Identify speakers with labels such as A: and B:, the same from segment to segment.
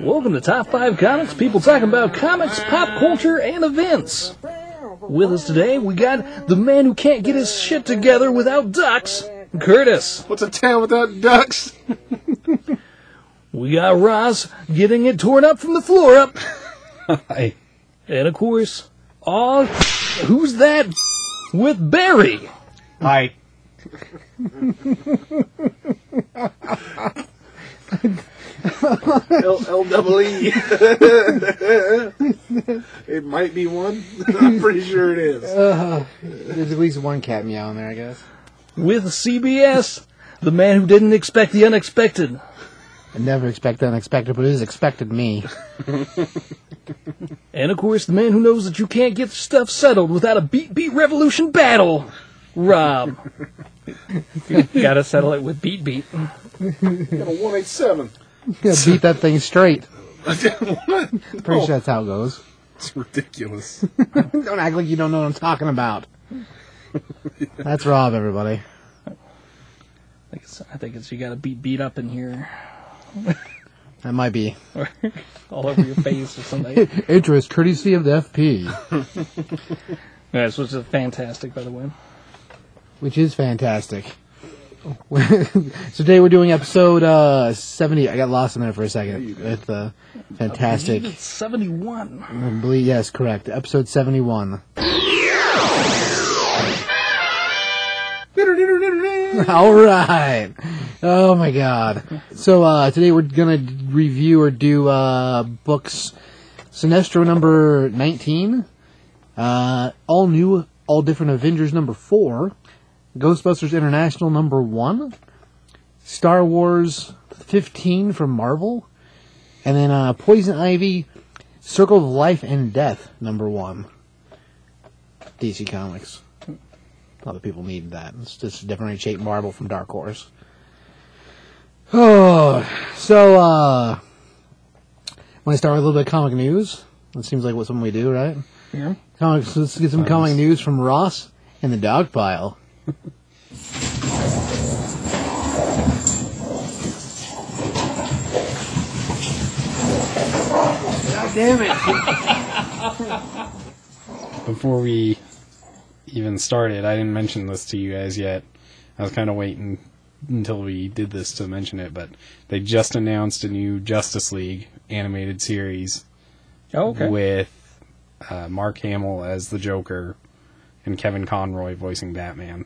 A: Welcome to Top 5 Comics, people talking about comics, pop culture, and events. With us today, we got the man who can't get his shit together without ducks, Curtis.
B: What's a town without ducks?
A: We got Ross getting it torn up from the floor up.
C: Hey,
A: And of course, all who's that with Barry?
C: hi.
B: L L double E. It might be one. I'm pretty sure it is.
C: There's at least one cat meow in there, I guess.
A: With CBS, the man who didn't expect the unexpected.
C: I never expect the unexpected, but it is expected me.
A: And of course, the man who knows that you can't get stuff settled without a beat beat revolution battle, Rob. Gotta settle it with beat beat.
B: Got a one eight seven.
C: Gonna beat that thing straight. Pretty sure that's how it goes.
B: It's ridiculous.
C: Don't act like you don't know what I'm talking about. That's Rob, everybody.
A: I think it's, I think it's you gotta beat beat up in here,
C: That might be.
A: or all over your face or something.
C: Interest courtesy of the FP,
A: Yeah, this was fantastic, by the way.
C: which is fantastic. Today we're doing episode uh, 70. I got lost in there for a second with uh, fantastic.
A: It's Seventy-one.
C: I believe, yes, correct. Episode 71. All right. Oh my god. So uh, today we're gonna review or do uh, books Sinestro number nineteen, uh, all new, all different Avengers number four, Ghostbusters International number one, Star Wars fifteen from Marvel, and then uh, Poison Ivy, Circle of Life and Death number one. DC Comics. A lot of people need that. It's just to differentiate Marvel from Dark Horse. Oh, so uh, want to start with a little bit of comic news. That seems like what something we do, right?
A: Yeah.
C: Comics. Let's get some comic news from Ross in the dog pile.
D: before we even started, I didn't mention this to you guys yet. I was kind of waiting until we did this to mention it, but they just announced a new Justice League animated series
A: Oh, okay.
D: with uh, Mark Hamill as the Joker and Kevin Conroy voicing Batman.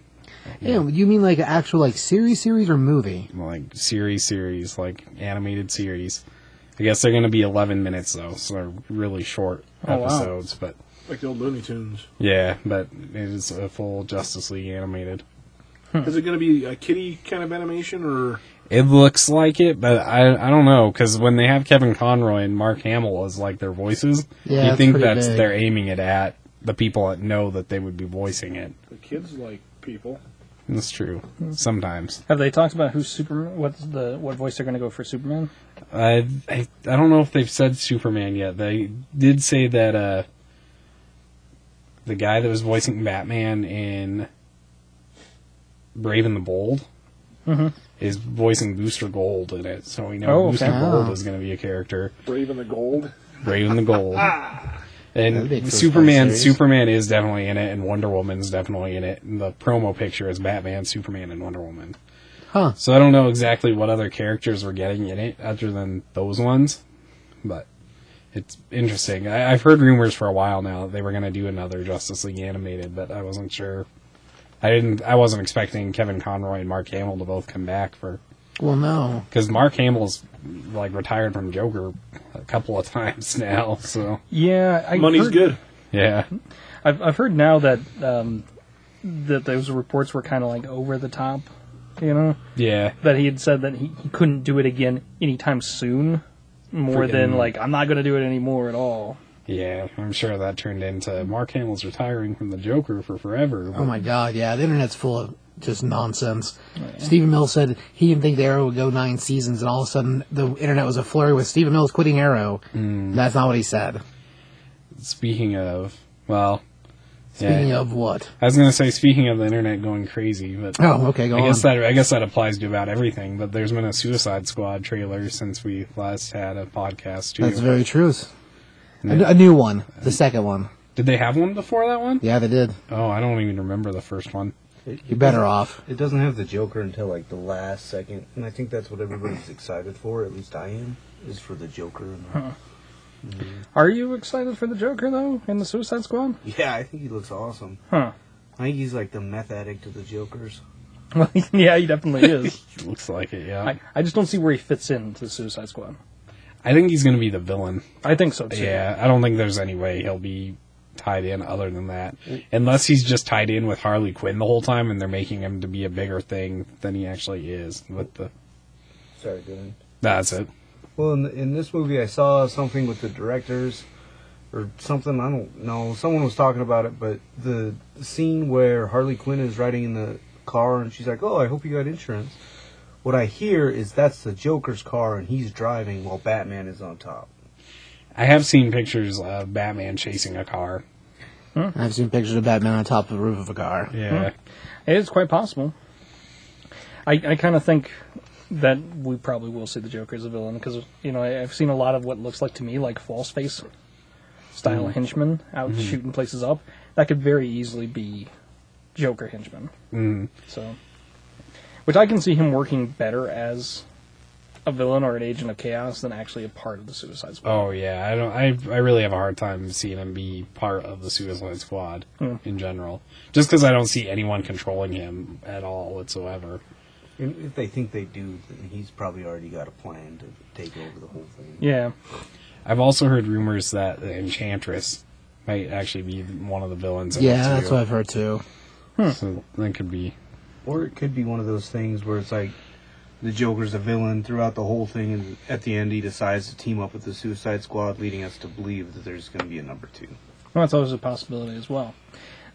C: Yeah, you mean like an actual like series, series or movie?
D: Like series, series, like animated series. I guess they're going to be 11 minutes though, so they're really short
A: Oh, wow.
D: episodes, but
B: Like the old Looney Tunes.
D: yeah, but it is a full Justice League animated. Hmm.
B: Is it going to be a kitty kind of animation or?
D: It looks like it, but I I don't know because when they have Kevin Conroy and Mark Hamill as like their voices,
C: Yeah,
D: you
C: that's
D: think
C: pretty
D: that's
C: big.
D: they're aiming it at the people that know that they would be voicing it.
B: The kids like people.
D: That's true.
C: Hmm.
D: Sometimes
A: Have they talked about who Superman? What's the what voice they're gonna go for Superman?
D: I, I I don't know if they've said Superman yet. They did say that uh the guy that was voicing Batman in Brave and the Bold is voicing Booster Gold in it, so we know
A: Mm-hmm. Oh, okay.
D: Booster Gold
C: Wow.
D: is going to be a character.
B: Brave and the Gold.
D: Brave and the Gold.
C: That'd be a cool
D: And Superman,
C: series.
D: Superman is definitely in it, and Wonder Woman's definitely in it. And the promo picture is Batman, Superman, and Wonder Woman.
C: Huh.
D: So I don't know exactly what other characters we're getting in it other than those ones, but it's interesting. I, I've heard rumors for a while now that they were going to do another Justice League animated, but I wasn't sure. I didn't. I wasn't expecting Kevin Conroy and Mark Hamill to both come back for
C: Well, no.
D: because Mark Hamill's like retired from Joker a couple of times now. So
A: Yeah, I
B: Money's good.
D: yeah,
A: I've I've heard now that um, that those reports were kind of like over the top, you know.
D: yeah.
A: That he had said that he, he couldn't do it again anytime soon. More
D: Freaking-
A: than like I'm not going to do it anymore at all.
D: Yeah, I'm sure that turned into Mark Hamill's retiring from the Joker for forever.
C: Oh my god, yeah, the internet's full of just nonsense.
D: Oh,
C: Stephen Mills said he didn't think the Arrow would go nine seasons, and all of a sudden the internet was a flurry with Stephen Mills quitting
D: Hmm.
C: Arrow. That's not what he said.
D: Speaking of, well,
C: Speaking
D: Yeah.
C: of what?
D: I was gonna say, speaking of the internet going crazy, but
C: Oh, okay, go
D: I
C: on.
D: guess that I guess that applies to about everything. But there's been a Suicide Squad trailer since we last had a podcast. Too.
C: That's very true. A, a new one, the second one.
D: Did they have one before that one?
C: Yeah, they did.
D: Oh, I don't even remember the first one.
C: You're better off.
E: It doesn't have the Joker until like the last second, and I think that's what everybody's excited for. At least I am, is for the Joker. And
D: Are you excited for the Joker though in the Suicide Squad?
E: Yeah, I think he looks awesome.
A: Huh.
E: I think he's like the meth addict of the Jokers.
A: Well, yeah, he definitely is.
D: Looks like it. Yeah.
A: I, I just don't see where he fits into the Suicide Squad.
D: I think he's gonna be the villain.
A: I think so too.
D: Yeah, I don't think there's any way he'll be tied in other than that. Unless he's just tied in with Harley Quinn the whole time and they're making him to be a bigger thing than he actually is with the
E: Sorry, dude.
D: That's it.
E: Well, in, in this movie, I saw something with the directors or something. I don't know. Someone was talking about it, but the scene where Harley Quinn is riding in the car and she's like, "Oh, I hope you got insurance." What I hear is that's the Joker's car and he's driving while Batman is on top.
D: I have seen pictures of Batman chasing a car.
C: I've seen pictures of Batman on top of the roof of a car.
D: Yeah.
A: It is quite possible. I, I kind of think that we probably will see the Joker as a villain because you know I, I've seen a lot of what looks like to me like false face style henchmen out shooting places up. That could very easily be Joker henchman.
D: Mm.
A: So, which I can see him working better as a villain or an agent of chaos than actually a part of the Suicide Squad.
D: Oh yeah, I don't. I I really have a hard time seeing him be part of the Suicide Squad
C: Hmm.
D: in general, just because I don't see anyone controlling him at all whatsoever.
E: And if they think they do, then he's probably already got a plan to take over the whole thing.
A: Yeah,
D: I've also heard rumors that the Enchantress might actually be one of the villains. in it,
C: Yeah, that's
D: too.
C: what I've heard too.
D: So that could be.
E: Or it could be one of those things where it's like the Joker's a villain throughout the whole thing, and at the end he decides to team up with the Suicide Squad, leading us to believe that there's going to be a number two.
A: well, that's always a possibility as well.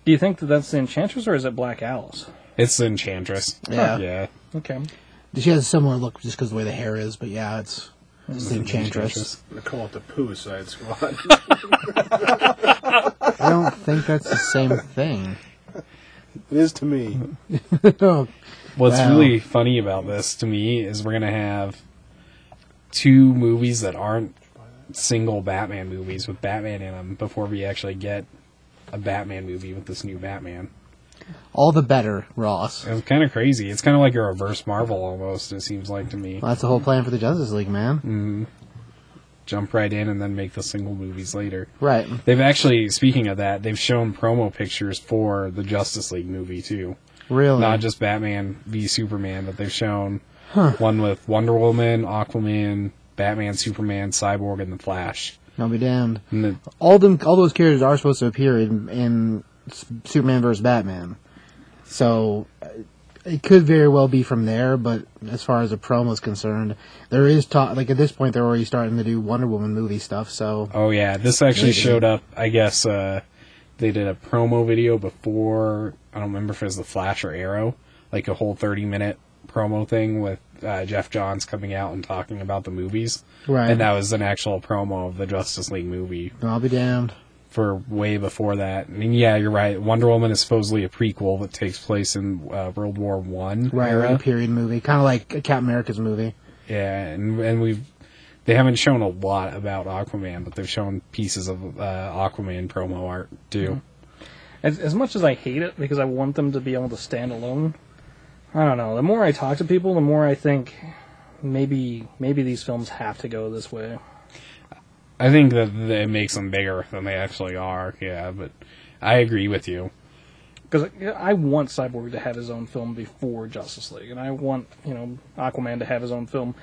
A: Do you think that that's the Enchantress or is it Black Alice?
D: It's the Enchantress.
C: Yeah.
D: Yeah.
A: Okay,
C: She has a similar look just because the way the hair is, but yeah, it's, it's the Enchantress.
B: They call it the Pooh Side Squad.
C: I don't think that's the same thing.
B: it is to me.
C: Oh,
D: What's
C: Wow.
D: really funny about this to me is we're gonna have two movies that aren't single Batman movies with Batman in them before we actually get a Batman movie with this new Batman.
C: all the better, Ross.
D: It's kind of crazy. It's kind of like a reverse Marvel almost. It seems like to me.
C: Well, that's the whole plan for the Justice League, man.
D: Jump right in and then make the single movies later.
C: Right.
D: They've actually, speaking of that, they've shown promo pictures for the Justice League movie too.
C: Really.
D: Not just Batman v Superman, but they've shown one with Wonder Woman, Aquaman, Batman, Superman, Cyborg, and the Flash.
C: I'll be damned.
D: And the,
C: All them, all those characters are supposed to appear in, in S- Superman vs. Batman. So uh, it could very well be from there. But as far as the promo is concerned, there is talk. Like at this point, they're already starting to do Wonder Woman movie stuff. So
D: oh yeah, this actually
C: Maybe.
D: showed up. I guess uh, they did a promo video before. I don't remember if it was the Flash or Arrow, like a whole thirty-minute promo thing with uh, Jeff Johns coming out and talking about the movies.
C: Right.
D: And that was an actual promo of the Justice League movie
C: I'll be damned.
D: for way before that. I mean, yeah, you're right. Wonder Woman is supposedly a prequel that takes place in uh, World War One
C: Right,
D: era.
C: like a period movie, kind of like Captain America's movie.
D: Yeah, and and we've they haven't shown a lot about Aquaman, but they've shown pieces of uh, Aquaman promo art too.
A: As, as much as I hate it because I want them to be able to stand alone, I don't know. The more I talk to people, the more I think maybe maybe these films have to go this way.
D: I think that it makes them bigger than they actually are. Yeah, but I agree with you.
A: Because I want Cyborg to have his own film before Justice League, and I want you know Aquaman to have his own film.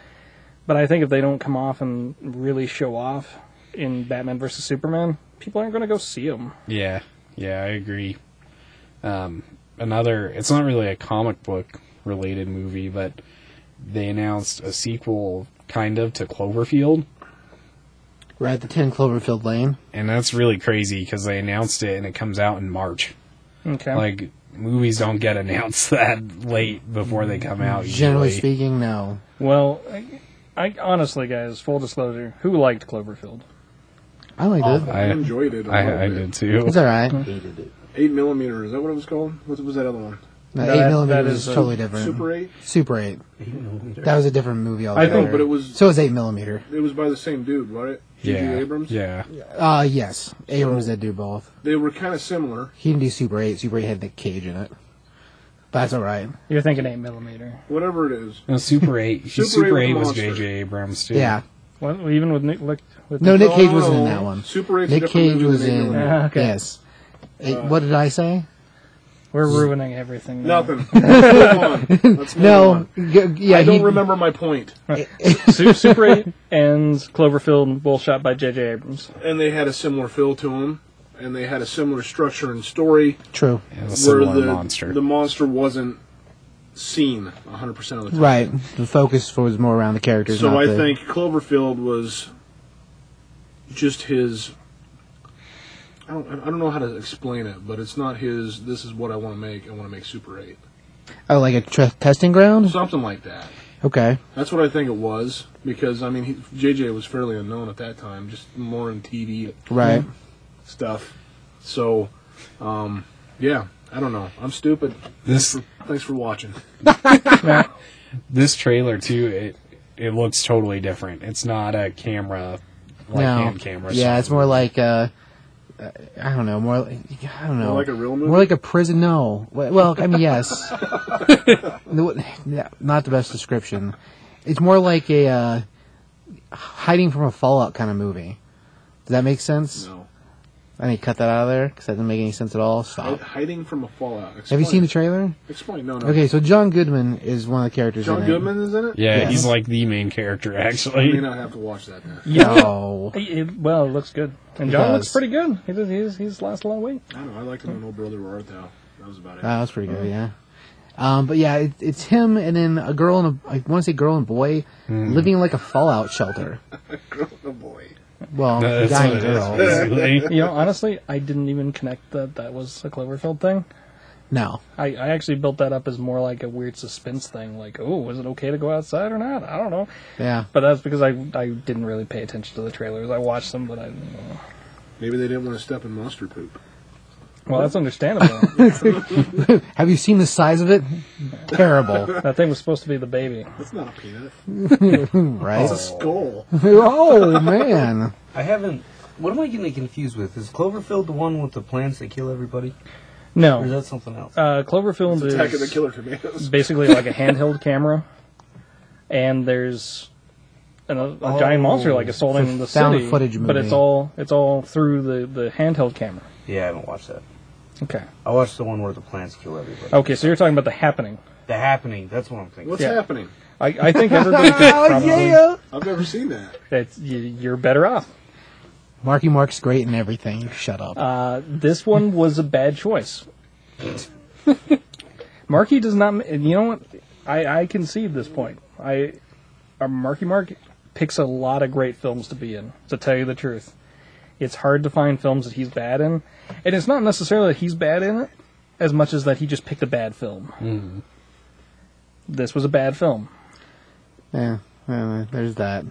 A: But I think if they don't come off and really show off in Batman versus Superman, people aren't going to go see them.
D: Yeah, yeah, I agree. Um, another, it's not really a comic book related movie, but they announced a sequel kind of to Cloverfield.
C: We're at the 10 Cloverfield Lane.
D: and that's really crazy because they announced it and it comes out in March.
A: Okay.
D: Like movies don't get announced that late before they come out.
C: Generally
D: usually.
C: speaking, no.
A: well, I, I honestly, guys, full disclosure, who liked Cloverfield?
C: I like it.
D: I,
B: enjoyed it. a
D: I,
B: little
D: I
B: bit.
D: did too.
C: It's alright.
E: Hated it.
B: Eight millimeter. Is that what it was called? What was that other one?
D: Mm-hmm.
C: No,
F: No,
C: eight
F: that-
C: millimeter
F: that
C: is,
F: is a
C: totally different.
B: Super eight.
C: Super eight. That was a different movie
B: I
C: altogether.
B: know, but it was
C: so was eight millimeter.
B: it was by the same dude, right? G.G.
D: Yeah.
B: Abrams.
D: Yeah.
C: Uh, yes, Abrams did do both.
B: They were kind of similar.
C: He didn't do Super eight. Super eight had the cage in it. But that's all right.
A: You're thinking 8 millimeter.
B: Whatever it is.
D: No, Super 8. Super,
B: Super 8
D: 8 was
B: monster.
D: J.J. Abrams, too.
C: Yeah.
A: Well, even with Nick, look, with
C: No, Nick
B: No,
C: Cage
B: no,
C: wasn't in
B: no.
C: that one.
B: Oh. Super 8's a
C: Nick
B: different
C: Cage
B: movie
C: was
B: than Uh, eight
C: in.
B: millimeter.
A: Ah, okay.
C: Yes. Eight, what did I say?
A: we're ruining everything. now.
B: Nothing. Move on. Let's move
C: No.
B: on.
C: G- yeah.
B: I
C: he-
B: don't remember my point.
A: Su- Super 8 and Cloverfield both shot by J.J. Abrams.
B: And they had a similar feel to them, and they had a similar structure and story.
C: True.
D: It was a similar
B: the
D: monster.
B: the monster wasn't seen 100 percent of the time.
C: Right. The focus was more around the characters.
B: So
C: not
B: I
C: the-
B: think Cloverfield was just his. I don't, I don't know how to explain it, but it's not his. This is what I want to make. I want to make Super Eight,
C: Oh, like a tre- testing ground.
B: something like that.
C: Okay.
B: That's what I think it was because I mean he, JJ was fairly unknown at that time, just more in TV
C: Right.
B: stuff. So, um, yeah, I don't know. I'm stupid.
D: This
B: Thanks for watching.
D: this trailer, too, it, it looks totally different. It's not a camera, like hand camera.
C: Yeah,
D: shot.
C: it's more like uh, uh, I don't know, more like, I don't know,
B: More like a real movie?
C: more like a prison. No, well, well, I mean, yes, The w- yeah, not the best description. It's more like a uh, hiding from a fallout kind of movie. Does that make sense?
B: No,
C: I need to cut that out of there because that doesn't make any sense at all.
B: Hi-
C: Stop.
B: hiding from a fallout. Explain.
C: Have you seen the trailer?
B: Explain. No, no.
C: Okay, so John Goodman is one of the characters.
B: John
C: in
B: Goodman is in it.
D: Yeah,
C: Yes.
D: he's like the main character, actually.
B: I may not have to watch that now.
C: It. No.
A: He, he- well, it looks good. And
C: It
A: John
C: does.
A: looks pretty good. He does, he's, he's lasted a long way.
B: I don't know. I liked him in Old Brother Where Art Thou. That was about it.
C: Wow, that was Oh, pretty good,
D: Mm.
C: yeah. Um, but yeah, it, it's him and then a girl and a, I want to say girl and boy
D: Mm.
C: living like a fallout shelter.
B: oh boy.
C: Well,
D: No, that's
C: guy
D: what
C: and
D: it is,
C: girl.
D: basically.
A: You know, honestly, I didn't even connect that that was a Cloverfield thing.
C: No.
A: I, I actually built that up as more like a weird suspense thing. Like, oh, is it okay to go outside or not? I don't know.
C: Yeah.
A: But that's because I, I didn't really pay attention to the trailers. I watched them, but I didn't. know.
B: Maybe they didn't want to step in monster poop.
A: Well, that's understandable.
C: Have you seen the size of it? Terrible,
A: that thing was supposed to be the baby.
B: That's not a peanut.
C: Oh. right?
B: It's a skull.
C: oh man.
E: I haven't. What am I getting confused with? Is Cloverfield the one with the plants that kill everybody, or is
A: No,
E: that something else?
A: uh, Cloverfield
B: Attack of the
A: is
B: Killer Tomatoes.
A: basically like a handheld camera, and there's an, a, a giant monster like assaulting the
C: It's a Oh, found
A: city.
C: footage
A: But
C: movie.
A: it's all it's all through the, the handheld camera.
E: Yeah, I haven't watched that.
A: Okay.
E: I watched the one where the plants kill everybody.
A: Okay, so you're talking about the happening.
E: The Happening. That's what I'm thinking.
B: What's
A: Yeah.
B: happening?
A: I, I think everybody thinks
D: Oh,
A: probably
B: I've never seen that.
A: that you, you're better off.
C: Marky Mark's great and everything. Shut up.
A: Uh, this one was a bad choice. Marky does not. ma- and You know what? I, I concede this point. I, uh, Marky Mark picks a lot of great films to be in. To tell you the truth, it's hard to find films that he's bad in, and it's not necessarily that he's bad in it, as much as that he just picked a bad film.
C: Mm-hmm.
A: This was a bad film.
C: yeah. yeah, There's that.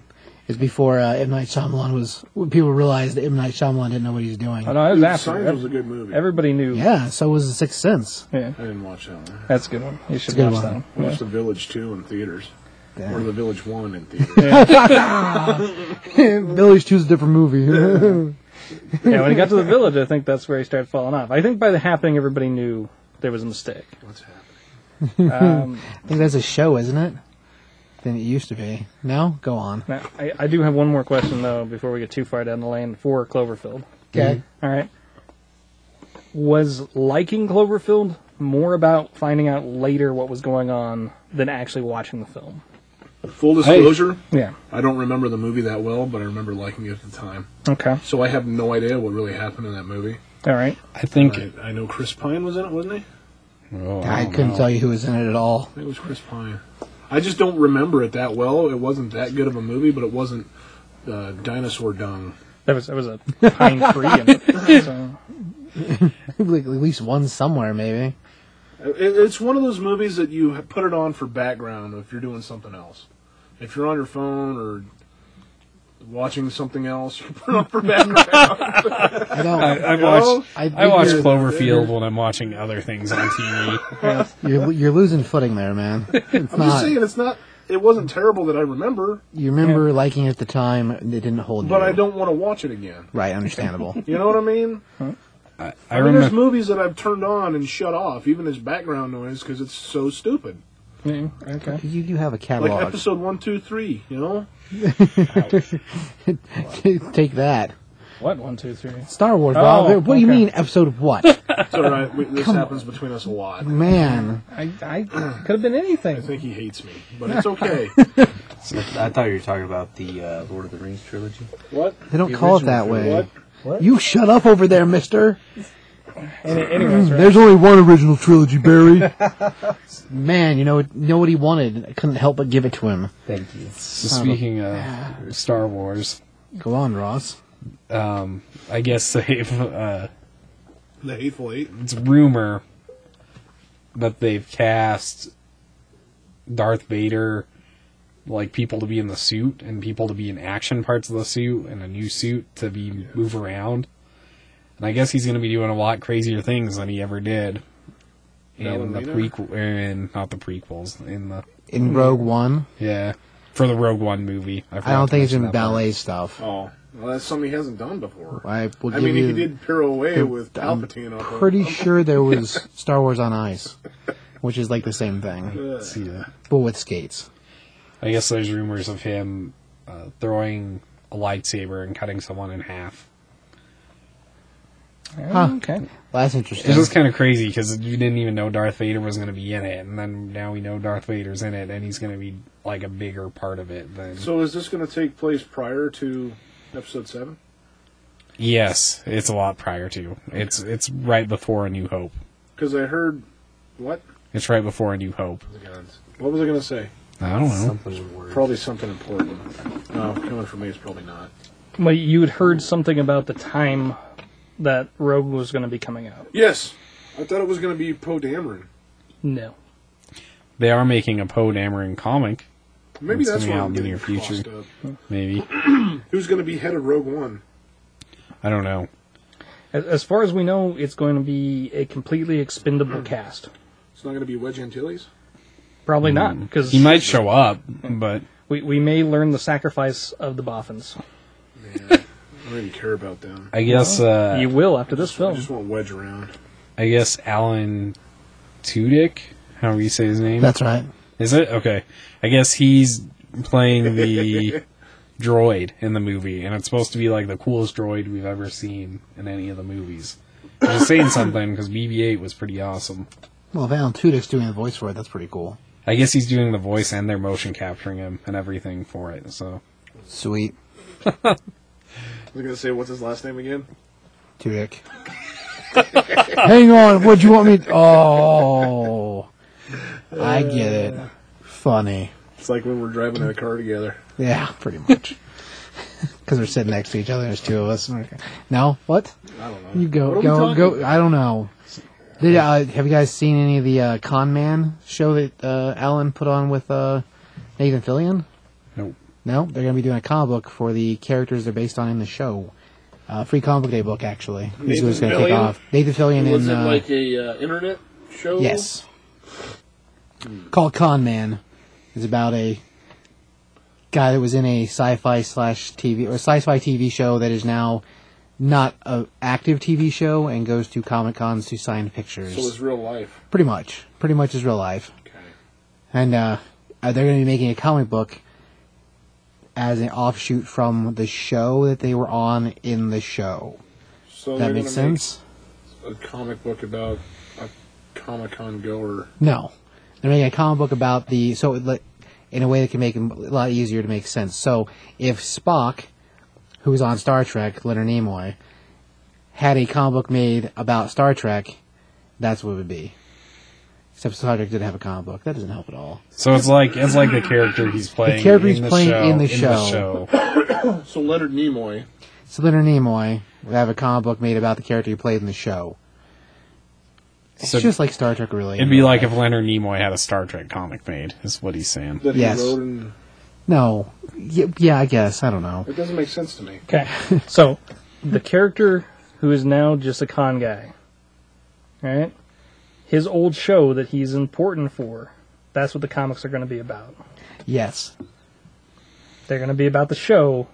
C: It's before uh, M Night Shyamalan was. When people realized that M Night Shyamalan didn't know what he was doing.
A: Oh, no, it was after.
B: Signs was a good movie.
A: Everybody knew.
C: Yeah. So was The Sixth Sense.
A: Yeah,
B: I didn't watch that one.
A: that's a good one. You should
C: a good
A: watch
C: one.
B: I watched The Village 2 in theaters.
C: Yeah.
B: Or The Village 1 in theaters.
C: Billy's choose a different movie.
A: that one. yeah, when he got to the village, I think that's where he started falling off. I think by the happening, everybody knew there was a mistake.
B: What's happening?
A: Um,
C: I think that's a show, isn't it? Than it used to be. No, go on.
A: now, I, I do have one more question though before we get too far down the lane for Cloverfield.
C: Okay.
A: All right, was liking Cloverfield more about finding out later what was going on than actually watching the film?
B: Full disclosure,
A: Yeah.
B: I don't remember the movie that well, but I remember liking it at the time.
A: Okay.
B: So I have no idea what really happened in that movie.
A: All right.
D: I think.
B: I, I know Chris Pine was in it, wasn't he?
D: Oh,
C: I
D: don't
C: couldn't
D: know.
C: tell you who was in it at all.
B: I think it was Chris Pine. I just don't remember it that well. It wasn't that good of a movie, but it wasn't uh, dinosaur dung.
A: There was there was a pine tree in it. So,
C: like, at least one somewhere, maybe.
B: It, it's one of those movies that you ha- put it on for background if you're doing something else. If you're on your phone or watching something else. You put it on for background.
C: I don't.
D: I, I watch
C: I
D: I,
C: think
D: watch
C: you're-
D: Cloverfield when I'm watching other things on TV.
C: You're you're losing footing there, man. It's
B: I'm just
C: not.
B: saying it's not. It wasn't terrible that I remember,
C: You remember liking it at the time, and it didn't hold.
B: but
C: you.
B: I don't want to watch it again.
C: Right, understandable.
B: You know what I mean?
D: I,
B: I mean,
D: I
B: there's
D: remember
B: movies that I've turned on and shut off, even as background noise, because it's so stupid.
A: Mm, okay.
C: you do have a
B: Like
C: catalog.
B: episode one, two, three. You know,
C: Take that.
A: What? One, two, three.
C: Star Wars.
A: Oh,
C: Bob. what do you
A: okay.
C: mean episode what?
B: it's all right. We, this happens between us a lot.
C: Man,
A: I, I could have been
B: I
A: anything.
B: think he hates me, but it's okay.
E: I thought you were talking about the uh, Lord of the Rings trilogy.
B: what?
C: they don't call it that way.
B: What?
C: You shut up over there, Mister.
A: Any, anyways, right?
C: There's only one original trilogy, Barry. Man, you know, know what he wanted. I couldn't help but give it to him.
E: Thank you.
D: speaking of Star Wars,
C: Go on, Ross.
D: um, I guess they've uh,
B: The hateful eight.
D: it's rumor that they've cast Darth Vader like people to be in the suit and people to be in action parts of the suit and a new suit to be move around. And I guess he's going to be doing a lot crazier things than he ever did in the
B: Ballerina?
D: prequel in not the prequels in the
C: In Rogue One,
D: yeah for the Rogue One movie.
C: I don't think it's in
D: ballet.
C: ballet stuff.
B: Oh, well, that's something he hasn't done before.
C: I will
B: I
C: give
B: mean,
C: you
B: he did pirouette with
C: I'm
B: Palpatine. off of-
C: pretty sure there was Star Wars on Ice, which is like the same thing,
B: Yeah.
D: See that.
C: but with skates.
D: I guess there's rumors of him uh, throwing a lightsaber and cutting someone in half.
C: Huh.
A: Okay.
C: Well, that's
D: It's
C: interesting.
D: just kind of crazy because you didn't even know Darth Vader was going to be in it, and then now we know Darth Vader's in it, and he's going to be like a bigger part of it. Than
B: So is this going to take place prior to episode seven?
D: yes, it's a lot prior to. It's it's right before A New Hope.
B: Because I heard what?
D: It's right before A New Hope.
B: What was I going to say?
D: I don't know.
E: Something worse.
B: Probably something important. No, coming from me, it's probably not.
A: Well, you had heard something about the time that Rogue was going to be coming out.
B: Yes, I thought it was going to be Poe Dameron.
A: No.
D: They are making a Poe Dameron comic,
B: Maybe
D: It's
B: that's
D: coming
B: why
D: out
B: I'm
D: in the
B: getting
D: near future.
B: crossed up.
D: maybe.
B: Who's going to be head of Rogue One?
D: I don't know.
A: As, as far as we know, it's going to be a completely expendable cast.
B: It's not going to be Wedge Antilles.
A: Probably not, because
D: He might show up, but
A: we, we may learn the sacrifice of the Boffins.
B: I don't even care about them.
D: I guess uh,
A: you will after this
B: I
A: film.
B: just want Wedge around.
D: I guess Alan Tudyk, however you say his name,
C: That's right.
D: Is it? Okay. I guess he's playing the droid in the movie, and it's supposed to be like the coolest droid we've ever seen in any of the movies. I'm just saying something because BB 8 was pretty awesome.
C: Well, if Alan Tudyk's doing the voice for it, that's pretty cool.
D: I guess he's doing the voice and they're motion capturing him and everything for it, so.
C: Sweet
B: I was going to say, what's his last name again?
C: Tudyk. Hang on. What do you want me? Oh, I get it. Funny.
B: It's like when we're driving in a car together.
C: Yeah, pretty much. Because we're sitting next to each other. There's two of us. No, what?
B: I don't know.
C: You go,
B: What are we
C: go,
B: talking
C: go.
B: about?
C: I don't know. Did, uh, have you guys seen any of the uh, Con Man show that uh, Alan put on with uh, Nathan Fillion?
D: Nope.
C: No, they're going to be doing a comic book for the characters they're based on in the show. Uh, free comic book day book, actually.
B: Nathan
C: This is what's going to kick
B: Fillion?
C: off. Nathan Fillion
B: Was
C: and
B: it
C: uh,
B: like a uh, internet show?
C: yes, called Con Man. It's about a guy that was in a sci-fi slash TV or sci-fi TV show that is now not a active TV show and goes to comic cons to sign pictures.
B: So it's real life.
C: pretty much, pretty much is real life.
B: Okay.
C: And uh, uh, they're going to be making a comic book as an offshoot from the show that they were on in the show.
B: So
C: that
B: Oh, they're
C: makes
B: gonna make
C: sense.
B: a comic book about a Comic Con goer.
C: No, they're making a comic book about the so like, in a way that can make it a lot easier to make sense. So if Spock, who was on Star Trek, Leonard Nimoy, had a comic book made about Star Trek, that's what it would be. Except Star Trek did have a comic book. That doesn't help at all.
D: So it's like it's like the character he's playing.
C: character
D: in
C: he's playing in the
D: show.
B: So Leonard Nimoy.
C: So Leonard Nimoy would have a comic book made about the character he played in the show. It's
D: So-
C: just like Star Trek, really.
D: It'd be like if Leonard Nimoy had a Star Trek comic made, is what he's saying.
B: That he
C: Yes.
B: wrote and
C: No. Y- yeah, I guess. I don't know.
B: It doesn't make sense to me.
A: Okay. so, the character who is now just a con guy, right? His old show that he's important for, that's what the comics are going to be about.
C: Yes.
A: They're going to be about the show.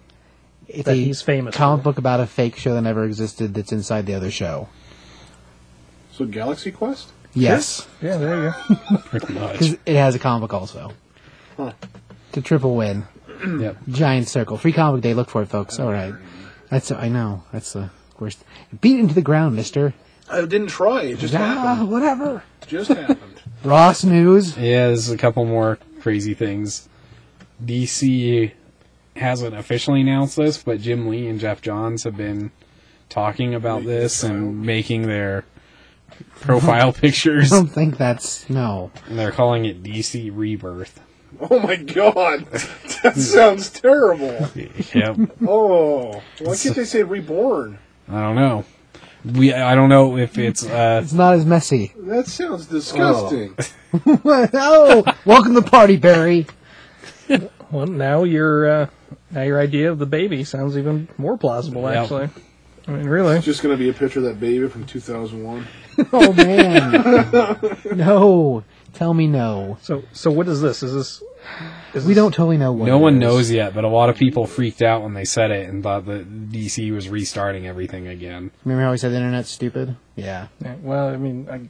C: It's
A: That he's famous
C: comic
A: for.
C: book about a fake show that never existed that's inside the other show.
B: So Galaxy Quest?
C: Yes.
A: Yeah, there you go.
D: Pretty much.
C: Because it has a comic book also.
B: Huh.
C: The triple win.
D: Yep.
C: Giant circle. Free comic day. Look for it, folks. All right. That's, I know. That's the worst. Beat it into the ground, mister.
B: I didn't try. It just
C: Ah,
B: happened.
C: whatever.
B: Just happened.
C: Ross News.
D: Yeah, there's a couple more crazy things. DC hasn't officially announced this, but Jim Lee and Jeff Johns have been talking about this and making their profile pictures.
C: I don't think that's, no.
D: And they're calling it DC Rebirth.
B: Oh my god, that sounds terrible.
D: Yep.
B: Oh, why can't they say reborn?
D: I don't know. We I don't know if it's uh
C: It's not as messy.
B: That sounds disgusting.
C: oh, welcome to the party, Barry.
A: Well, now your uh, now your idea of the baby sounds even more plausible.
D: Yeah.
A: Actually, I mean, really,
B: Just gonna be a picture of that baby from 2001.
C: Oh man, no. Tell me no.
A: So, so what is this? Is this? Is
C: We
A: this-
C: don't totally know what.
D: no
C: it
D: one
C: is.
D: knows yet, but a lot of people freaked out when they said it and thought that DC was restarting everything again.
C: Remember how we said the internet's stupid? Yeah.
A: Yeah, Well, I mean, I,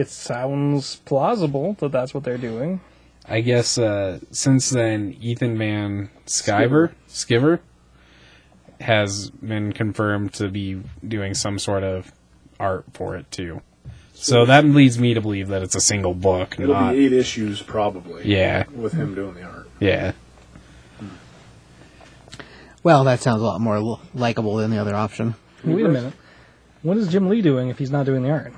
A: it sounds plausible that that's what they're doing.
D: I guess uh, since then, Ethan Van Sciver, Skiver has been confirmed to be doing some sort of art for it too. So that leads me to believe that it's a single book,
B: It'll
D: not
B: be eight issues probably.
D: yeah,
B: With him doing the art.
D: yeah.
C: Well, that sounds a lot more l- likable than the other option.
A: Wait a minute. What is Jim Lee doing if he's not doing the art?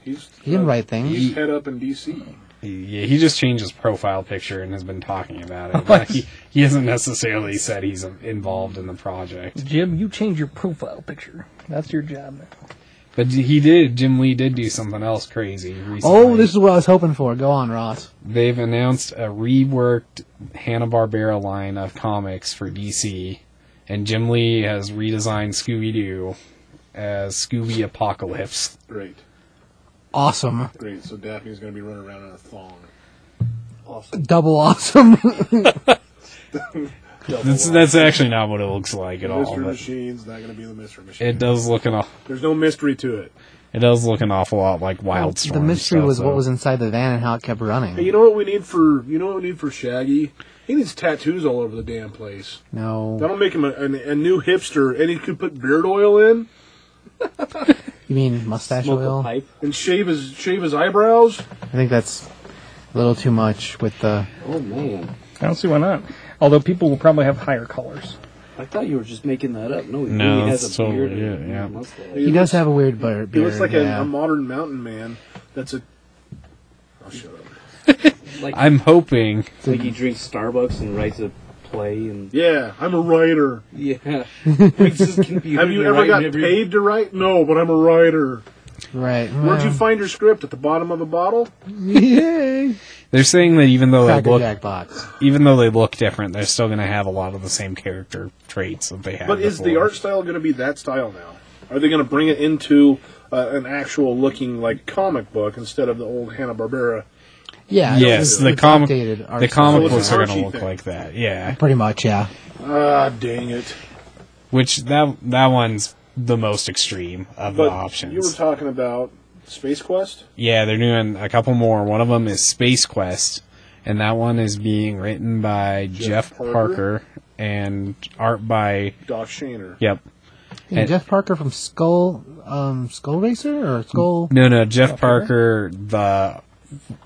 B: He's uh,
C: He didn't write things.
B: He's head up in DC.
D: Yeah, he just changed his profile picture and has been talking about
C: Oh,
D: it. But he, he hasn't necessarily said he's involved in the project.
A: Jim, you change your profile picture. That's your job now.
D: But he did. Jim Lee did do something else crazy recently.
C: Oh, this is what I was hoping for. Go on, Ross.
D: They've announced a reworked Hanna Barbera line of comics for DC, and Jim Lee has redesigned Scooby Doo as Scooby Apocalypse.
B: Great,
C: Awesome.
B: great. So Daphne's gonna be running around in a thong. Awesome.
C: Double awesome.
D: That's that's actually not what it looks like at all.
B: Mystery
D: but
B: Machine's not gonna be the Mystery Machine.
D: It does look an aw-
B: There's no mystery to it.
D: it does look an awful lot like Wildstorm.
C: the mystery
D: stuff,
C: was what
D: though.
C: was inside the van and how it kept
B: Hey,
C: running.
B: you know what we need for you know what we need for Shaggy? He needs tattoos all over the damn place.
C: No.
B: That'll make him a, a, a new hipster, and he could put beard oil in
C: You mean mustache oil? I
G: pipe.
B: and shave his shave his eyebrows.
C: think that's a little too much with the.
G: Oh man,
A: I don't see why not. Although people will probably have higher colors.
G: I thought you were just making that up. No, he
D: No,
G: really has
D: that's
G: a beard.
D: totally
G: and
D: it, yeah.
G: a mustache.
C: He does have a weird beard.
B: He looks like
C: yeah.
B: a, a modern mountain man. That's a. Oh, shut up.
D: I'm hoping
G: It's like he drinks Starbucks and writes a play and
B: Yeah, I'm a writer.
G: yeah. Makes his computer
B: Have you
G: to
B: ever
G: write
B: got
G: and every-
B: paid to write? No, but I'm a writer.
C: right.
B: Where'd you find your script? At the bottom of the bottle?
C: Yay!
D: they're saying that even though they
C: Cracker
D: look
C: Jack box.
D: even though they look different, they're still going to have a lot of the same character traits that they had.
B: But is the
D: before.
B: art style going to be that style now? Are they going to bring it into uh, an actual looking like comic book instead of the old Hanna Barbera?
C: Yeah. it's-
D: Yes,
C: it's-
D: the
C: it's
D: comic
C: updated art
D: the
C: style.
D: comic
B: So it's
D: books are going
B: Archie
D: to look
B: thing.
D: like that. Yeah,
C: Pretty much, yeah.
B: Ah, dang it!
D: which that that one's the most extreme of
B: But
D: the
B: you were
D: options.
B: talking about Space Quest.
D: yeah, they're doing a couple more. One of them is Space Quest, and that one is being written by Jeff,
B: Parker?
D: Parker. and art by
B: Doc Shaner.
D: yep.
C: And
D: And-
C: Jeff Parker from Skull, um, Skull Racer or Skull?
D: No, no, Jeff Parker, the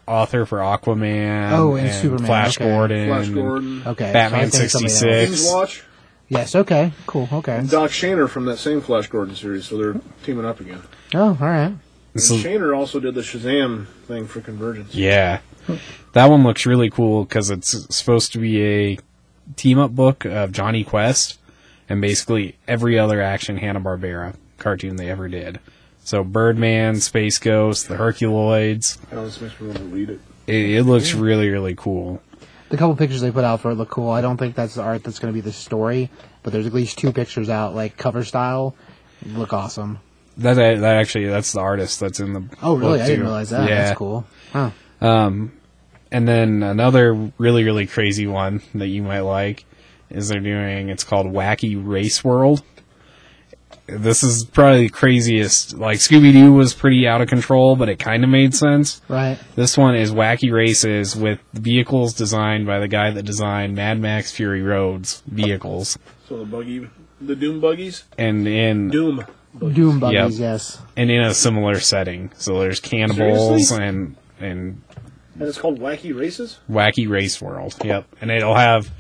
D: author for Aquaman.
C: Oh, and Superman,
D: Flash
C: okay.
D: Gordon.
B: Flash
D: and-
B: Gordon.
C: Okay,
D: Mm. Batman
C: so I think somebody else.
D: 66.
B: King's Watch.
C: Yes. Okay. Cool. Okay.
B: And Doc Shaner from that same Flash Gordon series, so they're teaming up again.
C: Oh, all right.
B: And
D: So-
B: Shaner also did the Shazam thing for Convergence.
D: Yeah. That one looks really cool because it's supposed to be a team up book of Johnny Quest and basically every other action Hanna-Barbera cartoon they ever did. So Birdman, Space Ghost, the Herculoids.
B: Oh, this makes me want to read it.
D: It, it looks really, really cool.
C: the couple pictures they put out for it look cool. I don't think that's the art that's going to be the story, but there's at least two pictures out, like cover style, look awesome.
D: That that actually that's the artist that's in the.
C: Oh, really?
D: book,
C: I didn't
D: too.
C: realize that.
D: Yeah.
C: That's cool. Huh.
D: And then another really really crazy one that you might like is they're doing. It's called Wacky Race World. This is probably the craziest. Like Scooby Doo was pretty out of control, but it kind of made sense.
C: Right.
D: This one is Wacky Races with vehicles designed by the guy that designed Mad Max Fury Road's vehicles.
B: So the buggy, the Doom buggies,
D: And in
B: Doom. buggies.
C: Doom buggies,
D: Yep.
C: yes.
D: and in a similar setting. So there's cannibals
B: Seriously?
D: and and
B: And it's called Wacky Races.
D: wacky race world. Yep, and it'll have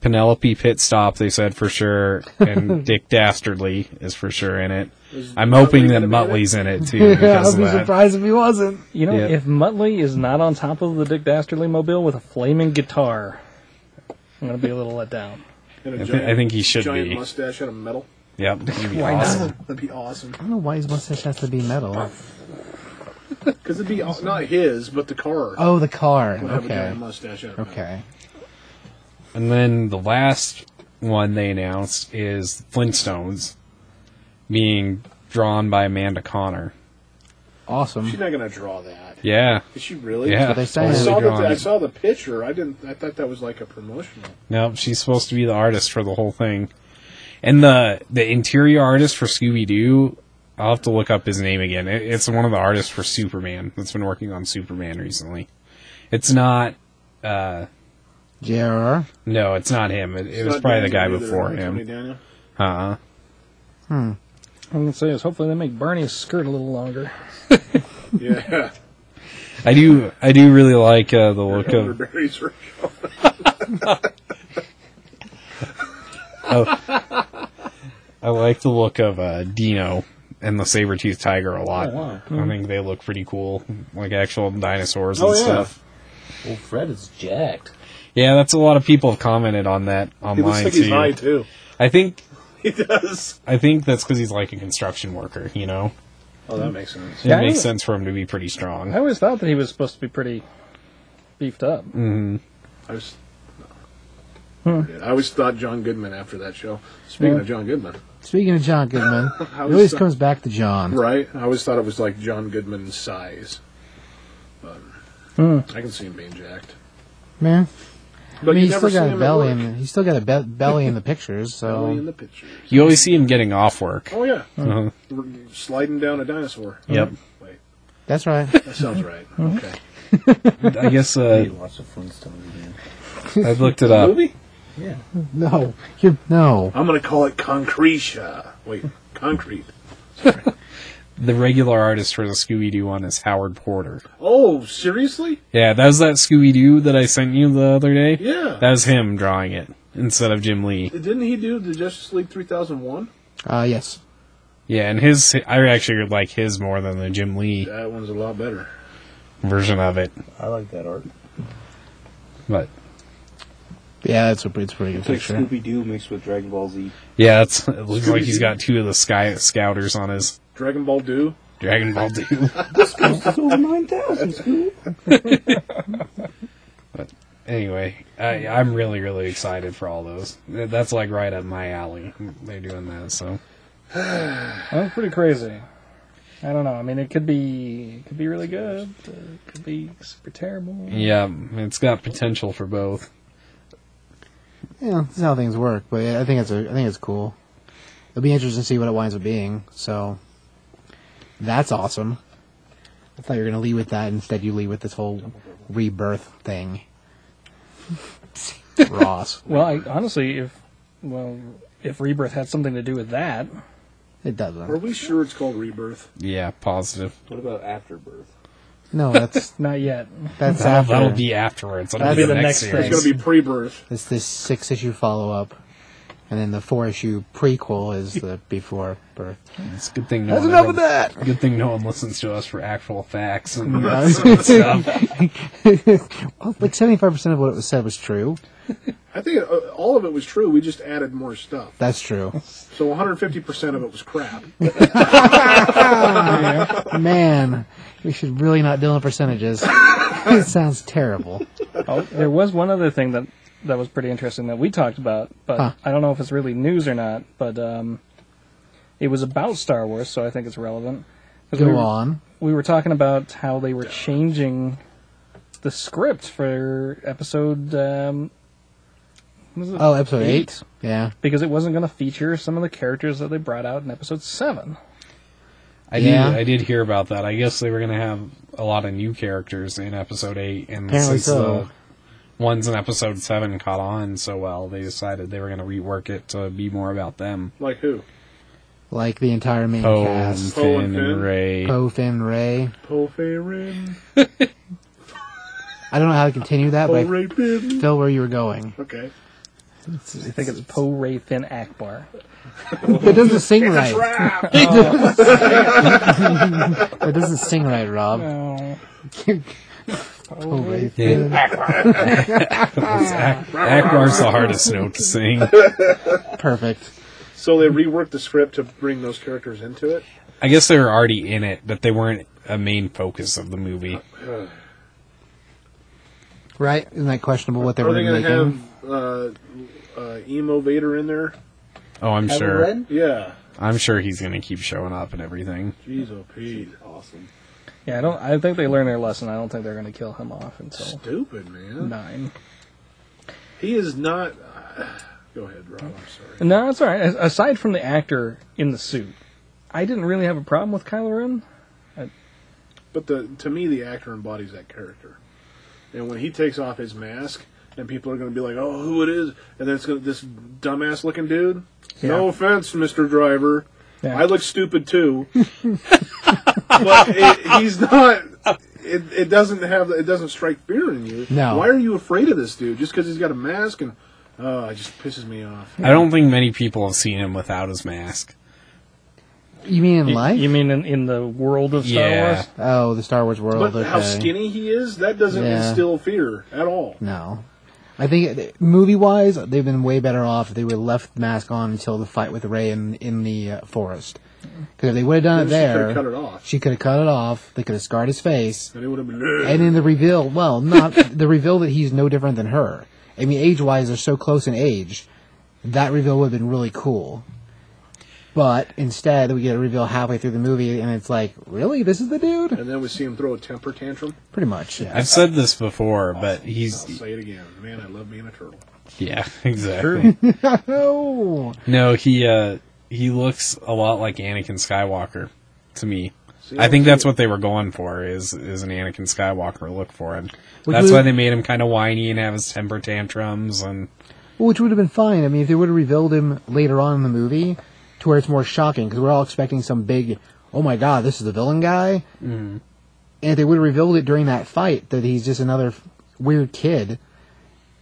D: Penelope Pitstop. They said for sure, and Dick Dastardly is for sure in it. I'm hoping that Muttley's in it too.
C: Yeah,
D: because
C: I'd be
D: of that.
C: surprised if he wasn't.
A: You know,
D: Yeah.
A: if Muttley is not on top of the Dick Dastardly mobile with a flaming guitar, I'm gonna be a little let down.
B: And a
D: I, thi-
B: giant,
D: I think he should
B: giant
D: be.
B: mustache out of metal.
D: Yep, he'd be awesome.
B: That'd be awesome.
C: I don't know why his mustache has to be metal.
B: Because it'd be aw- not his, but the car.
C: Oh, the car.
B: would have a
C: Okay.
B: giant mustache out of metal.
C: Okay.
D: And then the last one they announced is Flintstones being drawn by Amanda Connor.
C: Awesome.
B: She's not gonna draw that.
D: Yeah,
B: Is she really?
D: yeah.
C: they say.
B: I
D: totally
B: saw, the,
D: drawn
B: I
D: it.
B: saw the picture. I didn't. I thought that was like a promotional.
D: Nope, she's supposed to be the artist for the whole thing. And the the interior artist for Scooby Doo, I'll have to look up his name again. It, it's one of the artists for Superman that's been working on Superman recently. It's not
C: JR.
D: no, it's not him. It, it
B: It's
D: was
B: not
D: probably the guy
B: Daniel either,
D: before
B: right, Tony
D: him.
B: Daniel?
D: Uh-huh.
A: I'm gonna say is hopefully they make Barney's skirt a little longer.
B: Yeah.
D: I do I do really like uh, the look of
B: Elderberries were-
D: I like the look of uh, Dino and the saber-toothed tiger a
B: Oh,
D: lot. I think they look pretty cool, like actual dinosaurs and
B: Hmm. Oh, yeah.
D: stuff.
G: Well, Fred is jacked.
D: Yeah, that's a lot of people have commented on that
B: He looks
D: online
B: like
D: too.
B: he's high too.
D: I think
B: He does.
D: I think that's because he's like a construction worker, you know.
B: Oh, that makes sense.
D: It
A: Yeah, I
D: makes
A: know.
D: sense for him to be pretty
A: I
D: strong.
A: always thought that he was supposed to be pretty beefed up.
B: I was. I always thought John Goodman after that show. Speaking
A: Yeah.
B: of John Goodman,
C: Speaking of John Goodman, it
B: How is
C: always
B: that?
C: comes back to John.
B: right? I always thought it was like John Goodman's size. But I can see him being jacked.
C: Man,
B: But
C: Hmm. I mean,
B: you
C: he's
B: never
C: still
B: see
C: got a
B: him
C: belly
B: at
C: in.
B: work.
C: The, he's still got a be- belly in the pictures.
B: Belly in
C: So
B: the pictures.
D: You always see him getting off work.
B: Oh yeah,
D: Uh-huh.
B: We're sliding down a dinosaur.
D: Yep.
B: Wait,
C: that's right.
B: that sounds right.
C: Hmm.
B: Okay.
D: I guess uh,
G: watch the Flintstones again.
D: I've looked
C: Uh,
D: it up.
B: Movie?
C: No, you're no.
B: I'm gonna call it Concretia. Wait, concrete.
D: The regular artist for the Scooby Doo one is Howard Porter.
B: Oh, seriously?
D: Yeah, that was that Scooby Doo that I sent you the other day.
B: Yeah.
D: that was him drawing it instead of Jim Lee.
B: Didn't he do the Justice League 3001?
C: Uh, yes.
D: Yeah, and his I actually like his more than the Jim Lee
B: That one's a lot better.
D: version of it.
G: I like that art.
D: But
C: Yeah, that's a pretty, it's a pretty good
G: It's like
C: picture.
G: Scooby Doo mixed with Dragon Ball Z.
D: yeah, it's, it looks like he's
B: Scooby-Doo.
D: got two of the Sky Scouters on his
B: Dragon Ball Do.
D: Dragon Ball Doo.
G: It's over 9,000, Scoob.
D: anyway, I, I'm really, really excited for all those. That's like right up my alley. They're doing that, so
A: That's pretty crazy. I don't know. I mean, it could be it could be really good. uh, It could be super terrible.
D: yeah, it's got potential for both.
C: Yeah, that's how things work. But yeah, I think it's a, I think it's cool. It'll be interesting to see what it winds up being. So that's awesome. I thought you were gonna lead with that. Instead, you lead with this whole rebirth thing. Ross,
A: Well, I, honestly, if well, if Rebirth had something to do with that,
C: it
B: Are
C: doesn't.
B: we sure it's called Rebirth?
D: Yeah, positive.
G: What about Afterbirth?
C: No, that's
A: not yet.
C: that's
D: That'll,
C: after.
D: that'll be afterwards. That'll
C: That'll
D: be
C: be
D: the,
A: the next
D: next series.
A: thing.
B: It's gonna be pre-birth.
C: It's this six issue follow up, and then the four issue prequel is the before birth.
D: It's a good thing. No
C: That's
D: one
C: enough
D: ever-
C: of that.
D: Good thing no one listens to us for actual facts. And
C: Well, like seventy five percent of what it was said was true.
B: I think uh, all of it was true. We just added more stuff.
C: That's true.
B: So 150 percent of it was crap.
C: Man, we should really not deal in percentages. it sounds terrible.
A: Oh, there was one other thing that that was pretty interesting that we talked about, but
C: Huh.
A: I don't know if it's really news or not. But um, it was about Star Wars, so I think it's relevant. 'Cause we
C: Go
A: were-
C: on.
A: We were talking about how they were changing the script for episode. Um, what was it?
C: Oh, episode eight. Yeah.
A: because it wasn't going to feature some of the characters that they brought out in episode seven.
D: I
C: Yeah.
D: did. I did hear about that. I guess they were going to have a lot of new characters in episode eight, and
C: Apparently
D: since
C: so.
D: the ones in episode seven caught on so well, they decided they were going to rework it to be more about them.
B: Like who?
C: Like the entire main
D: Poe, and
C: cast.
B: Poe
D: Finn,
B: and
D: and
B: Finn.
D: Ray.
C: Poe, Oh, Finn, Ray.
B: Poe Farron.
C: I don't know how to continue that,
B: Poe
C: but I
B: Ray Bin.
C: feel where you were going.
B: Okay.
A: I think it's Poe Ray Finn Akbar.
C: It doesn't sing right. Oh.
B: Crap!
C: It doesn't sing right, Rob. Oh,
A: Oh,
C: Poe, Ray,
D: Yeah.
C: Finn.
D: Ak- Akbar's the hardest note to sing.
C: Perfect.
B: so they reworked the script to bring those characters into it.
D: I guess they were already in it, but they weren't a main focus of the movie.
C: Right? Isn't that questionable what they
B: Are
C: were
B: they going to
C: making?
B: have uh, uh, emo Vader in there?
D: Oh, I'm
G: Have a
D: sure.
G: red?
B: Yeah.
D: I'm sure he's going to keep showing up and everything.
B: Jeez, oh Pete.
G: Awesome.
A: yeah. I don't. I think they learned their lesson. I don't think they're going to kill him off until
B: Stupid man.
A: nine.
B: He is not. uh, go ahead, Rob. I'm sorry.
A: No, it's all right. As- Aside from the actor in the suit, I didn't really have a problem with Kylo Ren.
B: But the to me, the actor embodies that character. And when he takes off his mask, and people are going to be like, "Oh, who it is?" And then it's going to this dumbass looking dude. No offense, Mister Driver.
A: Yeah.
B: I look stupid too. but it, he's not. It, it doesn't have. It doesn't strike fear in you.
C: No.
B: Why are you afraid of this dude? Just because he's got a mask and. Oh, it just pisses me off.
D: I don't think many people have seen him without his mask.
C: You mean in life?
A: You mean in, in the world of Star
D: Yeah.
A: Wars?
C: oh, the Star Wars world.
B: But how
C: okay.
B: skinny he is, that doesn't
C: Yeah.
B: instill fear at all.
C: No. I think movie wise, they've been way better off if they would have left the mask on until the fight with Ray in, in the uh, forest. Because if they would have done it
B: She could've
C: there,
B: cut it off.
C: she could have cut it off. They could have scarred his face.
B: And it would have been.
C: And in the reveal, well, not the reveal that he's no different than her. I mean, age wise, they're so close in age. That reveal would have been really cool. But instead, we get a reveal halfway through the movie, and it's like, really, this is the dude?
B: And then we see him throw a temper tantrum.
C: Pretty much. Yeah.
D: I've said this before, but
B: I'll
D: he's
B: say it again. Man, I love being a turtle.
D: yeah, exactly.
C: Oh,
D: No, he uh he looks a lot like Anakin Skywalker to me.
B: See,
D: I think
B: see
D: that's
B: it.
D: what they were going for is is an Anakin Skywalker look for him.
C: Would
D: that's
C: you-
D: why they made him kind of whiny and have his temper tantrums and
C: which would have been fine. I mean, if they would have revealed him later on in the movie, to where it's more shocking, because we're all expecting some big, oh my god, this is the villain guy. Mm. And if they would have revealed it during that fight that he's just another f- weird kid,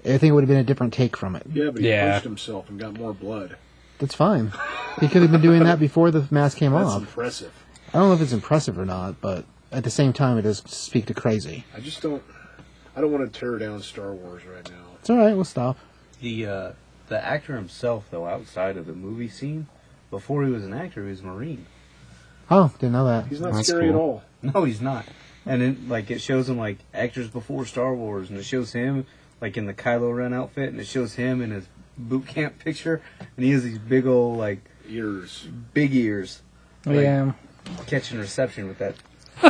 C: I think it would have been a different take from it.
B: Yeah, but he
D: Yeah.
B: punched himself and got more blood.
C: That's fine. He could have been doing that before the mask came
B: That's
C: off.
B: impressive.
C: I don't know if it's impressive or not, but at the same time, it does speak to crazy.
B: I just don't. I don't want to tear down Star Wars right now.
C: It's all right. We'll stop.
G: The uh, the actor himself, though, outside of the movie scene, before he was an actor, he was a Marine.
C: Oh, didn't know that.
B: He's not
D: That's
B: scary at
D: cool.
B: all.
G: No, he's not. And then, like, it shows him like actors before Star Wars, and it shows him like in the Kylo Ren outfit, and it shows him in his boot camp picture, and he has these big old like
B: Ears.
G: big ears Like-
A: yeah,
G: catching reception with that.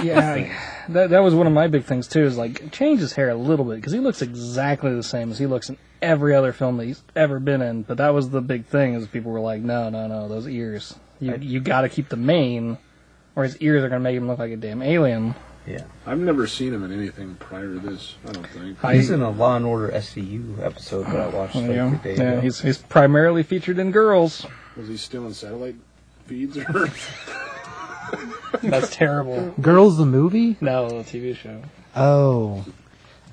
A: yeah. I- that that was one of my big things too. Is like change his hair a little bit because he looks exactly the same as he looks in every other film that he's ever been in. But that was the big thing is people were like, no, no, no, those ears. You you got to keep the mane, or his ears are going to make him look like a damn alien.
G: Yeah,
B: I've never seen him in anything prior to this. I don't think.
A: I-
G: he's in a Law and Order SVU episode that I
E: Oh,
G: watched like
A: yeah,
G: the day
A: yeah.
G: ago.
A: He's he's primarily featured in girls.
B: Was he still in satellite feeds or?
A: That's terrible.
C: Girls, the movie.
A: No, the TV show.
C: Oh,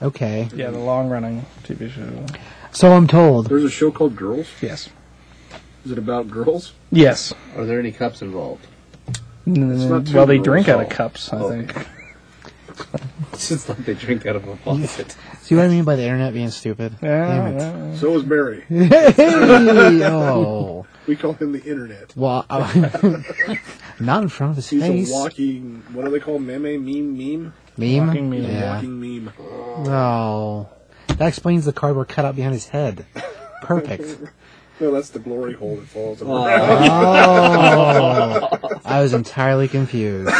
C: okay.
A: Yeah, the long running TV show.
C: So I'm told.
B: There's a show called Girls.
A: Yes.
B: Is it about girls?
A: Yes.
G: Are there any cups involved?
B: not too
A: well, they drink out
B: gross.
A: of cups, I
G: Okay.
A: think.
G: It's just like they drink out of a faucet.
C: See what I mean by the internet being stupid?
A: Yeah,
C: Damn it.
A: yeah.
B: So is Barry.
C: Hey, oh.
B: We call him the Internet.
C: Well, I- not in front of his
B: He's
C: face.
B: a walking. What do they call meme? Meme? Meme?
C: Meme?
A: Walking meme.
C: Yeah.
B: Fucking meme.
C: Oh. That explains the cardboard cutout behind his head. Perfect.
B: No, that's the glory hole that falls. over.
C: Oh. I was entirely confused.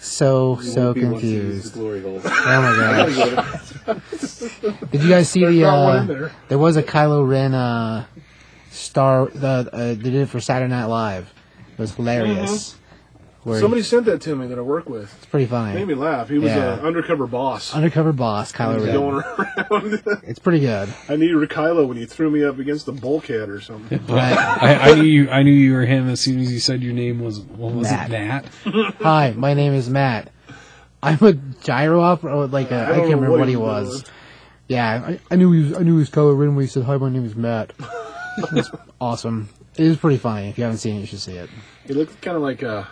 C: So, so confused.
G: glory hole.
C: Oh my gosh. Did you guys see the,
B: not one in
C: uh,
B: there.
C: there was a Kylo Ren, uh, star, the, uh, they did it for Saturday Night Live. It was hilarious. Where
B: Somebody sent that to me that I work with.
C: it's pretty
B: Made
C: funny.
B: me laugh. He was an
C: Yeah.
B: undercover boss.
C: Undercover boss, Kylo
B: He's
C: Ren.
B: going around.
C: It's pretty good.
B: I needed Kylo when he threw me up against the bulkhead or something.
C: Right.
D: I, I knew you. I knew you were him as soon as you said your name was. What was
C: Matt.
D: it? Matt.
C: Hi, my name is Matt. I'm a gyro op, or like a, I,
B: don't
C: can't
B: know
C: remember
B: what
C: what he
B: he
C: was.
B: was.
C: Yeah, I, I knew he was. I knew he was Kylo Ren when he said, "Hi, my name is Matt." It's awesome. It is pretty funny. If you haven't seen it, you should see it.
B: He looked kind of like uh,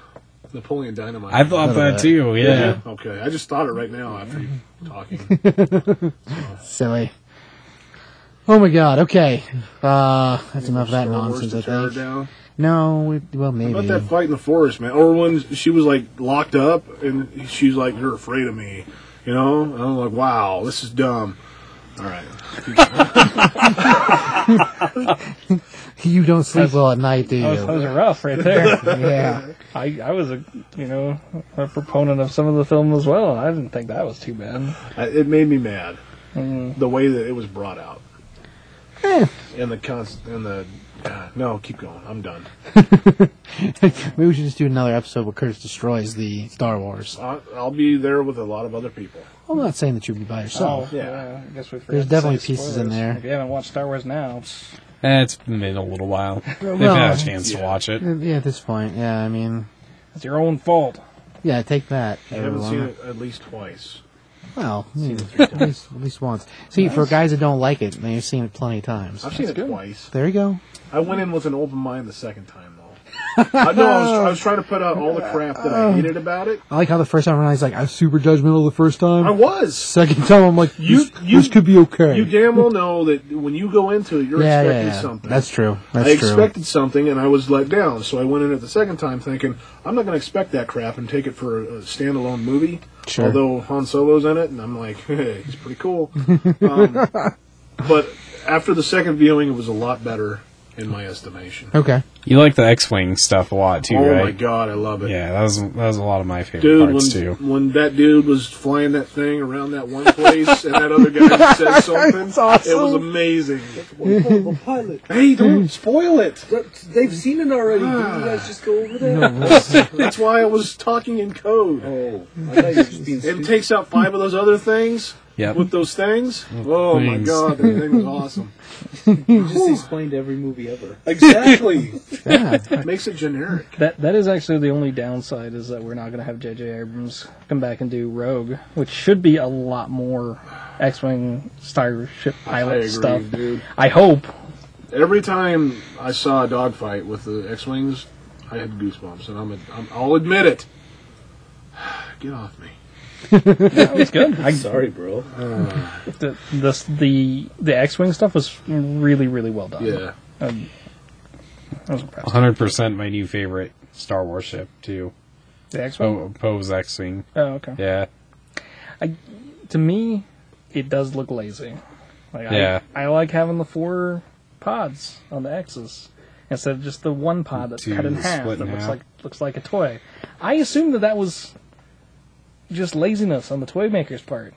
B: Napoleon Dynamite.
D: I thought that too. Yeah.
B: Okay, I just thought it right now after you talking.
C: Silly. Oh my god. Okay. Uh, that's enough of that
B: Star Wars
C: nonsense.
B: to
C: I
B: tear her
C: think.
B: down.
C: No. We, well,
B: How
C: maybe.
B: About that fight in the forest, man. Or when she was like locked up and she's like, "You're afraid of me," you know. And I'm like, "Wow, this is dumb." All right,
C: You don't sleep well at night, do
A: That was, that
C: you?
A: was rough right there.
C: Yeah.
A: I, I was a you know a proponent of some of the film as well, and I didn't think that was too bad. Mm.
B: I, it made me mad the way that it was brought out
C: Eh.
B: and the const and the. Uh, no, keep going. I'm done.
C: Maybe we should just do another episode where Curtis destroys the Star Wars.
B: I, I'll be there with a lot of other people.
C: I'm not saying that you'd be by yourself.
A: oh,
B: yeah.
A: yeah, I guess we forgot.
C: There's
A: to
C: definitely
A: say
C: pieces in
A: spoilers.
C: there.
A: If you haven't watched Star Wars now, pfft,
D: Eh, it's been a little while. They've had
C: well,
D: a chance to watch
B: Oh.
D: it.
C: Yeah, at this point, yeah, I mean,
A: it's your own fault.
C: yeah, take that,
B: I haven't
C: everyone.
B: seen it at least twice.
C: Well, I mean, at, least, at least once. See, for guys that don't like it, they've seen it plenty of times.
B: I've seen it twice.
C: There you go.
B: I went in with an open mind the second time though. I, no, I was, I was trying to put out all the crap that
C: Uh,
B: I hated about it.
C: I like how the first time around, he's like, I was super judgmental the first time.
B: I was.
C: Second time, I'm like,
B: You-
C: this,
B: you-
C: this could be okay.
B: You damn well know that when you go into it, you're
C: yeah, yeah,
B: expecting
C: yeah.
B: something.
C: That's true. That's
B: I
C: true.
B: expected something, and I was let down. So I went in at the second time thinking, I'm not going to expect that crap and take it for a, a standalone movie.
C: Sure.
B: Although Han Solo's in it, and I'm like, hey, he's pretty cool. um, but after the second viewing, it was a lot better in my estimation.
C: okay.
D: You like the X-wing stuff a lot too,
B: Oh
D: right?
B: my god, I love it.
D: Yeah, that was that was a lot of my favorite
B: Dude,
D: parts
B: when,
D: too.
B: when that dude was flying that thing around that one place and that other guy said something, it was amazing.
G: the pilot.
B: Hey, don't spoil it. Ah.
G: They've seen it already. Didn't you guys just go over there?
B: That's why I was talking in code.
G: Oh, I thought you were just being
B: It
G: stupid.
B: takes out five of those other things
D: Yep.
B: with those things. Oh my
D: things.
B: god, that thing was awesome.
G: You just explained every movie ever.
B: Exactly.
C: Yeah.
B: Makes it generic.
A: That that is actually the only downside is that we're not going to have J.J. Abrams come back and do Rogue, which should be a lot more X-wing starship pilot
B: agree,
A: stuff.
B: dude.
A: I hope.
B: Every time I saw a dogfight with the X-wings, I had goosebumps, and I'm, a, I'm I'll admit it. Get off me.
A: It's good. I,
G: Sorry, bro.
A: the, the the the X-wing stuff was really really well done.
B: Yeah.
A: Um, I was impressed.
D: Hundred percent, my new favorite Star Wars ship too.
A: The
C: Oh,
A: X-wing.
D: Po- Poe's X-wing.
A: Oh, okay.
D: Yeah,
A: To me, it does look lazy. Like,
D: Yeah.
A: I, I like having the four pods on the X's instead of just the one pod that's
D: Two
A: cut in half
D: split
A: that
D: in
A: looks
D: half.
A: like looks like a toy. I assumed that that was just laziness on the toy maker's part,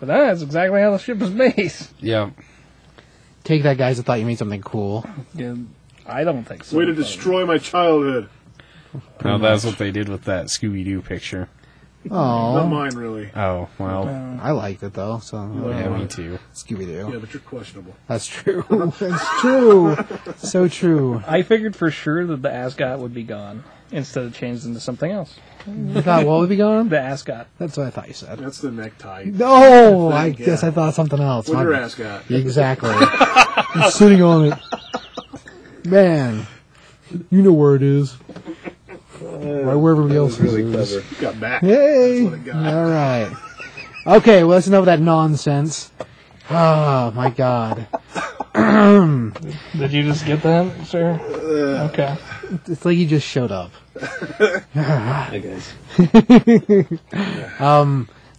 A: but that's exactly how the ship was made.
D: yeah.
C: Take that, guys. I thought you made something cool.
A: And I don't think so.
B: Way to
A: but-
B: destroy my childhood.
D: No, that's what they did with that Scooby Doo picture.
B: Not
C: Oh,
B: mine, really.
D: Oh well,
C: I liked it though. So
D: yeah, me too.
C: Scooby Doo.
B: Yeah, but you're questionable.
C: That's true. That's true. so true.
A: I figured for sure that the Ascot would be gone instead of changed into something else.
C: I thought what would be going on?
A: The Ascot.
C: That's what I thought you said.
B: That's the necktie.
C: No, I
B: yeah.
C: guess I thought something else.
B: What
C: My-
B: your ass got?
C: Exactly. I'm sitting on it. Man, you know where it is.
B: Uh,
C: Right where everybody else
G: Really
C: is.
G: clever.
B: Got back.
C: Hey!
B: That's what I got.
C: All right. Okay, well, that's enough of that nonsense. Oh, my God.
A: Did you just get that, sir?
B: Uh,
A: okay.
C: It's like you just showed up.
G: Hi, guys.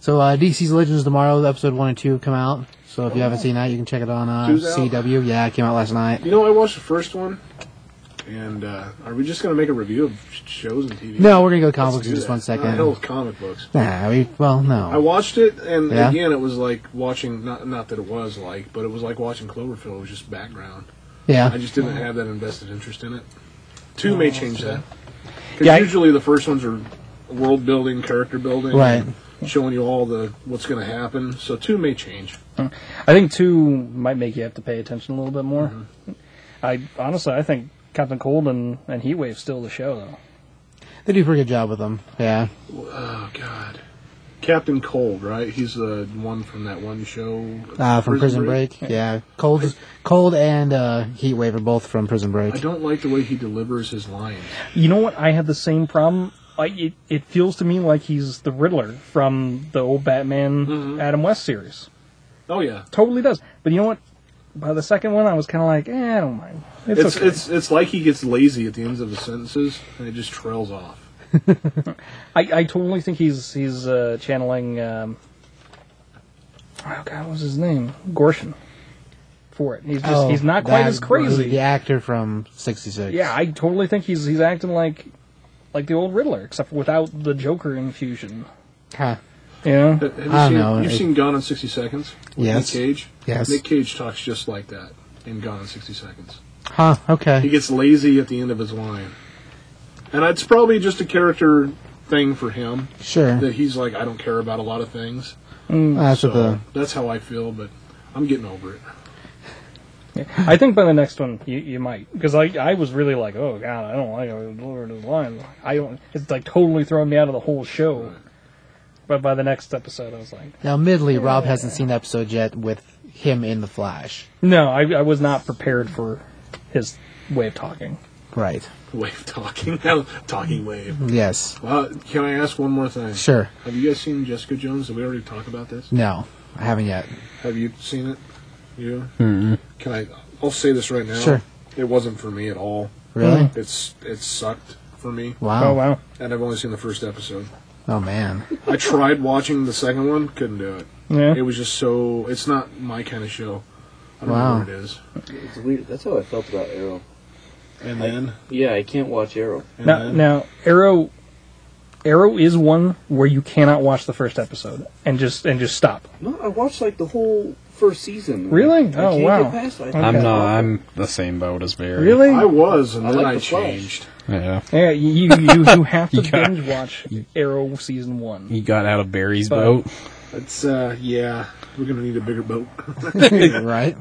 C: So uh, DC's Legends tomorrow, episode one and two come out. So if you haven't seen that, you can check it on uh,
B: Two's out.
C: CW. Yeah, it came out last night.
B: You know, I watched the first one, and uh, are we just going to make a review of sh- shows and TV?
C: No, we're gonna go comic
B: Let's
C: books
B: do
C: in just
B: that.
C: one second.
B: I love comic books.
C: Nah, we, well,
B: I
C: no.
B: watched it, and
C: Yeah?
B: again, it was like watching, not not that it was like, but it was like watching Cloverfield. It was just background. I
C: Yeah,
B: just didn't have that invested interest in it. Two may change that. 'Cause
A: Yeah, I-
B: usually the first ones are world building, character building,
C: Right.
B: showing you all the what's going to happen. So two may change.
A: I think two might make you have to pay attention a little bit more. I honestly, I think Captain Cold and, and Heat Wave's still the show though.
C: they do a pretty good job with them. Yeah,
B: Oh God, Captain Cold, right? He's the one from that one show
C: uh, from Prison, Break. Yeah, Cold, Cold, and uh, Heat Wave are both from Prison Break.
B: I don't like the way he delivers his lines.
A: You know what? I had the same problem. I, it, it feels to me like he's the Riddler from the old Batman Adam West series.
B: Oh yeah,
A: Totally does. But you know what? By the second one, I was kind of like, eh, I don't mind. It's,
B: it's
A: okay.
B: it's it's like he gets lazy at the ends of his sentences and it just trails off.
A: I, I totally think he's he's uh, channeling. Um, oh God, what was his name? Gorshin. For it, he's just
C: Oh,
A: he's not quite
C: that-
A: as crazy.
C: The actor from '66.
A: Yeah, I totally think he's he's acting like like the old Riddler, except for without the Joker infusion.
C: Huh.
A: Yeah,
B: Have you
C: I
B: seen,
C: know,
B: You've
C: it-
B: seen Gone in sixty seconds? with
C: Yes.
B: Nick Cage.
C: Yes.
B: Nick Cage talks just like that in Gone in sixty seconds.
C: Huh.
B: He
C: Okay.
B: gets lazy at the end of his line, and it's probably just a character thing for him
C: Sure.
B: that he's like, I don't care about a lot of things.
C: That's
B: so
C: what the.
B: that's how I feel, but I'm getting over it.
A: I think by the next one you, you might because I I was really like, oh God, I don't like how he delivered his lines. I don't. It's like totally throwing me out of the whole show. But by the next episode, I was like,
C: Now, admittedly, Rob hasn't seen the episode yet with him in the Flash.
A: no, I, I was not prepared for his way of talking.
C: Right.
B: Wave talking now, talking wave.
C: Yes.
B: Uh, can I ask one more thing?
C: Sure.
B: Have you guys seen Jessica Jones? Did we already talk about this?
C: No, I haven't yet.
B: Have you seen it? You? mm Can I? I'll say this right now.
C: Sure.
B: It wasn't for me at all.
C: Really?
B: It's it sucked for me,
C: Wow.
A: Hmm. Oh wow,
B: and I've only seen the first episode.
C: Oh man.
B: I tried watching the second one, couldn't do it.
A: yeah.
B: It was just so. It's not my kind of show. I don't
C: Wow.
B: know what it is.
H: It's weird. That's how I felt about Arrow.
B: And then,
H: Yeah, I can't watch Arrow.
B: and
A: Now,
B: then
A: now Arrow, Arrow is one where you cannot watch the first episode and just and just stop.
H: No, I watched like the whole first season.
A: Really?
H: I
A: Oh,
H: can't
A: wow.
H: Get past it. I
D: I'm
A: Okay.
D: not. I'm the same boat as Barry.
A: Really?
B: I was, and
H: I
B: then
H: like
B: I
H: the Flash.
B: changed.
D: Yeah.
A: Yeah, you you, you, you have to
D: You got-
A: binge watch Arrow season one.
D: You got out of Barry's
A: But-
D: boat.
B: It's uh, yeah. We're gonna need a bigger boat.
C: right.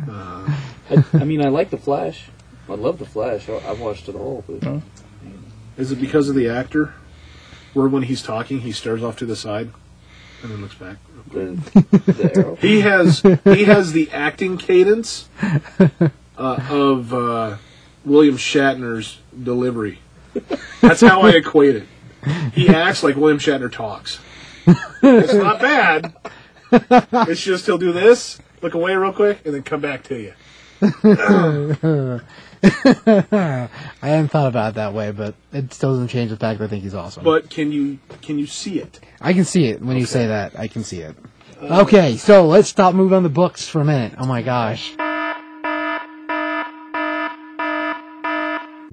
H: I, I mean, I like the Flash. I love the Flash. I, I've watched it all, but
B: Is it because of the actor? Where when he's talking, he stares off to the side and then looks back.
H: the, the Arrow.
B: He has he has the acting cadence uh, of uh, William Shatner's delivery. That's how I equate it. He acts like William Shatner talks. It's not bad. It's just he'll do this, look away real quick, and then come back to you.
C: I hadn't thought about it that way, but it still doesn't change the fact that I think he's awesome.
B: But can you can you see it?
C: I can see it when you say that. I can see it. okay, so let's stop moving on the books for a minute. Oh my gosh.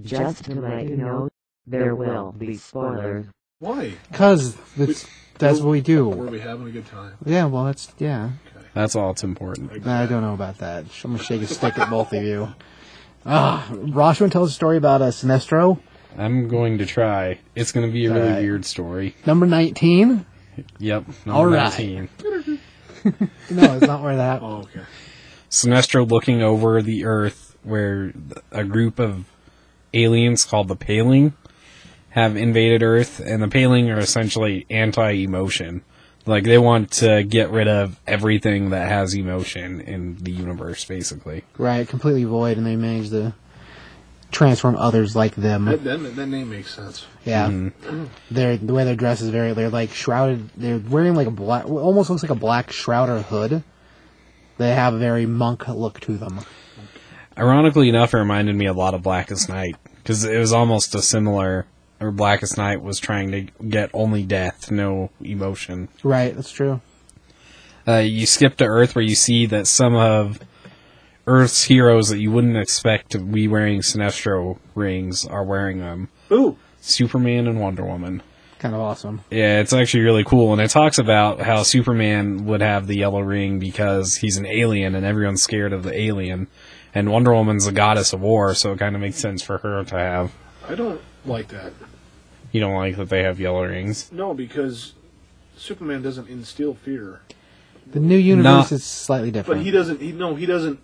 I: Just to let you know, there will be spoilers.
B: Why?
C: Cause that's, that's what we
B: Were
C: do.
B: we having a good time?
C: Yeah, well, that's, yeah.
D: That's all that's important.
C: I don't know about that. I'm gonna shake a stick at both of you. Ah, Rosh Roshman tells a story about uh, Sinestro,
D: I'm going to try. It's going to be a really
C: Alright.
D: weird story.
C: number 19.
D: Yep. Number
C: Alright.
D: 19.
C: No, it's not where that.
B: Oh, okay.
D: Sinestro looking over the Earth, where a group of aliens called the Paling have invaded Earth, and the Paling are essentially anti-emotion. Like they want to get rid of everything that has emotion in the universe, basically.
C: Right, completely void, and they manage to transform others like them.
B: That, that, that name makes sense.
C: Yeah, they're the way they're dressed is very. They're like shrouded. They're wearing like a black, almost looks like a black shroud or hood. They have a very monk look to them.
D: Ironically enough, it reminded me a lot of Blackest Night because it was almost a similar. Or Blackest Night was trying to get only death, no emotion.
C: Right, that's true.
D: Uh, you skip to Earth where you see that some of Earth's heroes that you wouldn't expect to be wearing Sinestro rings are wearing them.
B: Ooh,
D: Superman and Wonder Woman.
C: Kind of awesome.
D: Yeah, it's actually really cool, and it talks about how Superman would have the yellow ring because he's an alien, and everyone's scared of the alien. And Wonder Woman's a goddess of war, so it kind of makes sense for her to have.
B: I don't like that.
D: You don't like that they have yellow rings.
B: No, because Superman doesn't instill fear,
C: The new universe
D: No.
C: is slightly
B: but
C: different.
B: he doesn't. He no, he doesn't.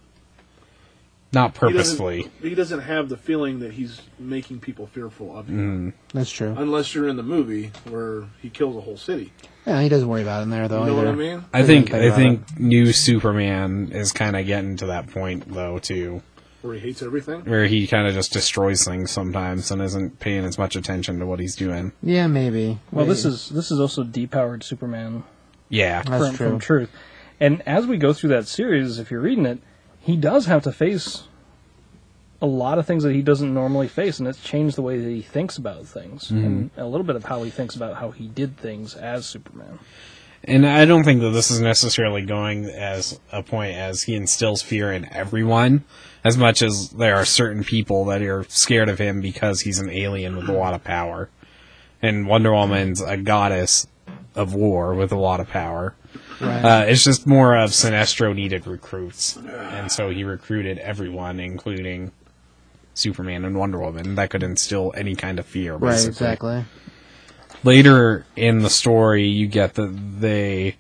D: Not
B: He doesn't,
D: purposefully.
B: he doesn't have the feeling that he's making people fearful of
C: Mm.
B: him.
C: That's true.
B: Unless you're in the movie where he kills a whole city.
C: Yeah, he doesn't worry about it in there
B: You
C: though.
B: know what
C: either.
B: I mean?
D: I think
C: think
D: I
C: about
D: think new Superman is kind of getting to that point though too,
B: Where he hates everything.
D: where he kind of just destroys things sometimes and isn't paying as much attention to what he's doing.
C: Yeah, maybe.
A: Well, this
C: Maybe.
A: is this is also depowered Superman
D: Yeah,
C: That's
A: from,
C: true.
A: from Truth. And as we go through that series, if you're reading it, he does have to face a lot of things that he doesn't normally face, and it's changed the way that he thinks about things,
D: Mm-hmm.
A: and a little bit of how he thinks about how he did things as Superman.
D: and I don't think that this is necessarily going as a point as he instills fear in everyone, as much as there are certain people that are scared of him because he's an alien with a lot of power, and Wonder Woman's a goddess of war with a lot of power.
C: Right.
D: Uh, it's just more of Sinestro needed recruits, and so he recruited everyone, including Superman and Wonder Woman. That could instill any kind of fear.
C: right,
D: Basically.
C: exactly.
D: Later in the story, you get that they,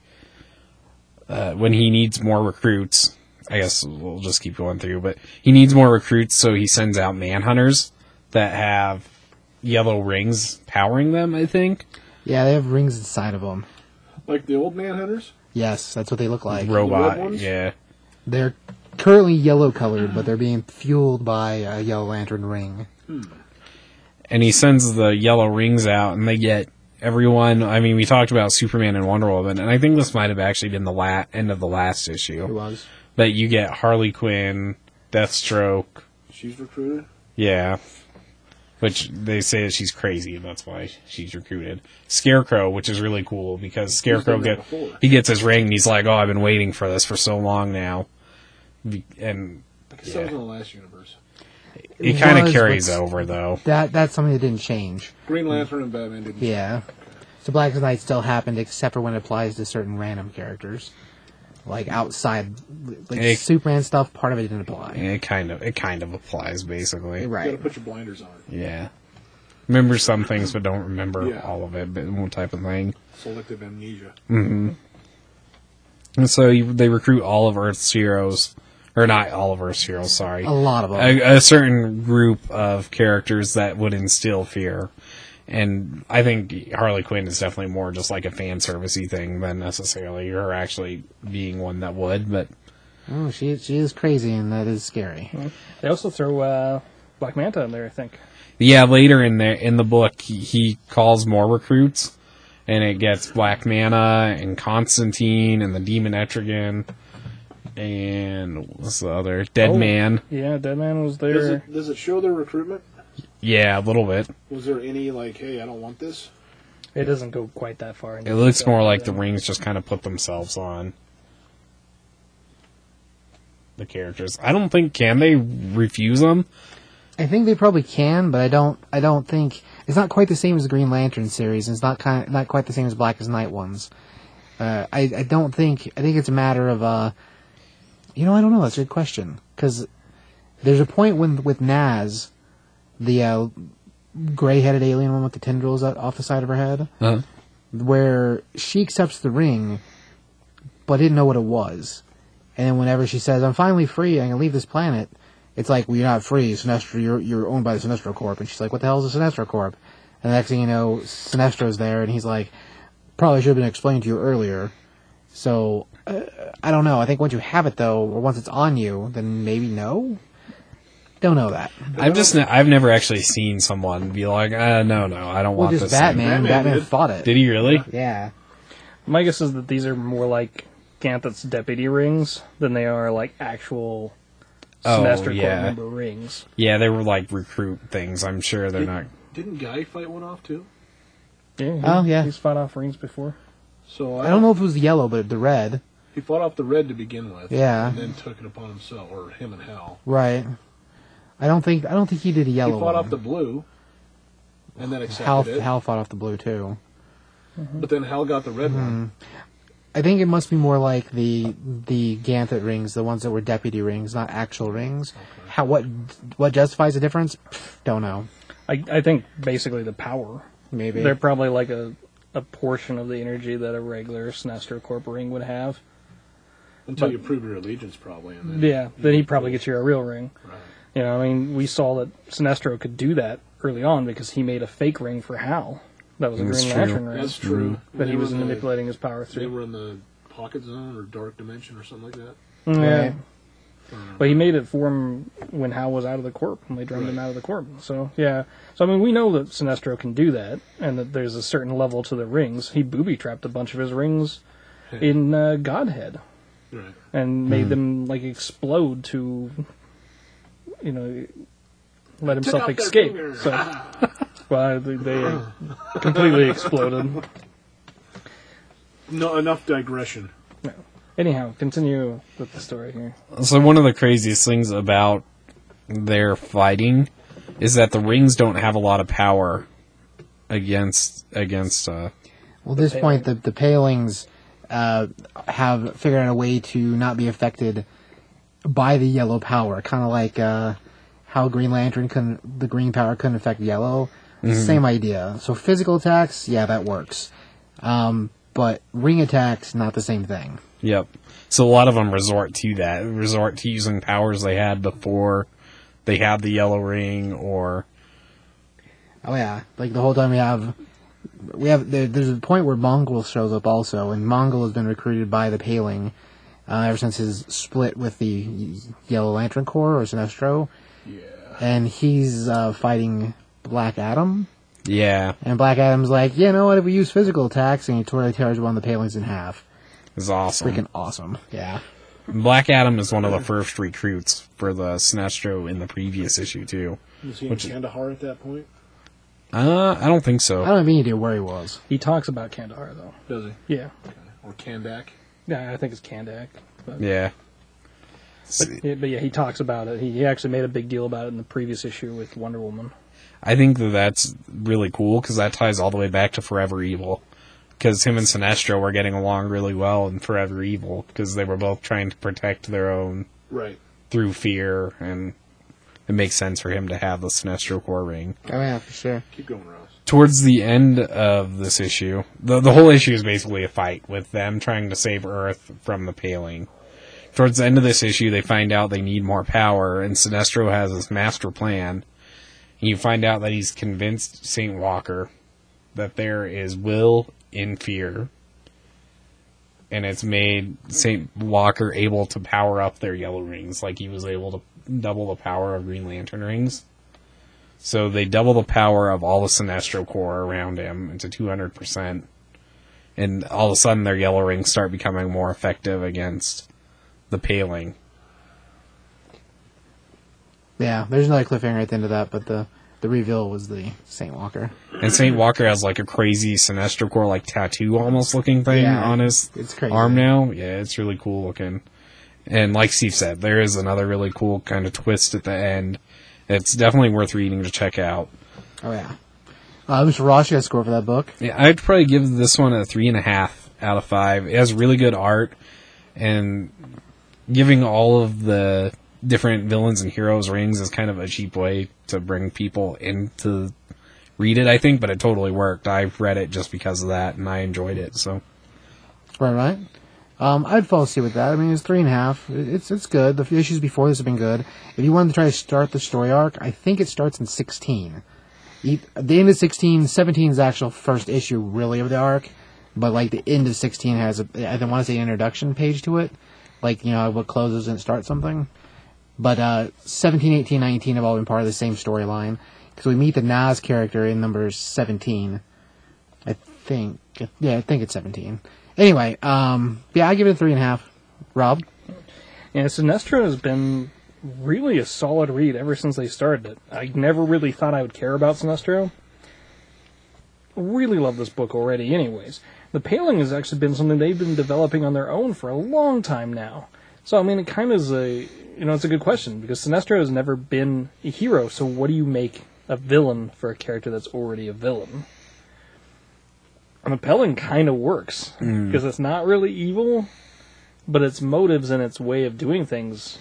D: uh, when he needs more recruits, I guess we'll just keep going through. But he needs more recruits, so he sends out manhunters that have yellow rings powering them. I think
C: Yeah, they have rings inside of them.
B: Like the old manhunters.
C: Yes, that's what they look like.
D: robot.
B: ones?
D: yeah.
C: They're currently yellow colored, but they're being fueled by a yellow lantern ring.
D: and he sends the yellow rings out, and they get everyone. I mean, we talked about Superman and Wonder Woman, and I think this might have actually been the la- end of the last
C: It
D: issue.
C: was.
D: But you get Harley Quinn, Deathstroke,
B: She's recruited.
D: yeah, which they say that she's crazy, and that's why she's recruited. Scarecrow, which is really cool because Scarecrow
B: done that
D: get
B: before.
D: he gets his ring, and he's like, "Oh, I've been waiting for this for so long now," Be- and
B: I guess that was in the last universe.
D: it kind of
C: was,
D: carries
C: but-
D: over though.
C: That that's something that didn't change.
B: Green Lantern and Batman didn't.
C: Yeah. So Black Knight still happened, except for when it applies to certain random characters, like outside, like
D: Eh.
C: Superman stuff. Part of it didn't apply.
D: It kind of it kind of applies basically.
B: You gotta
C: Right.
B: put your blinders on.
D: Yeah. Remember some things, but don't remember
B: Yeah.
D: all of it, but one type of thing.
B: Selective amnesia.
D: And so you, they recruit all of Earth's heroes, or not all of Earth's heroes, sorry.
C: A lot of them.
D: A, a certain group of characters that would instill fear. And I think Harley Quinn is definitely more just like a fan servicey thing than necessarily her actually being one that would, but
C: oh, she she is crazy, and that is scary.
A: They also throw uh, Black Manta in there, I think.
D: Yeah, later in the in the book, he, he calls more recruits, and it gets Black Mana and Constantine and the Demon Etrigan, and what's the other Dead
A: Oh.
D: Man?
A: Yeah, Deadman was
B: Does
A: there.
B: it, does it show their recruitment?
D: Yeah, a little bit.
B: Was there any like, hey, I don't want this?
A: It doesn't go quite that far.
D: It looks more like the rings just kind of put themselves on the characters. I don't think can they refuse them.
C: I think they probably can, but I don't. I don't think it's not quite the same as the Green Lantern series. and It's not kind, not quite the same as Black as Night ones. Uh, I I don't think. I think it's a matter of. Uh, you know, I don't know. That's a good question because there's a point when with Naz, the uh, gray-headed alien one with the tendrils out, off the side of her head,
D: Uh-huh.
C: where she accepts the ring, but didn't know what it was. And then whenever she says, "I'm finally free. I can leave this planet," it's like, well, you're not free, Sinestro. You're you're owned by the Sinestro Corp. And she's like, what the hell is a Sinestro Corp? And the next thing you know, Sinestro's there, and he's like, probably should have been explained to you earlier. So uh, I don't know. I think once you have it though, or once it's on you, then maybe no. Don't know that.
D: I've just ne- I've never actually seen someone be like, uh, no, no, I don't
C: Well,
D: want
C: just
D: this. thing."
C: Batman.
B: Batman
C: Batman,
B: did.
C: fought it.
D: Did he really?
C: Yeah.
A: My guess is that these are more like Ganthet's deputy rings than they are like actual
D: Oh,
A: Sinestro
D: yeah.
A: Corps member rings.
D: Yeah, they were like recruit things. I'm sure they're
B: Did-
D: not.
B: Didn't Guy fight one off too?
A: Yeah, he-
C: Oh, yeah.
A: he's fought off rings before.
B: So
C: I don't know if it was yellow, but the red.
B: He fought off the Red to begin with.
C: Yeah.
B: And then took it upon himself, or him and Hal.
C: Right. I don't think I don't think he did a
B: He
C: yellow
B: fought
C: one.
B: off the Blue, and then accepted
C: Hal,
B: it.
C: Hal fought off the blue too.
B: But then Hal got the Red one.
C: I think it must be more like the the Ganthet rings, the ones that were deputy rings, not actual rings. How what what justifies the difference? Pff, don't know.
A: I, I think basically the power.
C: Maybe.
A: They're probably like a, a portion of the energy that a regular Sinestro Corp ring would have.
B: Until
A: But-
B: you prove your allegiance, probably. And then,
A: Yeah, then he'd probably get you a real ring. You know, I mean, we saw that Sinestro could do that early on because he made a fake ring for Hal. That was a
D: That's
A: Green
D: true.
A: Lantern ring
B: That's true.
A: that
B: They
A: Mm-hmm. he
B: were
A: was
B: in the-
A: manipulating his power
B: They
A: through.
B: were in the pocket zone or dark dimension or something like that.
A: Mm, Yeah.
C: Right.
A: But he made it for him when Hal was out of the corp, when they drummed him out of the corp. So, yeah. So, I mean, we know that Sinestro can do that, and that there's a certain level to the rings. He booby trapped a bunch of his rings in uh, Godhead
B: Right.
A: and
B: Hmm.
A: made them, like, explode to, you know, let himself
B: off their
A: escape.
B: fingers.
A: So, well, they, they completely exploded.
B: No, enough digression.
A: Anyhow, continue with the story here.
D: So one of the craziest things about their fighting is that the rings don't have a lot of power against against uh
C: Well, at this point, the the palings uh, have figured out a way to not be affected by the yellow power, kind of like uh, how Green Lantern couldn't the green power couldn't affect yellow. Same idea. So physical attacks, yeah, that works. Um, but ring attacks, not the same thing.
D: Yep. So a lot of them resort to that, resort to using powers they had before they had the yellow ring, or
C: Oh yeah, like the whole time we have, we have there, there's a point where Mongol shows up also, and Mongol has been recruited by the Paling uh, ever since his split with the Yellow Lantern Corps or Sinestro. Yeah. And he's uh, fighting Black Adam,
D: yeah,
C: and Black Adam's like, you know what? If we use physical attacks, and he totally tears one of the Palings in half.
D: is awesome.
C: Freaking
D: Um,
C: awesome. Yeah.
D: Black Adam is one of the first recruits for the Sinestro in the previous issue too.
B: Was he in
D: Which is-
B: Kandahar at that point?
D: Uh, I don't think
C: I
D: so.
C: don't have any idea where he was.
A: He talks about Kandahar, though.
B: Does he?
A: Yeah.
B: Or Kandak?
A: Yeah, I think it's Kandak. But,
D: Yeah.
A: yeah, but yeah, he talks about it. He, he actually made a big deal about it in the previous issue with Wonder Woman.
D: I think that that's really cool because that ties all the way back to Forever Evil. Because him and Sinestro were getting along really well in Forever Evil because they were both trying to protect their own
B: Right.
D: through fear, and it makes sense for him to have the Sinestro Core ring.
C: Oh yeah, for sure.
B: Keep going, Ross.
D: towards the end of this issue, the the whole issue is basically a fight with them trying to save Earth from the paling. Towards the end of this issue, they find out they need more power, and Sinestro has his master plan. And you find out that he's convinced Saint Walker that there is will in fear, and it's made Saint Walker able to power up their yellow rings, like he was able to double the power of Green Lantern rings. So they double the power of all the Sinestro Corps around him to 200%. And all of a sudden, their yellow rings start becoming more effective against the paling.
C: Yeah, there's another cliffhanger at the end of that, but the the reveal was the Saint Walker.
D: And St. Walker has like a crazy Sinestro Corps like tattoo almost looking thing
C: Yeah,
D: on his
C: it's crazy.
D: arm now. Yeah, it's really cool looking. And like Steve said, there is another really cool kind of twist at the end. It's definitely worth reading to check out.
C: Oh yeah. Uh, Mr. Ross, you got a score for that book?
D: Yeah, I'd probably give this one a three and a half out of five. It has really good art, and giving all of the different villains and heroes rings is kind of a cheap way to bring people in to read it. I think, but it totally worked. I've read it just because of that, and I enjoyed it. So
C: Right, right. Um, I'd fall asleep with that. I mean, it's three and a half. It- It's it's good. The few issues before this have been good. If you wanted to try to start the story arc, I think it starts in sixteen. E- The end of 16, 17 is the actual first issue really of the arc, but like the end of sixteen has a I don't want to say introduction page to it, like you know what closes and starts something. But uh, 17, 18, 19 have all been part of the same storyline because we meet the Nas character in number seventeen. I think. Yeah, I think it's 17. Anyway, um, yeah, I give it a three and a half. Rob,
A: And Sinestro has been really a solid read ever since they started it. I never really thought I would care about Sinestro. Really love this book already, anyways. The paling has actually been something they've been developing on their own for a long time now. So I mean, it kind of is a you know it's a good question because Sinestro has never been a hero. So what do you make a villain for a character that's already a villain? And the paling kind of works because it's not really evil, but its motives and its way of doing things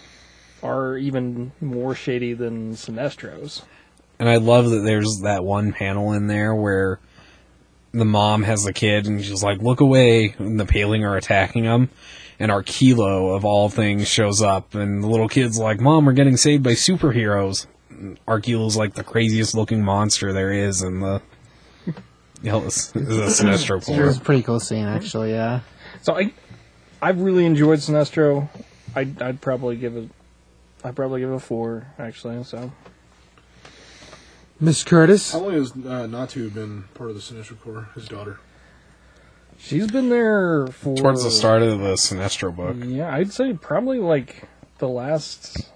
A: are even more shady than Sinestro's.
D: And I love that there's that one panel in there where the mom has the kid and she's like, look away, and the paling are attacking him. And our kilo of all things shows up, and the little kid's like, Mom, we're getting saved by superheroes. Arkilo's like the craziest looking monster there is in the. Hell, is a Sinestro
C: It was
D: Corps.
C: a pretty cool scene, actually. Yeah.
A: So I, I've really enjoyed Sinestro. I'd, I'd probably give it, I'd probably give it a four actually. So
C: Miss Curtis.
B: How long has uh, Natu been part of the Sinestro Corps? His daughter.
A: she's been there for
D: Towards the start of the Sinestro book.
A: Yeah, I'd say probably like the last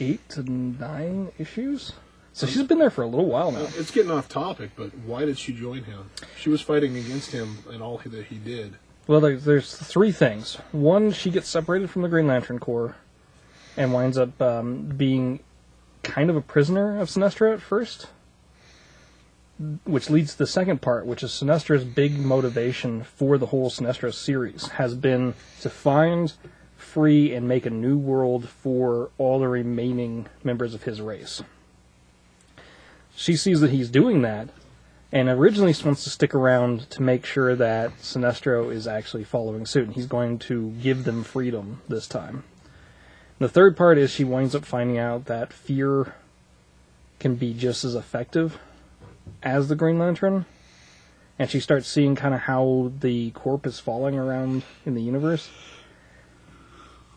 A: eight to nine issues. So she's been there for a little while now.
B: It's getting off topic, but why did she join him? She was fighting against him and all he- that he did.
A: Well, there, there's three things. One, she gets separated from the Green Lantern Corps and winds up um, being kind of a prisoner of Sinestro at first, which leads to the second part, which is Sinestro's big motivation for the whole Sinestro series has been to find, free, and make a new world for all the remaining members of his race. She sees that he's doing that, and originally wants to stick around to make sure that Sinestro is actually following suit, and he's going to give them freedom this time. The third part is she winds up finding out that fear can be just as effective as the Green Lantern, and she starts seeing kind of how the corp is falling around in the universe.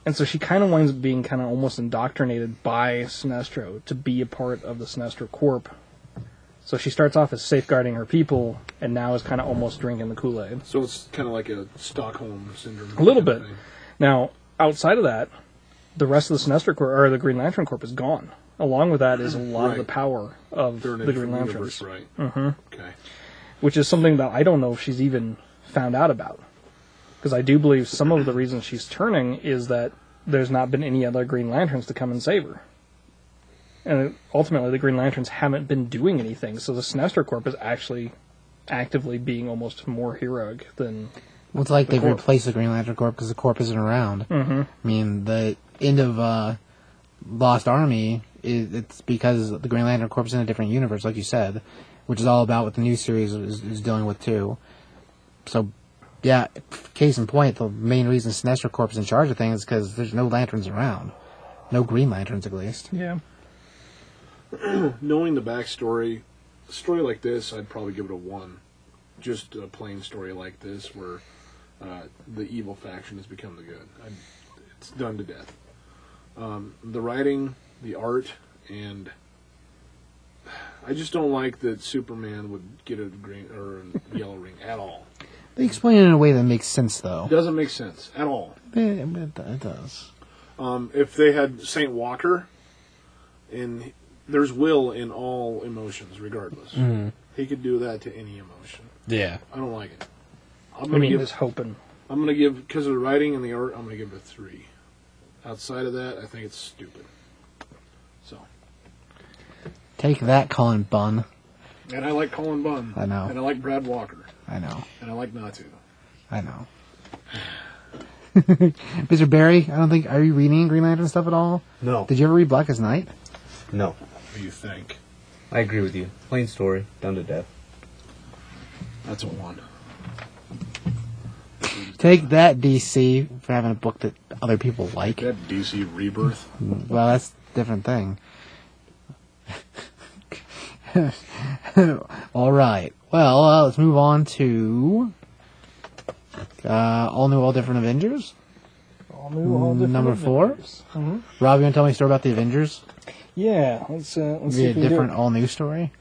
A: And so she kind of winds up being kind of almost indoctrinated by Sinestro to be a part of the Sinestro Corp so she starts off as safeguarding her people, and now is kind of almost drinking the Kool Aid.
B: So it's kind of like a Stockholm syndrome.
A: A little bit.
B: kind of thing.
A: Now, outside of that, the rest of the Sinestro Corps, or the Green Lantern Corp, is gone. Along with that is a lot of
B: Right.
A: the power of
B: They're in a
A: the Green
B: different
A: Lanterns,
B: universe, right? Mm-hmm. Okay.
A: which is something that I don't know if she's even found out about. Because I do believe some of the reasons she's turning is that there's not been any other Green Lanterns to come and save her. And ultimately, the Green Lanterns haven't been doing anything, so the Sinestro Corp is actually actively being almost more heroic than
C: Well, it's like they've
A: Corp.
C: replaced the Green Lantern Corps because the Corp isn't around. Mm-hmm. I mean, the end of uh, Lost Army, it, it's because the Green Lantern Corps is in a different universe, like you said, which is all about what the new series is, is dealing with, too. So, yeah, case in point, the main reason Sinestro Corps is in charge of things is because there's no lanterns around. No Green Lanterns, at least.
A: yeah.
B: Knowing the backstory, a story like this, I'd probably give it a one. Just a plain story like this, where uh, the evil faction has become the good. i it's done to death. Um, the writing, the art, and I just don't like that Superman would get a green or a yellow ring at all.
C: They explain it in a way that makes sense, though.
B: Doesn't make sense at all.
C: It, it- it does.
B: Um, if they had Saint Walker, and there's will in all emotions, regardless.
A: Mm-hmm.
B: He could do that to any emotion.
D: Yeah.
B: I don't like it. I'm
A: I
B: gonna
A: mean,
B: give.
A: just hoping.
B: I'm gonna give because of the writing and the art. I'm gonna give it a three. Outside of that, I think it's stupid. So,
C: Take that, Colin Bunn.
B: and I like Colin Bunn.
C: I know.
B: And I like Brad Walker.
C: I know.
B: And I like Natu.
C: I know. Mr. Barry, I don't think. Are you reading Green Lantern stuff at all?
E: No.
C: Did you ever read Black as Night?
E: No.
B: What do you think?
E: I agree with you. Plain story, done to death.
B: That's a one.
C: Take that, DC, for having a book that other people like.
B: That DC Rebirth.
C: Well, that's a different thing. all right. Well, uh, let's move on to uh, all new, all different Avengers.
A: All new, all different
C: Number four.
A: Avengers. Mhm.
C: Rob, you want to tell me a story about the Avengers?
A: Yeah, let's uh, let's
C: Be
A: see
C: a
A: if we can do
C: different,
A: it.
C: all new story.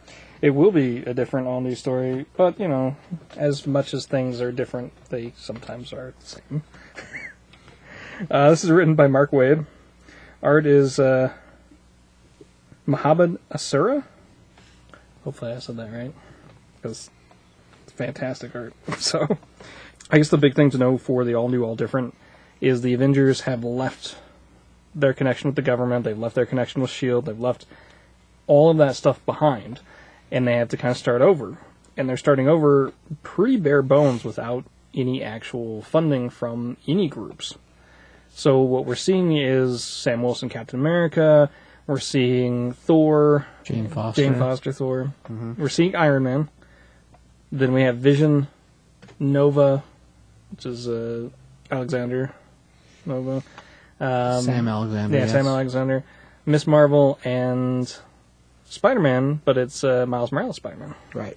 A: It will be a different all new story, but you know, as much as things are different, they sometimes are the same. uh, this is written by Mark Wade. Art is uh, Mohammed Asura. Hopefully, I said that right, because fantastic art. So, I guess the big thing to know for the all new, all different is the Avengers have left their connection with the government, they've left their connection with S.H.I.E.L.D., E they've left all of that stuff behind, and they have to kind of start over. And they're starting over pretty bare bones without any actual funding from any groups. So what we're seeing is Sam Wilson, Captain America. We're seeing Thor,
C: Jane Foster. Mm-hmm.
A: Jane Foster, Thor. We're seeing Iron Man. Then we have Vision, Nova, which is uh, Alexander Nova. Um,
C: Sam Alexander.
A: yeah,
C: yes.
A: Sam Alexander, Miss Marvel, and Spider Man, but it's uh, Miles Morales Spider Man.
C: Right.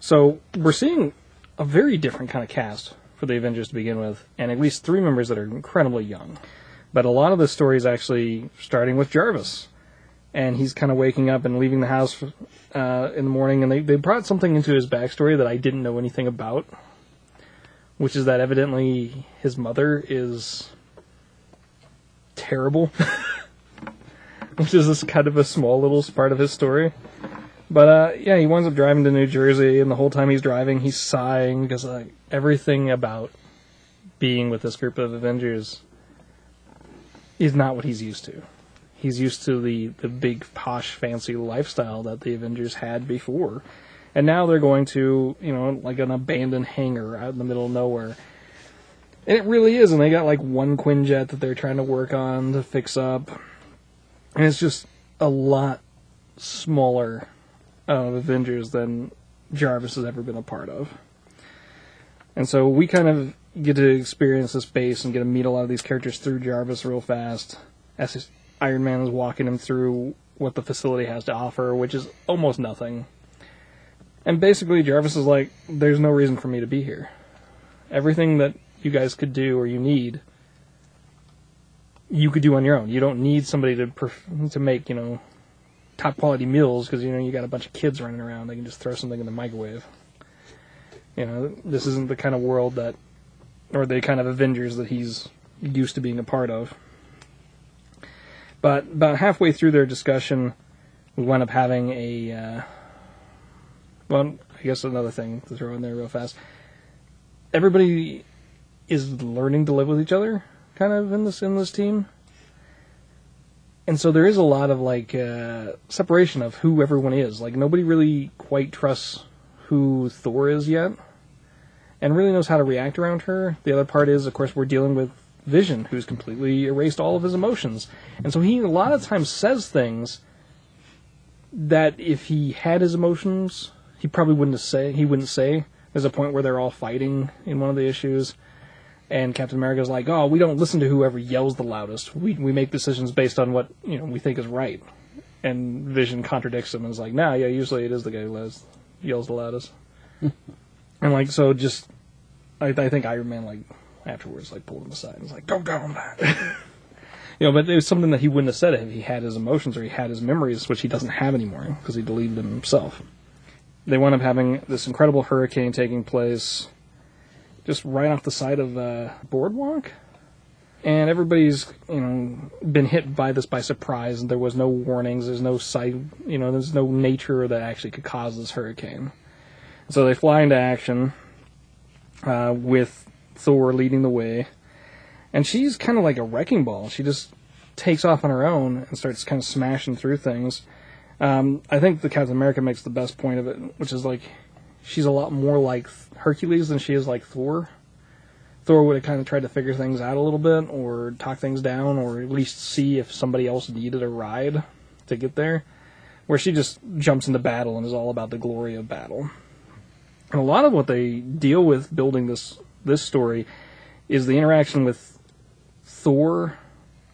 A: So we're seeing a very different kind of cast for the Avengers to begin with, and at least three members that are incredibly young. But a lot of the story is actually starting with Jarvis, and he's kind of waking up and leaving the house uh, in the morning, and they, they brought something into his backstory that I didn't know anything about, which is that evidently his mother is terrible, which is this kind of a small little part of his story. But uh, yeah, he winds up driving to New Jersey, and the whole time he's driving, he's sighing because like everything about being with this group of Avengers is not what he's used to. He's used to the the big posh fancy lifestyle that the Avengers had before, and now they're going to you know like an abandoned hangar out in the middle of nowhere. And it really is, and they got like one Quinjet that they're trying to work on to fix up, and it's just a lot smaller of Avengers than Jarvis has ever been a part of. And so we kind of get to experience this base and get to meet a lot of these characters through Jarvis real fast as his- Iron Man is walking him through what the facility has to offer, which is almost nothing. And basically, Jarvis is like, there's no reason for me to be here. Everything that you guys could do or you need, you could do on your own. You don't need somebody to perf- to make, you know, top quality meals because you know you got a bunch of kids running around. They can just throw something in the microwave. You know, this isn't the kind of world that, or the kind of Avengers that he's used to being a part of. But about halfway through their discussion, we wound up having a. Uh, well, I guess another thing to throw in there real fast. Everybody is learning to live with each other, kind of in this in this team and so there is a lot of like uh, separation of who everyone is. Like nobody really quite trusts who Thor is yet, and really knows how to react around her. The other part is, of course, we're dealing with Vision, who's completely erased all of his emotions, and so he a lot of times says things that if he had his emotions, he probably wouldn't say. He wouldn't say. There's a point where they're all fighting in one of the issues, and Captain America's like, "Oh, we don't listen to whoever yells the loudest. We we make decisions based on what you know we think is right." And Vision contradicts him and is like, "Nah, yeah, usually it is the guy who yells, yells the loudest." and like, so just, I, I think Iron Man like afterwards like pulled him aside and was like, "Don't go on that." you know, but it was something that he wouldn't have said if he had his emotions or he had his memories, which he doesn't have anymore because he deleted them himself. They wound up having this incredible hurricane taking place just right off the side of uh, boardwalk. And everybody's, you know, been hit by this by surprise, and there was no warnings. There's no sight, you know, there's no nature that actually could cause this hurricane. So they fly into action uh, with Thor leading the way, and she's kind of like a wrecking ball. She just takes off on her own and starts kind of smashing through things. Um, I think the Captain America makes the best point of it, which is like she's a lot more like Hercules than she is like Thor. Thor would have kind of tried to figure things out a little bit, or talk things down, or at least see if somebody else needed a ride to get there. Where she just jumps into battle and is all about the glory of battle. And a lot of what they deal with building this this story is the interaction with Thor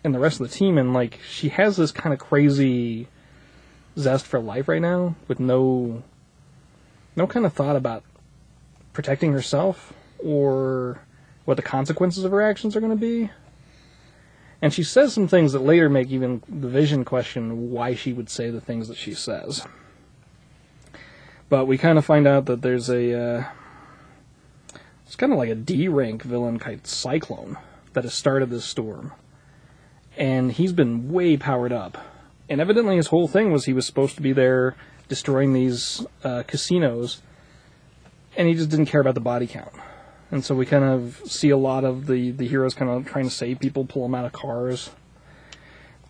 A: and the rest of the team, and like she has this kind of crazy zest for life right now with no no kind of thought about protecting herself or what the consequences of her actions are going to be. And she says some things that later make even the vision question why she would say the things that she says. But we kind of find out that there's a. Uh, it's kind of like a D rank villain kite cyclone that has started this storm. And he's been way powered up. And evidently, his whole thing was he was supposed to be there destroying these uh, casinos and he just didn't care about the body count. And so we kind of see a lot of the, the heroes kind of trying to save people, pull them out of cars.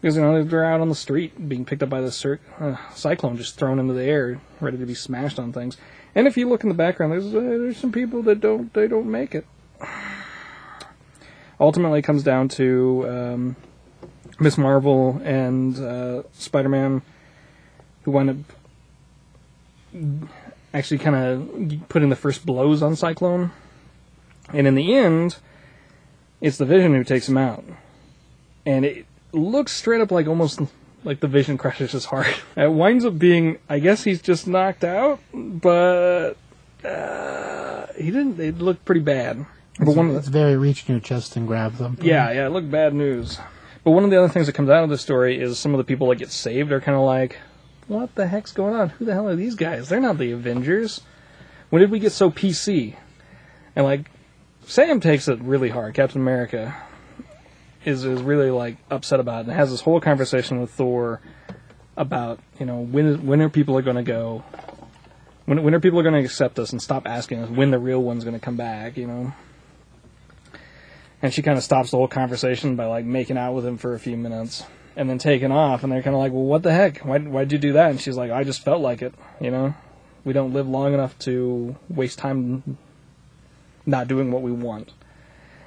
A: Because, you know, they're out on the street being picked up by the cir- uh, cyclone, just thrown into the air, ready to be smashed on things. And if you look in the background, there's uh, there's some people that don't they don't make it. Ultimately, it comes down to um, Miss Marvel and uh, Spider Man, who wind up actually kind of putting the first blows on Cyclone. And in the end, it's the Vision who takes him out. And it looks straight up like almost like the Vision crushes his heart. It winds up being, I guess he's just knocked out, but uh, he didn't. It looked pretty bad. But one of the,
C: it's very reach in your chest and grab them.
A: yeah, yeah, it looked bad news. But one of the other things that comes out of this story is some of the people that get saved are kind of like, what the heck's going on? Who the hell are these guys? They're not the Avengers. When did we get so PC? And like, Sam takes it really hard. Captain America is is really like upset about it and has this whole conversation with Thor about you know when is, when are people are going to go. When, when are people going to accept us and stop asking us when the real one's going to come back, you know? And she kind of stops the whole conversation by like making out with him for a few minutes and then taking off. And they're kind of like, well, what the heck? Why, why'd you do that? And she's like, I just felt like it, you know? We don't live long enough to waste time not doing what we want.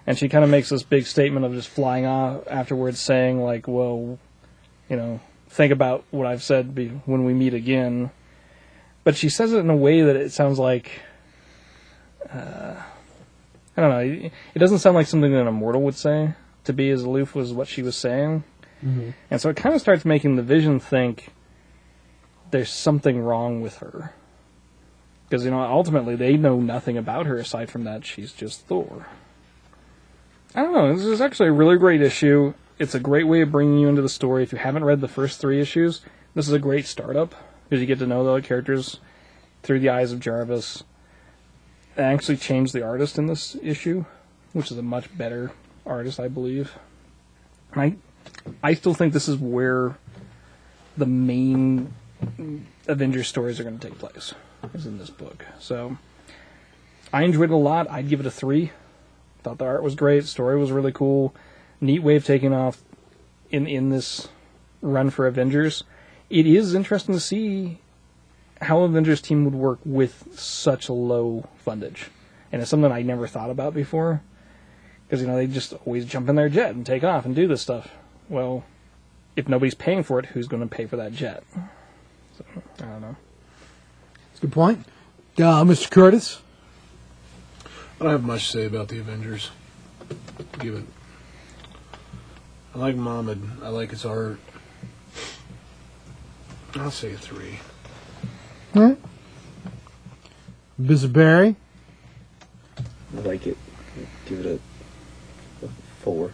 A: And she kind of makes this big statement of just flying off afterwards saying like, well, you know, think about what I've said be- when we meet again. But she says it in a way that it sounds like, uh, I don't know. It it doesn't sound like something that a mortal would say. To be as aloof was what she was saying, and so it kind of starts making the Vision think there's something wrong with her, because you know ultimately they know nothing about her aside from that she's just Thor. I don't know. This is actually a really great issue. It's a great way of bringing you into the story. If you haven't read the first three issues, this is a great startup because you get to know the characters through the eyes of Jarvis. I actually changed the artist in this issue, which is a much better artist, I believe. And I, I still think this is where the main Avengers stories are going to take place, is in this book. So I enjoyed it a lot. I'd give it a three. Thought the art was great, story was really cool, neat way of taking off in in this run for Avengers. It is interesting to see how Avengers team would work with such low fundage, and it's something I never thought about before. Because you know they just always jump in their jet and take off and do this stuff. Well, if nobody's paying for it, who's going to pay for that jet? So, I don't know.
C: That's a good point. Uh, Mr. Curtis,
B: I don't have much to say about the Avengers. Give it. I like Mohammed. I like his art. I'll say a three.
C: Bizberry,
H: I like it. Give it a, a four.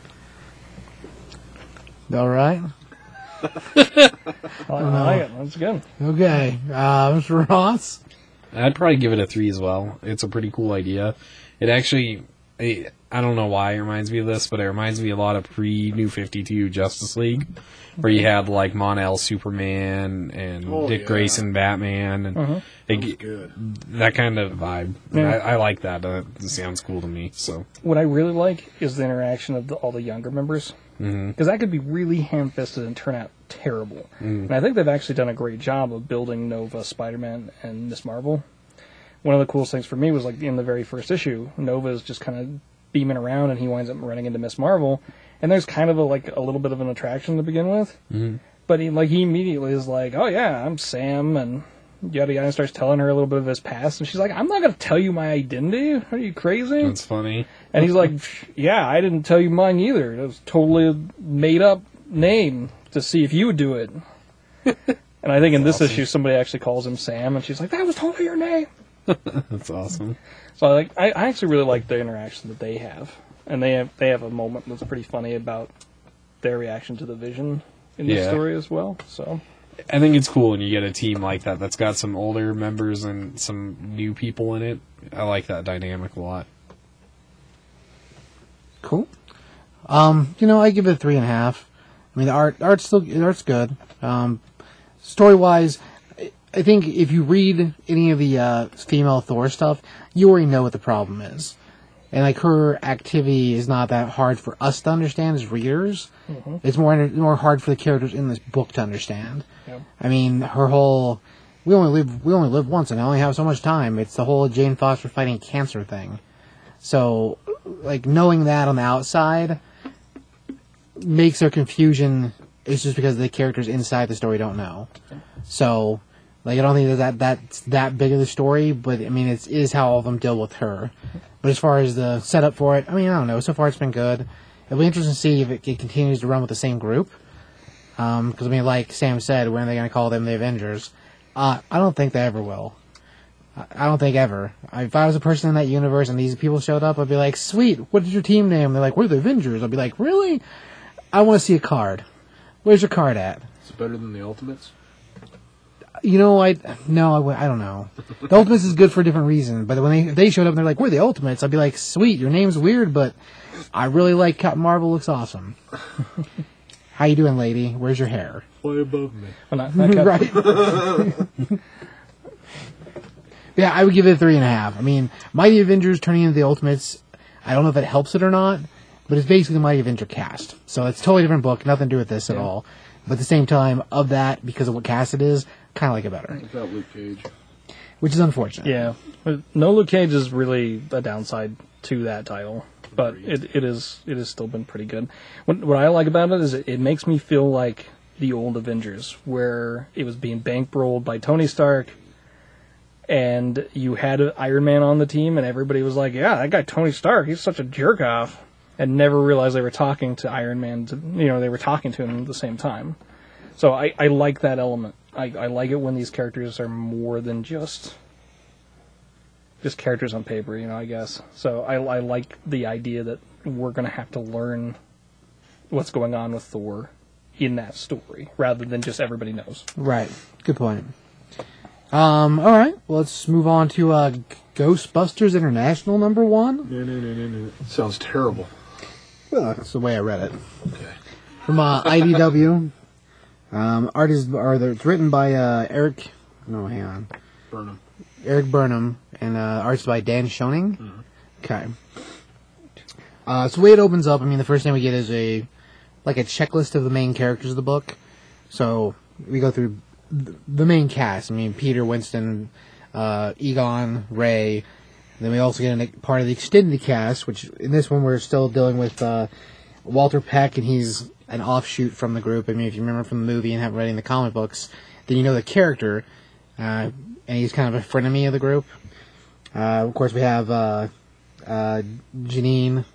C: all right.
A: I, I like it. That's good.
C: Okay, uh, Mr. Ross.
D: I'd probably give it a three as well. It's a pretty cool idea. It actually, I I don't know why it reminds me of this, but it reminds me a lot of pre New Fifty Two Justice League, where you had like Monel Superman and
B: Oh,
D: Dick
B: yeah.
D: Grayson Batman, and it,
B: It's
D: g-
B: good.
D: that kind of vibe. And I, I like that. Uh, it sounds cool to me. So
A: What I really like is the interaction of the, all the younger members. Because that could be really ham fisted and turn out terrible. And I think they've actually done a great job of building Nova, Spider Man, and Miss Marvel. One of the coolest things for me was like in the very first issue, Nova is just kind of beaming around and he winds up running into Miss Marvel. And there's kind of a, like a little bit of an attraction to begin with. But he like he immediately is like, "Oh yeah, I'm Sam," and yada yada, and starts telling her a little bit of his past, and she's like, "I'm not gonna tell you my identity. Are you crazy?"
D: that's funny.
A: And he's like, "Yeah, I didn't tell you mine either. It was totally a made up name to see if you would do it." and I think in this issue, somebody actually calls him Sam, and she's like, "That was totally your name."
D: That's awesome.
A: So I like, I, I actually really like the interaction that they have, and they have they have a moment that's pretty funny about their reaction to the Vision in the
D: Yeah.
A: story as well. So
D: I think it's cool when you get a team like that that's got some older members and some new people in it. I like that dynamic a lot.
C: Cool. Um, you know, I give it a three and a half. I mean, the art, art's still, the art's good. Um, story wise, I think if you read any of the uh, female Thor stuff, you already know what the problem is. And like her activity is not that hard for us to understand as readers. It's more under- more hard for the characters in this book to understand. I mean, her whole we only live we only live once and I only have so much time. It's the whole Jane Foster fighting cancer thing. So, like knowing that on the outside makes their confusion. It's just because the characters inside the story don't know. So, like, I don't think that, that that's that big of the story, but I mean, it's it is how all of them deal with her. But as far as the setup for it, I mean, I don't know. So far, it's been good. It'll be interesting to see if it, it continues to run with the same group. Because I mean, like Sam said, when are they going to call them the Avengers? Uh, I don't think they ever will. I, I don't think ever. I, if I was a person in that universe and these people showed up, I'd be like, "Sweet, what is your team name?" They're like, "We're the Avengers." I'd be like, "Really? I want to see a card. Where's your card at?"
B: It's better than the Ultimates.
C: You know, I no, I, wou- I don't know. The Ultimates is good for a different reason, but when they if they showed up, and they're like, "We're the Ultimates." I'd be like, "Sweet, your name's weird, but I really like Captain Marvel. Looks awesome." How you doing, lady? Where's your hair?
B: Way above me.
A: Well, not, not Cap-
C: Right. yeah, I would give it a three and a half. I mean, Mighty Avengers turning into the Ultimates. I don't know if that helps it or not, but it's basically the Mighty Avenger cast. So it's a totally different book, nothing to do with this at all. But at the same time, of that, because of what cast it is, kind of like it better,
B: Without Luke Cage.
C: which is unfortunate.
A: Yeah, But no Luke Cage is really a downside to that title, but it, it is it has still been pretty good. What what I like about it is it, it makes me feel like the old Avengers, where it was being bankrolled by Tony Stark, and you had a Iron Man on the team, and everybody was like, "Yeah, that guy Tony Stark, he's such a jerk off," and never realized they were talking to Iron Man. To, you know, they were talking to him at the same time. So I, I like that element. I, I like it when these characters are more than just just characters on paper, you know, I guess. So I, I like the idea that we're going to have to learn what's going on with Thor in that story rather than just everybody knows.
C: Right. Good point. Um, all right. Well, let's move on to uh, Ghostbusters International number one.
B: No, no, no, no, no. Sounds terrible.
C: That's the way I read it. From uh, IDW. Um, art is or the, it's written by uh, Eric. No, hang on.
B: Burn him.
C: Eric Burnham and uh, art's by Dan Schoening. Okay. Uh, so the way it opens up, I mean, the first thing we get is a like a checklist of the main characters of the book. So we go through th- the main cast. I mean, Peter, Winston, uh, Egon, Ray. Then we also get a part of the extended cast, which in this one we're still dealing with uh, Walter Peck, and he's an offshoot from the group. I mean, if you remember from the movie and haven't read any of the comic books, then you know the character, uh, and he's kind of a frenemy of the group. Uh, of course, we have uh, uh, Janine.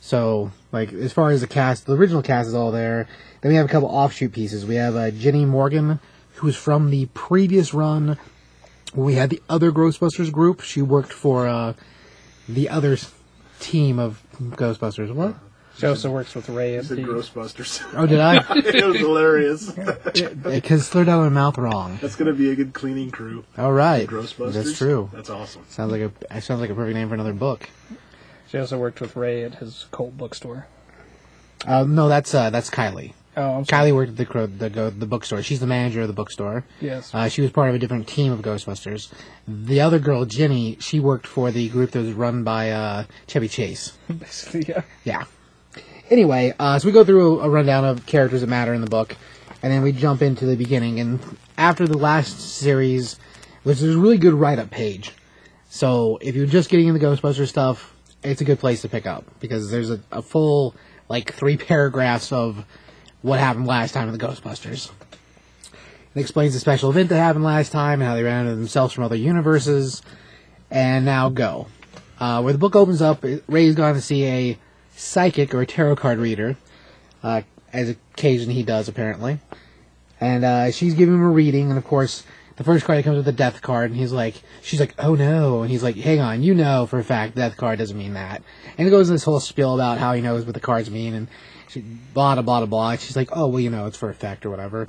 C: So, like, as far as the cast, the original cast is all there. Then we have a couple offshoot pieces. We have uh, Jenny Morgan, who's from the previous run. where We had the other Ghostbusters group. She worked for uh, the other s- team of Ghostbusters. What?
A: She also works with Ray at
B: It's the
A: the
B: Ghostbusters.
C: Oh, did I?
B: it was hilarious.
C: Because slurred out of my mouth wrong.
B: That's gonna be a good cleaning crew.
C: All right.
B: Ghostbusters.
C: That's true.
B: That's awesome.
C: Sounds like a sounds like a perfect name for another book.
A: she also worked with Ray at his cult bookstore.
C: Uh, no, that's uh, that's Kylie.
A: Oh, I'm sorry.
C: Kylie worked at the cro- the, go- the bookstore. She's the manager of the bookstore.
A: Yes.
C: Uh, she was part of a different team of Ghostbusters. The other girl, Jenny, she worked for the group that was run by uh, Chevy Chase.
A: Basically, yeah.
C: Yeah. Anyway, uh, so we go through a rundown of characters that matter in the book, and then we jump into the beginning. And after the last series, which is a really good write up page. So if you're just getting into Ghostbuster stuff, it's a good place to pick up because there's a, a full, like, three paragraphs of what happened last time in the Ghostbusters. It explains the special event that happened last time and how they ran into themselves from other universes. And now go. Uh, where the book opens up, Ray's gone to see a psychic or a tarot card reader, uh, as occasion he does apparently. And uh, she's giving him a reading, and of course, the first card that comes with the death card, and he's like, she's like, oh no, and he's like, hang on, you know for a fact death card doesn't mean that. And it goes in this whole spiel about how he knows what the cards mean, and she, blah, blah, blah, blah. And she's like, oh, well, you know, it's for a fact or whatever.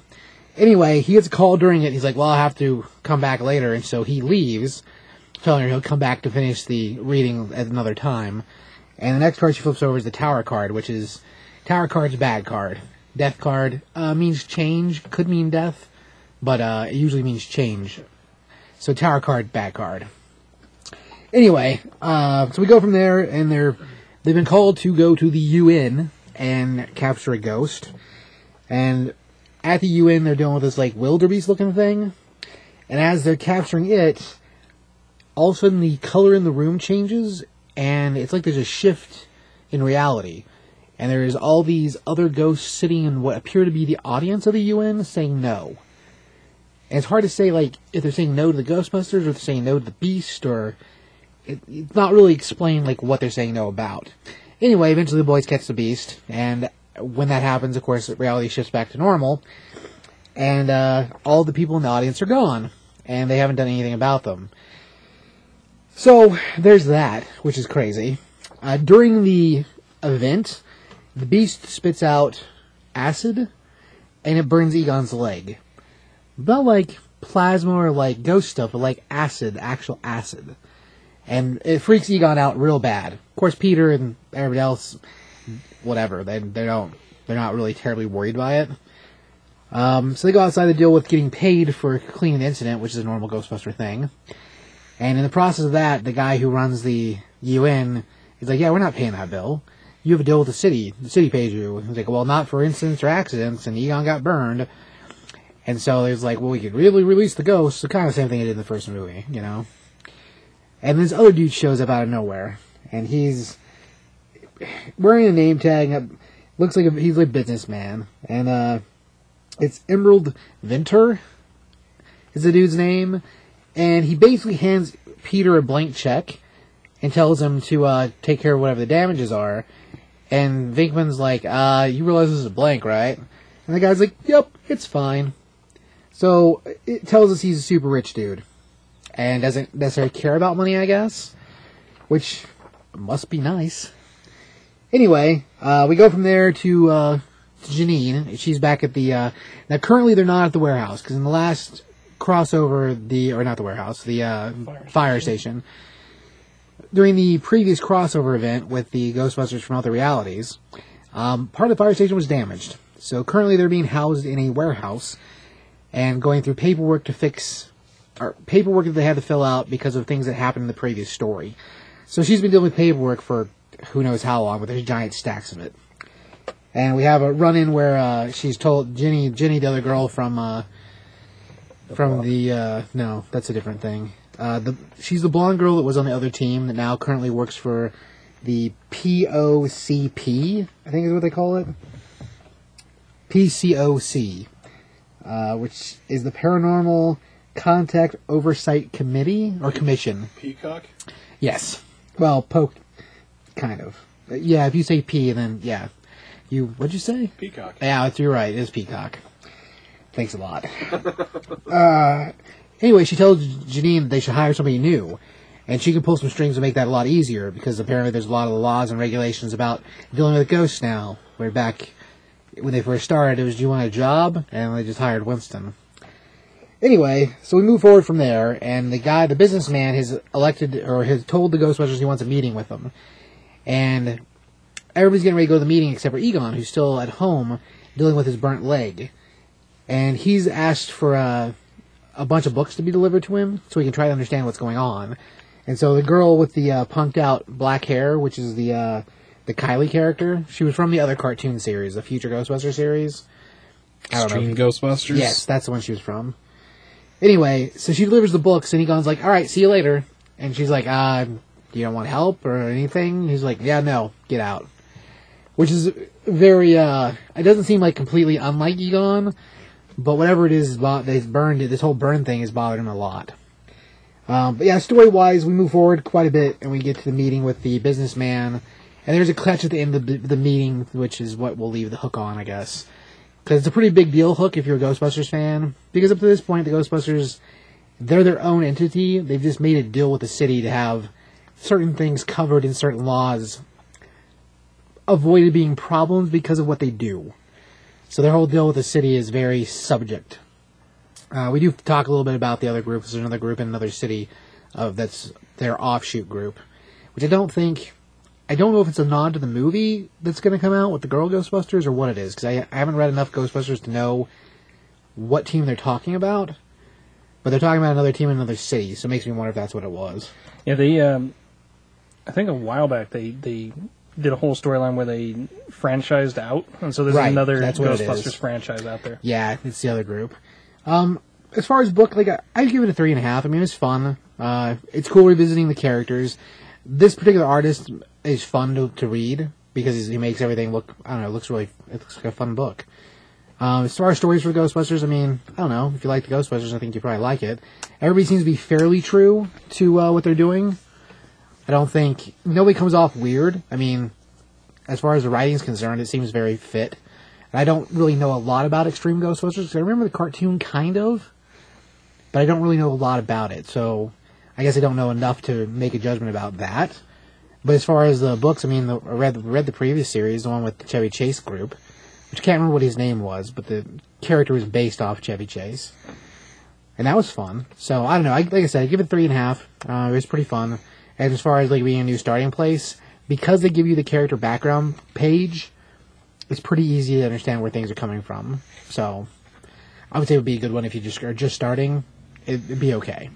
C: Anyway, he gets a call during it, and he's like, well, I'll have to come back later, and so he leaves, telling her he'll come back to finish the reading at another time. And the next card she flips over is the Tower card, which is Tower card's a bad card. Death card uh, means change, could mean death. but uh, it usually means change. So tower card, back card. Anyway, uh, so we go from there, and they're they've been called to go to the UN and capture a ghost. And at the UN, they're dealing with this like wildebeest looking thing, and as they're capturing it, all of a sudden the color in the room changes, and it's like there's a shift in reality. And there is all these other ghosts sitting in what appear to be the audience of the UN saying no. And it's hard to say like if they're saying no to the Ghostbusters or if they're saying no to the Beast or it, it's not really explained like what they're saying no about. Anyway, eventually the boys catch the Beast, and when that happens, of course, reality shifts back to normal, and uh, all the people in the audience are gone, and they haven't done anything about them. So there's that, which is crazy. Uh, during the event, the Beast spits out acid, and it burns Egon's leg not like plasma or like ghost stuff, but like acid, actual acid. And it freaks Egon out real bad. Of course, Peter and everybody else, whatever, they they don't they're not really terribly worried by it. Um, so they go outside to deal with getting paid for cleaning the incident, which is a normal Ghostbuster thing. And in the process of that, the guy who runs the UN is like, "Yeah, we're not paying that bill. You have a deal with the city. The city pays you." He's like, "Well, not for incidents or accidents." And Egon got burned. And so there's like, well, we could really release the ghost. The kind of same thing I did in the first movie, you know. And this other dude shows up out of nowhere, and he's wearing a name tag. uh, Looks like a, he's a businessman, and uh, it's Emerald Venter is the dude's name, and he basically hands Peter a blank check and tells him to uh, take care of whatever the damages are. And Vinkman's like, uh, you realize this is blank, right? And the guy's like, yep, it's fine. So it tells us he's a super rich dude and doesn't necessarily care about money, I guess, which must be nice. Anyway, uh, we go from there to, uh, to Janine. She's back at the. Uh, now, currently, they're not at the warehouse because in the last crossover, the or not the warehouse, the uh, fire, station. During the previous crossover event with the Ghostbusters from other realities, um, part of the fire station was damaged. So currently, they're being housed in a warehouse and going through paperwork to fix or paperwork that they had to fill out because of things that happened in the previous story. So she's been dealing with paperwork for who knows how long, but there's giant stacks of it. And we have a run-in where uh, she's told Jenny, Jenny, the other girl from uh, from the uh, no, that's a different thing. Uh, the she's the blonde girl that was on the other team that now currently works for the POCP, I think is what they call it. PCOC, uh, which is the Paranormal Contact Oversight Committee or Commission.
B: Peacock?
C: Yes. Well, poke, kind of. Uh, Yeah, if you say P, then yeah. You what'd you say?
B: Peacock.
C: Yeah, that's- you're right. It's Peacock. Thanks a lot. uh, anyway, she tells Janine that they should hire somebody new, and she can pull some strings to make that a lot easier because apparently there's a lot of the laws and regulations about dealing with ghosts now. We're back when they first started. It was do you want a job, and they just hired Winston. Anyway, so we move forward from there, and the guy, the businessman, has elected or has told the Ghostbusters he wants a meeting with them, and everybody's getting ready to go to the meeting except for Egon, who's still at home dealing with his burnt leg. And he's asked for uh, a bunch of books to be delivered to him so he can try to understand what's going on. And so the girl with the uh, punked out black hair, which is the uh, the Kylie character, she was from the other cartoon series, the Future Ghostbuster series. I don't know if
D: Extreme Ghostbusters.
C: Yes, that's the one she was from. Anyway, so she delivers the books, and Egon's like, "All right, see you later." And she's like, "Uh, you don't want help or anything?" He's like, "Yeah, no, get out." Which is very. uh It doesn't seem like completely unlike Egon, but whatever it is, bo- they burned it. This whole burn thing has bothered him a lot. Um, but yeah, story wise, we move forward quite a bit, and we get to the meeting with the businessman. And there's a clutch at the end of the, the meeting, which is what we'll leave the hook on, I guess because it's a pretty big deal hook if you're a Ghostbusters fan. Because up to this point, the Ghostbusters, they're their own entity. They've just made a deal with the city to have certain things covered in certain laws, avoided being problems because of what they do. So their whole deal with the city is very subject. Uh, we do talk a little bit about the other group. There's another group in another city of that's their offshoot group, which I don't think I don't know if it's a nod to the movie that's going to come out with the girl Ghostbusters or what it is because I, I haven't read enough Ghostbusters to know what team they're talking about, but they're talking about another team in another city, so it makes me wonder if that's what it was.
A: Yeah, they. Um, I think a while back they they did a whole storyline where they franchised out, and so there's
C: Right,
A: another
C: that's what it is.
A: Ghostbusters franchise out there.
C: Yeah, it's the other group. Um, as far as book, like I, I give it a three and a half. I mean, it's fun. Uh, it's cool revisiting the characters. This particular artist is fun to, to read because he's- he makes everything look. I don't know. It looks really. It looks like a fun book. Um, as far as stories for Ghostbusters, I mean, I don't know. If you like the Ghostbusters, I think you probably like it. Everybody seems to be fairly true to uh, what they're doing. I don't think nobody comes off weird. I mean, as far as the writing's concerned, it seems very fit. And I don't really know a lot about Extreme Ghostbusters. 'cause I remember the cartoon kind of, but I don't really know a lot about it. So I guess I don't know enough to make a judgment about that. But as far as the books, I mean, the, I read read the previous series, the one with the Chevy Chase group, which I can't remember what his name was, but the character was based off Chevy Chase, and that was fun. So I don't know. I, like I said, I give it three and a half. Uh, it was pretty fun. And as far as like being a new starting place, because they give you the character background page, it's pretty easy to understand where things are coming from. So I would say it would be a good one if you just are just starting. It, it'd be okay.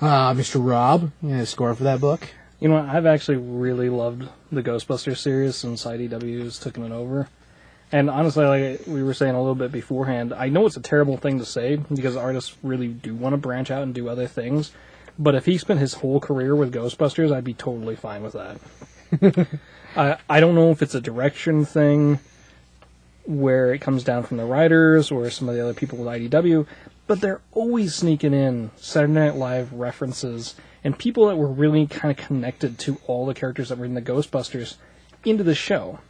C: Uh, Mr. Rob, you know, score for that book.
A: You know, what? I've actually really loved the Ghostbusters series since IDW's taken it over. And honestly, like we were saying a little bit beforehand, I know it's a terrible thing to say because artists really do want to branch out and do other things. But if he spent his whole career with Ghostbusters, I'd be totally fine with that. I I don't know if it's a direction thing where it comes down from the writers or some of the other people with IDW, but they're always sneaking in Saturday Night Live references and people that were really kind of connected to all the characters that were in the Ghostbusters into the show.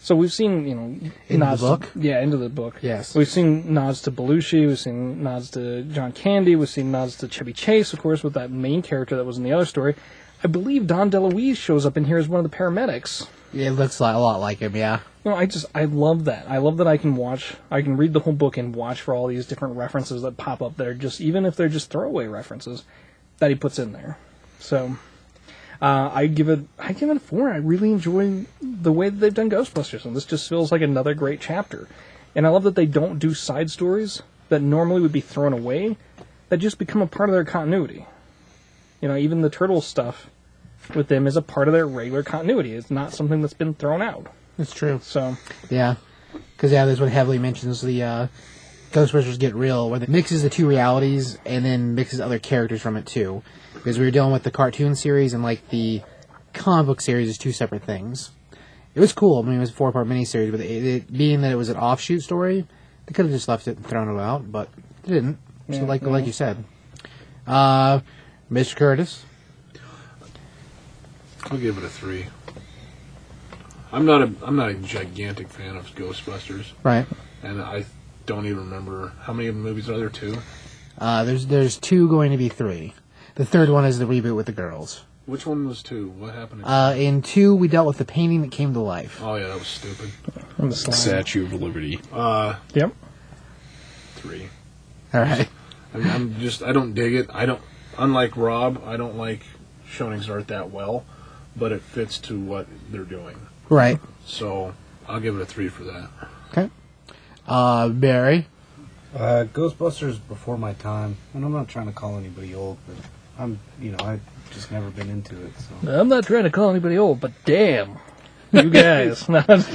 A: So we've seen, you know,
C: the
A: nods to-
C: book?
A: yeah, into the book.
C: Yes.
A: We've seen nods to Belushi, we've seen nods to John Candy, we've seen nods to Chevy Chase, of course, with that main character that was in the other story. I believe Don DeLuise shows up in here as one of the paramedics.
C: It looks like, a lot like him, yeah.
A: You know, I just I love that. I love that I can watch, I can read the whole book and watch for all these different references that pop up that are just even if they're just throwaway references that he puts in there. So uh, I give it I give it a four. I really enjoy the way that they've done Ghostbusters, and this just feels like another great chapter. And I love that they don't do side stories that normally would be thrown away that just become a part of their continuity. You know, even the turtle stuff with them is a part of their regular continuity. It's not something that's been thrown out.
C: That's true.
A: So
C: Yeah, because yeah, this one heavily mentions the uh, Ghostbusters Get Real, where it mixes the two realities and then mixes other characters from it too. Because we were dealing with the cartoon series and like the comic book series is two separate things. It was cool. I mean, it was a four part miniseries, but it, it, being that it was an offshoot story, they could have just left it and thrown it out, but they didn't. So like like you said, uh, Mr. Curtis,
B: I'll give it a three. I'm not a I'm not a gigantic fan of Ghostbusters,
C: right?
B: and I don't even remember how many movies are there. Two.
C: Uh, there's there's two going to be three. The third one is the reboot with the girls.
B: Which one was two? What happened? to-
C: Uh, in two, we dealt with the painting that came to life.
B: oh yeah, that was stupid.
A: on the slide.
D: Statue of Liberty.
B: Uh,
A: Yep.
B: three.
C: All right.
B: I mean, I'm just I don't dig it. I don't. Unlike Rob, I don't like Shoning's art that well, but it fits to what they're doing.
C: Right.
B: So I'll give it a three for that.
C: Uh, Barry.
E: Uh, Ghostbusters before my time, and I'm not trying to call anybody old, but I'm, you know, I've just never been into it. So
A: I'm not trying to call anybody old, but damn, you guys. That's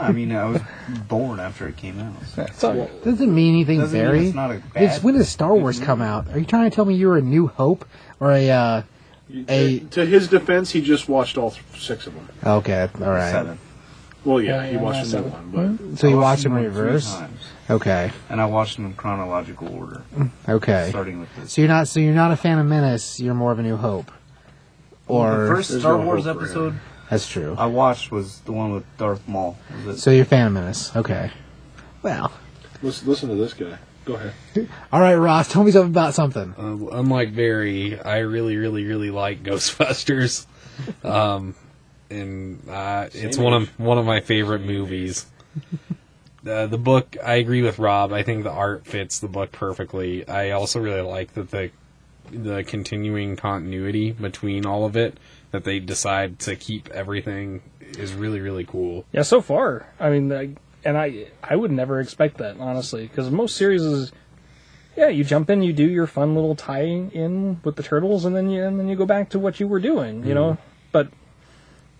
E: I mean, I was born after it came out. So.
A: all-
C: Doesn't mean anything,
E: Doesn't mean
C: Barry.
E: it's not a bad. Mm-hmm.
C: It's- when does Star Wars come out? Are you trying to tell me you're a New Hope or a? uh... A-
B: to his defense, he just watched all th- six of them.
C: Okay. All right.
E: Seven.
B: Well, yeah,
A: Yeah,
B: he
A: yeah,
B: watched the new
A: seven.
B: one, but
C: So you
E: I
C: watched them in
E: them three
C: reverse.
E: times,
C: Okay.
E: and I watched them in chronological order,
C: Okay.
E: starting with this.
C: So you're not. So you're not a fan of Menace. You're more of a New Hope. Or
E: the first
B: There's
E: Star
B: no
E: Wars
B: hope for
E: episode
C: that's true.
E: I watched was the one with Darth Maul. Was it?
C: So you're a fan of Menace. Okay. Well.
A: Hmm?
B: listen, listen to this guy. Go ahead.
C: All right, Ross. Tell me something about something.
D: Uh, unlike Barry, I really, really, really like Ghostbusters, um, and uh, it's one of one of my favorite movies. Uh, the book, I agree with Rob. I think the art fits the book perfectly. I also really like that the the continuing continuity between all of it that they decide to keep everything is really, really cool.
A: yeah, so far, I mean, like, and I I would never expect that honestly because most series is yeah you jump in you do your fun little tie in with the turtles and then you and then you go back to what you were doing you know but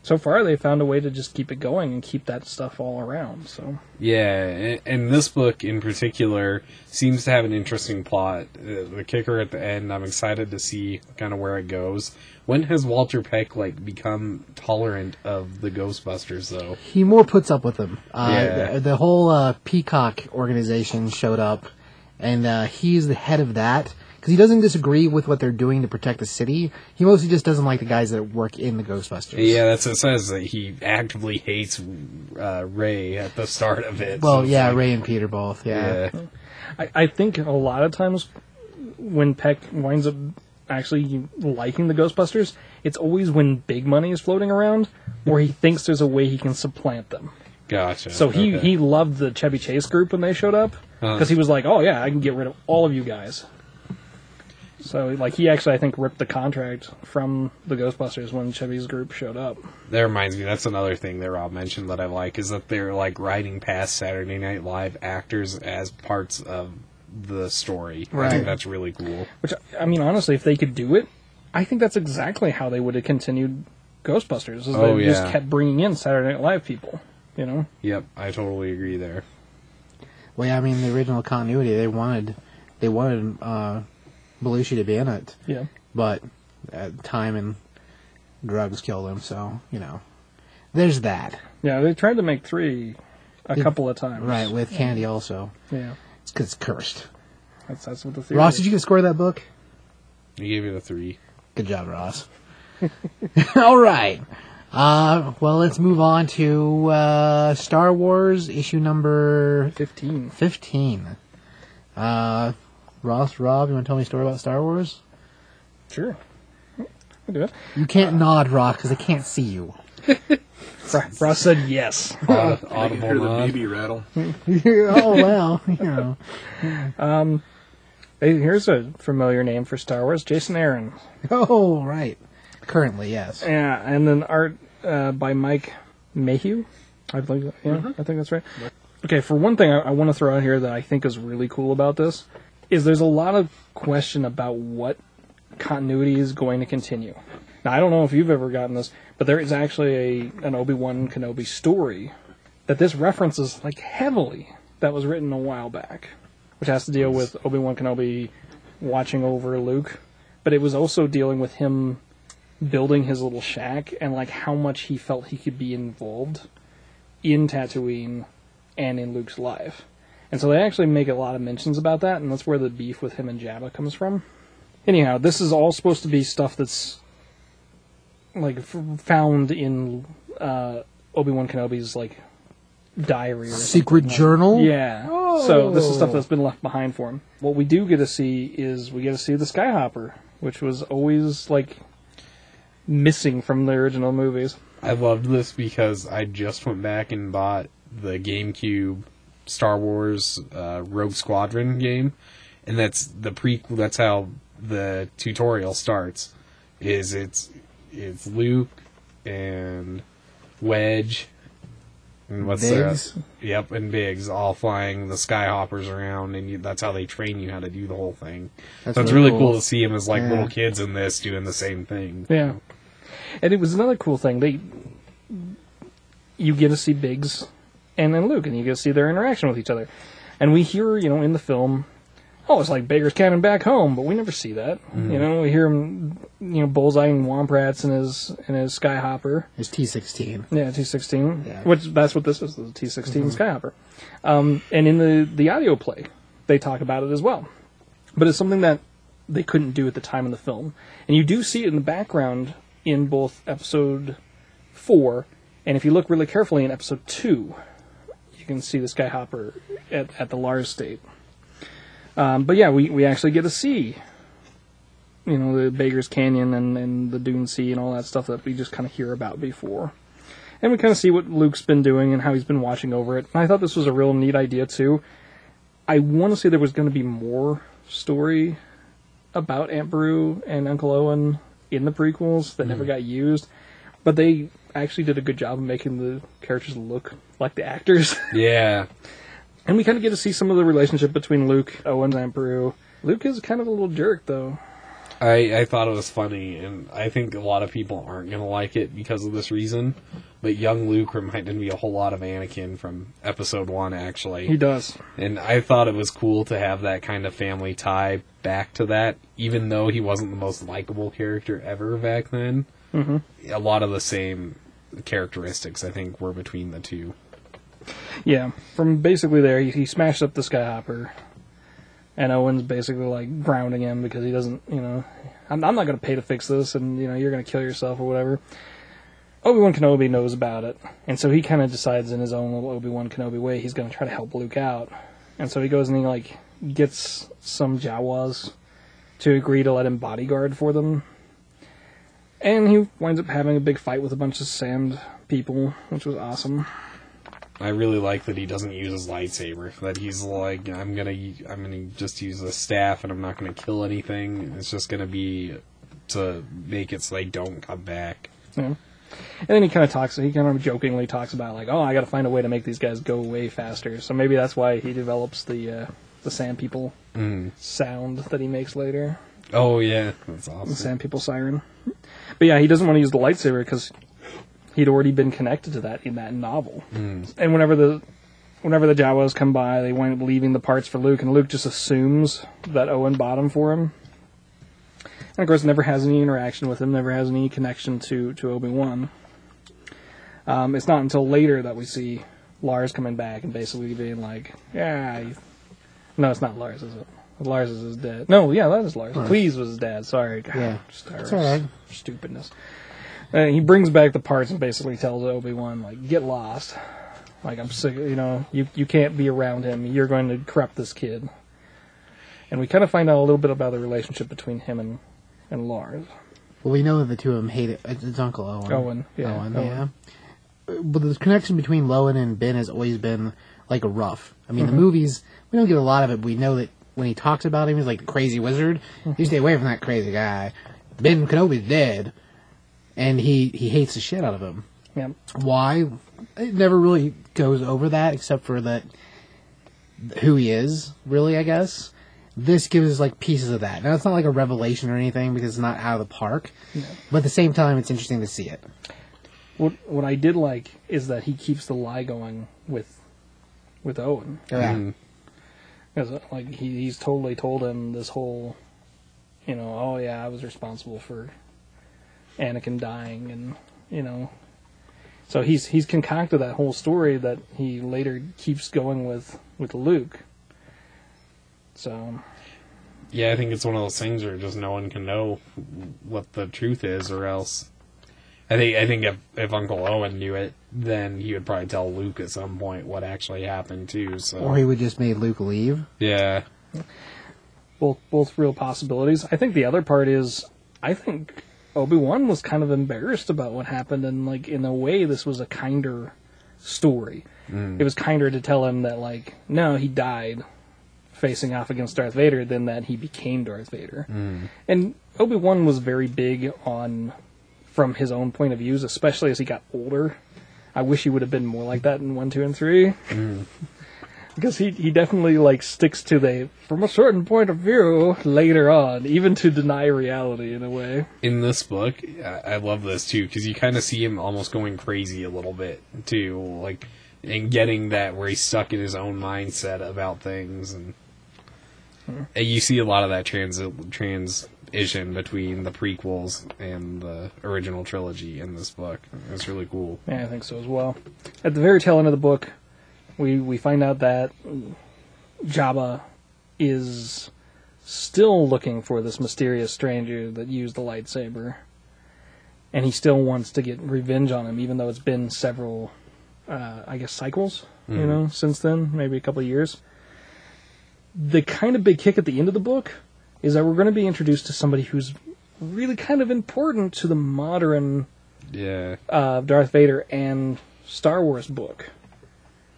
A: so far they found a way to just keep it going and keep that stuff all around so
D: Yeah, a- and this book in particular seems to have an interesting plot. Uh, The kicker at the end, I'm excited to see kind of where it goes. When has Walter Peck like become tolerant of the Ghostbusters though?
C: He more puts up with them. Uh,
D: Yeah.
C: the, the whole uh, Peacock organization showed up, and uh, he's the head of that because he doesn't disagree with what they're doing to protect the city. He mostly just doesn't like the guys that work in the Ghostbusters.
D: Yeah, that's what it says that he actively hates uh, Ray at the start of it. So
C: Well,
D: it's
C: yeah,
D: like,
C: Ray and Peter both. Yeah.
D: Yeah,
A: I, I think a lot of times when Peck winds up actually liking the Ghostbusters, it's always when big money is floating around or he thinks there's a way he can supplant them.
D: gotcha.
A: So he,
D: Okay.
A: he loved the Chevy Chase group when they showed up because he was like, oh yeah, I can get rid of all of you guys. So like he actually I think ripped the contract from the Ghostbusters when Chevy's group showed up.
D: That reminds me. That's another thing that Rob mentioned that I like is that they're like riding past Saturday Night Live actors as parts of the story. I
C: Right.
D: think that's really cool.
A: Which I mean, honestly, if they could do it, I think that's exactly how they would have continued Ghostbusters. Is
D: Oh,
A: they just
D: yeah.
A: kept bringing in Saturday Night Live people. You know,
D: Yep, I totally agree there.
C: Well, yeah, I mean the original continuity. They wanted, they wanted uh, Belushi to be in it,
A: yeah.
C: but uh, time and drugs killed him. So you know, there's that.
A: Yeah, they tried to make three a
C: Yeah.
A: couple of times.
C: Right with Candy also.
A: Yeah.
C: It's 'cause it's cursed.
A: That's that's what the theory.
C: Ross,
A: is.
C: did you get a score of that book?
D: You gave it a three.
C: Good job, Ross. All right. Uh, well, let's move on to uh, Star Wars issue number
A: Fifteen.
C: 15. Uh, Ross, Rob, you want to tell me a story about Star Wars?
A: Sure. I do it.
C: You can't nod, Ross, because I can't see you.
A: Ro- Ross said yes.
D: Aud-
B: I can
D: audible
B: hear the
D: nod.
B: BB rattle.
C: oh, well, you know.
A: Hey, here's a familiar name for Star Wars: Jason Aaron.
C: Oh, right. Currently, yes.
A: Yeah, and then art uh, by Mike Mayhew. I believe. that- Yeah, I think that's right. Okay, for one thing, I, I want to throw out here that I think is really cool about this is there's a lot of question about what continuity is going to continue. Now, I don't know if you've ever gotten this, but there is actually a an Obi Wan Kenobi story that this references like heavily that was written a while back, which has to deal with Obi Wan Kenobi watching over Luke, but it was also dealing with him building his little shack and like how much he felt he could be involved in Tatooine and in Luke's life. And so they actually make a lot of mentions about that, and that's where the beef with him and Jabba comes from. Anyhow, this is all supposed to be stuff that's like f- found in uh, Obi Wan Kenobi's like diary. Or
C: Secret
A: something.
C: journal?
A: Yeah. So this is stuff that's been left behind for him. What we do get to see is we get to see the Skyhopper, which was always like missing from the original movies.
D: I loved this because I just went back and bought the GameCube Star Wars uh, Rogue Squadron game, and that's the prequel. That's how the tutorial starts. Is it's it's Luke and Wedge and what's
C: Biggs?
D: that? Yep, and Biggs all flying the Skyhoppers around, and you, that's how they train you how to do the whole thing. so it's really cool. to see him as like
C: Yeah.
D: little kids in this doing the same thing.
A: Yeah. And it was another cool thing. They you get to see Biggs and then Luke and you get to see their interaction with each other. And we hear, you know, in the film, oh, it's like Baker's Cannon back home, but we never see that. You know, we hear him, you know, bullseyeing womp rats in his in his skyhopper.
C: It's T16.
A: Yeah, T sixteen.
C: Yeah.
A: Which that's what this is, the T 16 Skyhopper. Um, and in the the audio play, they talk about it as well. But it's something that they couldn't do at the time in the film, and you do see it in the background in both episode four, and if you look really carefully in episode two, you can see the Skyhopper at at the Lars state. Um, but yeah, we, we actually get to see, you know, the Baker's Canyon and, and the Dune Sea and all that stuff that we just kind of hear about before and we kind of see what Luke's been doing and how he's been watching over it. And I thought this was a real neat idea too. I want to say there was going to be more story about Aunt Beru and Uncle Owen in the prequels that never got used, but they actually did a good job of making the characters look like the actors.
D: Yeah.
A: and we kind of get to see some of the relationship between Luke, Owens, and Peru. Luke is kind of a little jerk, though.
D: I, I thought it was funny, and I think a lot of people aren't going to like it because of this reason. But young Luke reminded me a whole lot of Anakin from episode one, actually.
A: He does.
D: And I thought it was cool to have that kind of family tie back to that, even though he wasn't the most likable character ever back then. Mm-hmm. A lot of the same characteristics, I think, were between the two.
A: Yeah, from basically there, he, he smashed up the skyhopper, and Owen's basically like grounding him because he doesn't, you know, I'm, I'm not going to pay to fix this, and you know, you're going to kill yourself or whatever. Obi Wan Kenobi knows about it, and so he kind of decides in his own little Obi Wan Kenobi way he's going to try to help Luke out, and so he goes and he like gets some Jawas to agree to let him bodyguard for them, and he winds up having a big fight with a bunch of sand people, which was awesome.
D: I really like that he doesn't use his lightsaber. That he's like, I'm gonna, I'm gonna just use a staff, and I'm not gonna kill anything. It's just gonna be to make it so they don't come back.
A: And then he kind of talks, he kind of jokingly talks about like, oh, I got to find a way to make these guys go away faster. So maybe that's why he develops the uh, the sand people sound that he makes later,
D: Oh yeah, that's
A: the
D: awesome.
A: sand people siren. But yeah, he doesn't want to use the lightsaber because he'd already been connected to that in that novel. And whenever the whenever the Jawas come by, they wind up leaving the parts for Luke, and Luke just assumes that Owen bought them for him. And of course, never has any interaction with him, never has any connection to to Obi Wan. Um, it's not until later that we see Lars coming back and basically being like, "Yeah, you- no, it's not Lars, is it? Lars is his dad. No, yeah, that is Lars. Please was his dad. Sorry, God,
C: Yeah.
A: just our
C: It's all right.
A: stupidness." And he brings back the parts and basically tells Obi Wan, "Like, get lost. Like, I'm sick. You know, you you can't be around him. You're going to corrupt this kid." And we kind of find out a little bit about the relationship between him and and Lars.
C: Well, we know that the two of them hate it. It's it's Uncle Owen.
A: Owen, yeah,
C: Owen,
A: Owen.
C: yeah. But the connection between Lowen and Ben has always been like rough. I mean,
A: Mm-hmm.
C: the movies we don't get a lot of it. But we know that when he talks about him, he's like the crazy wizard.
A: Mm-hmm.
C: You stay away from that crazy guy. Ben Kenobi's dead, and he he hates the shit out of him.
A: Yeah.
C: Why? It never really goes over that, except for that who he is. Really, I guess this gives us like pieces of that. Now it's not like a revelation or anything because it's not out of the park, but at the same time, it's interesting to see it.
A: What what I did like is that he keeps the lie going with with Owen.
C: Yeah.
D: Hmm.
A: Because like he, he's totally told him this whole, you know, oh yeah, I was responsible for Anakin dying, and you know, so he's he's concocted that whole story that he later keeps going with with Luke. So
D: Yeah, I think it's one of those things where just no one can know what the truth is, or else. I think I think if, if Uncle Owen knew it, then he would probably tell Luke at some point what actually happened too. So
C: Or he would just made Luke leave.
D: yeah,
A: both both real possibilities. I think the other part is I think Obi Wan was kind of embarrassed about what happened, and like in a way, this was a kinder story. It was kinder to tell him that like no, he died facing off against Darth Vader than that he became Darth Vader. And Obi Wan was very big on from his own point of views, especially as he got older. I wish he would have been more like that in one, two, and three because he he definitely like sticks to the from a certain point of view later on, even to deny reality in a way.
D: in this book, I, I love this too because you kind of see him almost going crazy a little bit too, like and getting that where he's stuck in his own mindset about things, and, and you see a lot of that trans transition between the prequels and the original trilogy in this book. It's really cool.
A: Yeah, I think so as well. At the very tail end of the book, we we find out that Jabba is still looking for this mysterious stranger that used the lightsaber, and he still wants to get revenge on him, even though it's been several, uh, I guess, cycles. You know, since then, maybe a couple of years. The kind of big kick at the end of the book is that we're going to be introduced to somebody who's really kind of important to the modern
D: Yeah,
A: uh, Darth Vader and Star Wars book.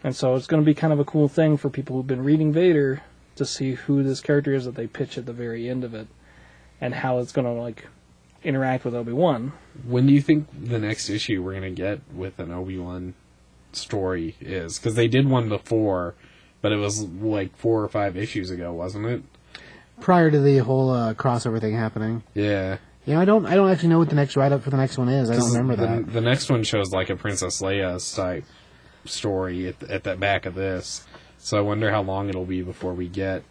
A: And so it's going to be kind of a cool thing for people who've been reading Vader to see who this character is that they pitch at the very end of it and how it's going to like interact with Obi Wan.
D: When do you think the next issue we're gonna get with an Obi Wan story is? Because they did one before, but it was like four or five issues ago, wasn't it?
C: prior to the whole uh, crossover thing happening.
D: Yeah.
C: You know, I don't, I don't actually know what the next write up for the next one is. I don't
D: 'Cause
C: remember
D: the,
C: that.
D: The next one shows like a Princess Leia type story at, at the back of this, so I wonder how long it'll be before we get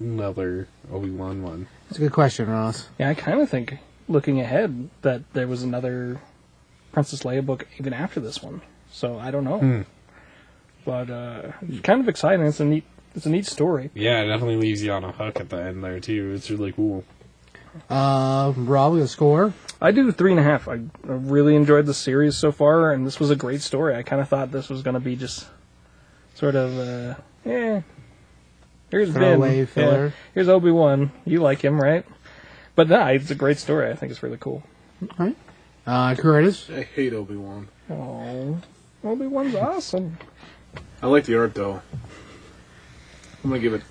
D: another Obi Wan one.
C: That's a good question, Ross.
A: Yeah, I kind of think looking ahead that there was another Princess Leia book even after this one. So I don't know, but uh, it's kind of exciting. It's a neat, it's a neat story.
D: Yeah, it definitely leaves you on a hook at the end there too. It's really cool.
C: Uh, Rob, the score.
A: I do three and a half. I, I really enjoyed the series so far, and this was a great story. I kind of thought this was going to be just sort of, uh, yeah, here's Ben.
C: Throwaway
A: Yeah,
C: filler.
A: here's Obi Wan. You like him, right? But no, it's a great story. I think it's really cool.
C: Uh, Curtis.
B: I hate Obi Wan.
A: Oh, Obi Wan's awesome.
B: I like the art though. I'm gonna give it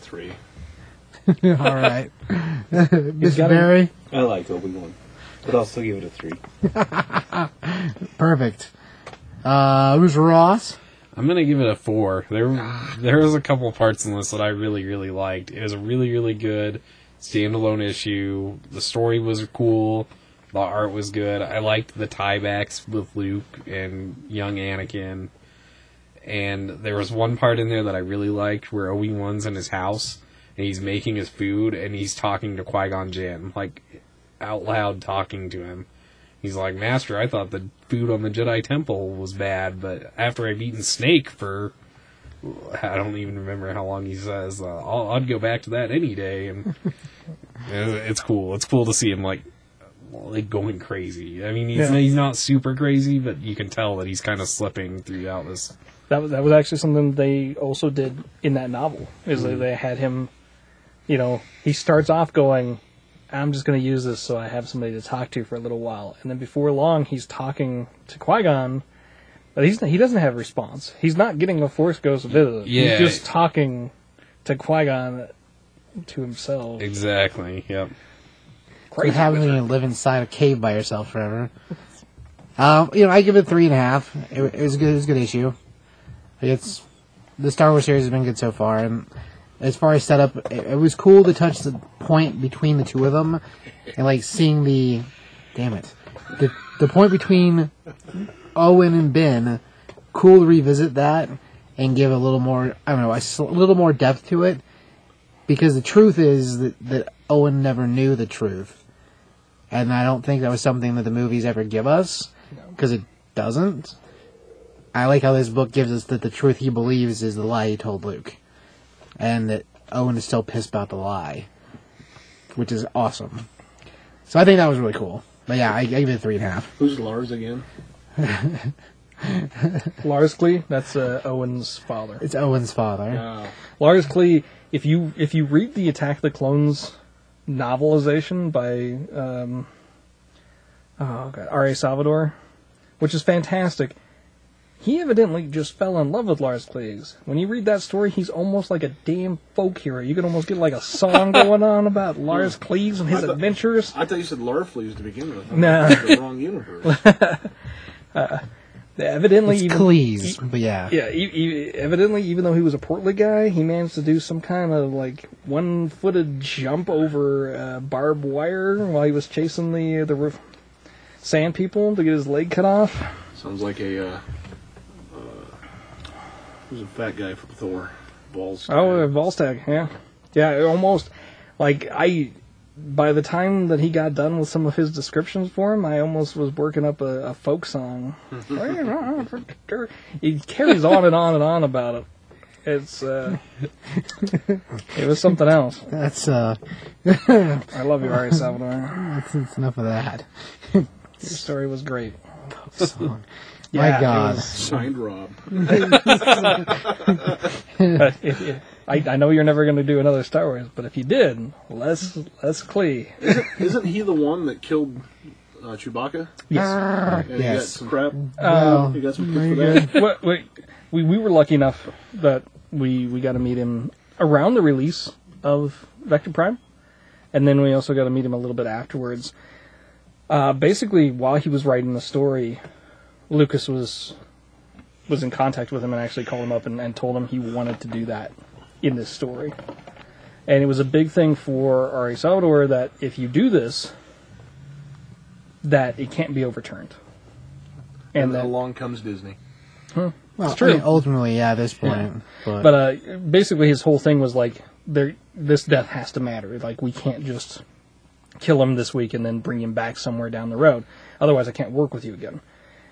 B: three.
C: All right. Miss
A: got a-
C: Barry.
G: I liked Obi Wan, but I'll still give it a three.
C: Perfect. Uh, who's Ross?
D: I'm gonna give it a four. There, there was a couple parts in this that I really, really liked. It was a really, really good standalone issue. The story was cool. The art was good. I liked the tiebacks with Luke and young Anakin. And there was one part in there that I really liked where Obi Wan's in his house and he's making his food and he's talking to Qui Gon Jinn, like out loud talking to him. He's like, Master, I thought the food on the Jedi Temple was bad, but after I've eaten snake for. I don't even remember how long he says. Uh, I'll, I'd go back to that any day, and it- it's cool. It's cool to see him like like going crazy. I mean, he's
A: Yeah.
D: he's not super crazy, but you can tell that he's kind of slipping throughout this.
A: That was that was actually something they also did in that novel. Is that they had him, you know, he starts off going, "I'm just going to use this so I have somebody to talk to for a little while," and then before long, he's talking to Qui Gon, but he's he doesn't have a response. He's not getting a Force Ghost visit.
D: Yeah.
A: he's just talking to Qui Gon to himself.
D: Exactly. Yep.
C: You
A: Crazy.
C: haven't to live inside a cave by yourself forever. Um, you know, I give it three and a half. It, wa- it was a good. It was a good issue. It's the Star Wars series has been good so far, and as far as setup, it, it was cool to touch the point between the two of them, and like seeing the, damn it, the the point between Owen and Ben. Cool to revisit that and give a little more. I don't know, a sl- little more depth to it, because the truth is that, that Owen never knew the truth and I don't think that was something that the movies ever give us because it doesn't. I like how this book gives us that the truth he believes is the lie he told Luke, and that Owen is still pissed about the lie, which is awesome. So I think that was really cool. But yeah, I, I give it three and a half.
B: Who's Lars again?
A: Lars Klee, that's uh, Owen's father.
C: It's Owen's father.
A: Lars Klee, if you if you read the Attack of the Clones novelization by um, oh god R. A. Salvador, which is fantastic, he evidently just fell in love with Lars Klees. When you read that story, he's almost like a damn folk hero. You can almost get like a song going on about Lars Klees and his
B: I thought-
A: adventures.
B: I thought you said Larfleeze to begin with. I'm
A: No.
B: in the wrong universe.
A: Evidently,
C: It's
A: even-
C: Cleese, but yeah.
A: Yeah, e e evidently, even though he was a portly guy, he managed to do some kind of like one-footed jump over uh, barbed wire while he was chasing the the roof sand people to get his leg cut off.
B: Sounds like a. Uh, uh, who's a fat guy from Thor? Balls.
A: Oh, uh, Volstagg, yeah, yeah, it almost like I. By the time that he got done with some of his descriptions for him, I almost was working up a, a folk song. he carries on and on and on about it. It's uh, it was something else.
C: That's uh,
A: I love you, Ari Salvador.
C: that's, that's enough of that.
A: Your story was great.
C: Song.
A: Yeah,
C: My
A: it
C: God,
A: was-
B: Signed Rob.
A: but if you- I, I know you're never going to do another Star Wars, but if you did, less less Klee.
B: Isn't he the one that killed uh, Chewbacca?
A: Yes.
B: And he got
C: Yes.
B: some crap.
C: Well,
B: He got some crap for that.
A: What- what- we we were lucky enough that we we got to meet him around the release of Vector Prime, and then we also got to meet him a little bit afterwards. Uh, basically, while he was writing the story, Lucas was was in contact with him and actually called him up and, and told him he wanted to do that in this story. And it was a big thing for Ari Salvador that if you do this, that it can't be overturned.
B: And
A: And that,
B: along comes Disney.
C: Well,
A: It's true.
C: I mean, ultimately, yeah, at this point. But,
A: but uh, basically his whole thing was like there this death has to matter like we can't just kill him this week and then bring him back somewhere down the road otherwise i can't work with you again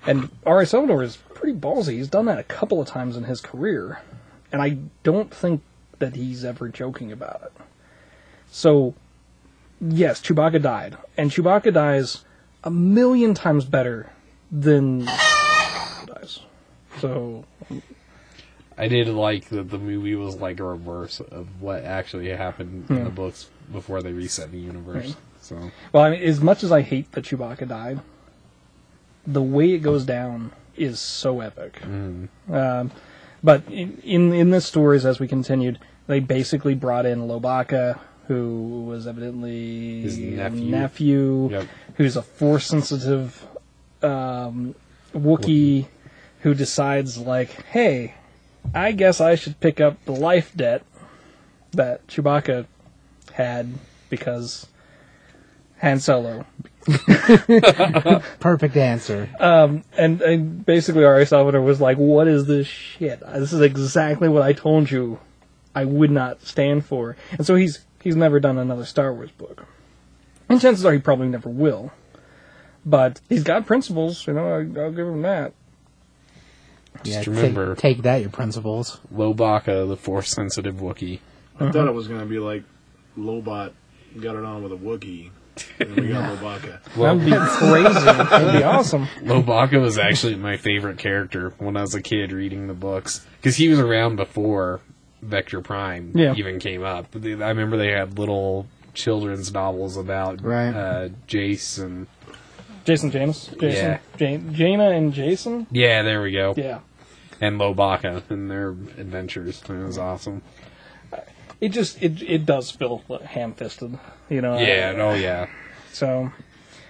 A: and Ari Salvador is pretty ballsy he's done that a couple of times in his career and i don't think that he's ever joking about it so yes chewbacca died and chewbacca dies a million times better than dies so
D: I did like that the movie was like a reverse of what actually happened in the books before they reset the universe.
A: Hmm. Right.
D: So
A: Well, I mean, as much as I hate that Chewbacca died, the way it goes down is so epic.
D: Mm-hmm.
A: Um, but in, in in this stories, as we continued, they basically brought in Lobaka, who was evidently
D: His nephew.
A: nephew,
D: Yep.
A: who's a force sensitive um, Wookiee, who decides like, hey, I guess I should pick up the life debt that Chewbacca had because Han Solo.
C: perfect answer.
A: And, and basically, R.A. Salvador was like, What is this shit? This is exactly what I told you I would not stand for. And so he's he's never done another Star Wars book. And chances are he probably never will. But he's got principles, you know, I, I'll give him that.
C: yeah, take-
D: remember-
C: take, that, your principles.
D: Lobaka, the force sensitive Wookiee.
B: I thought it was going to be like Lobot got it on with a Wookiee. And we got Lobaka.
A: That would be crazy. That'd be awesome.
D: Lobaka was actually my favorite character when I was a kid reading the books because he was around before Vector Prime
A: Yeah.
D: even came up. They- I remember they had little children's novels about
C: Right.
D: uh, Jace and
A: Jason James. Jason.
D: Yeah.
A: Jan- Jaina and Jason?
D: yeah, there we go,
A: Yeah.
D: and Lobaka and their adventures. It was awesome.
A: It just, it, it does feel ham fisted, you know?
D: Yeah, and oh yeah.
A: So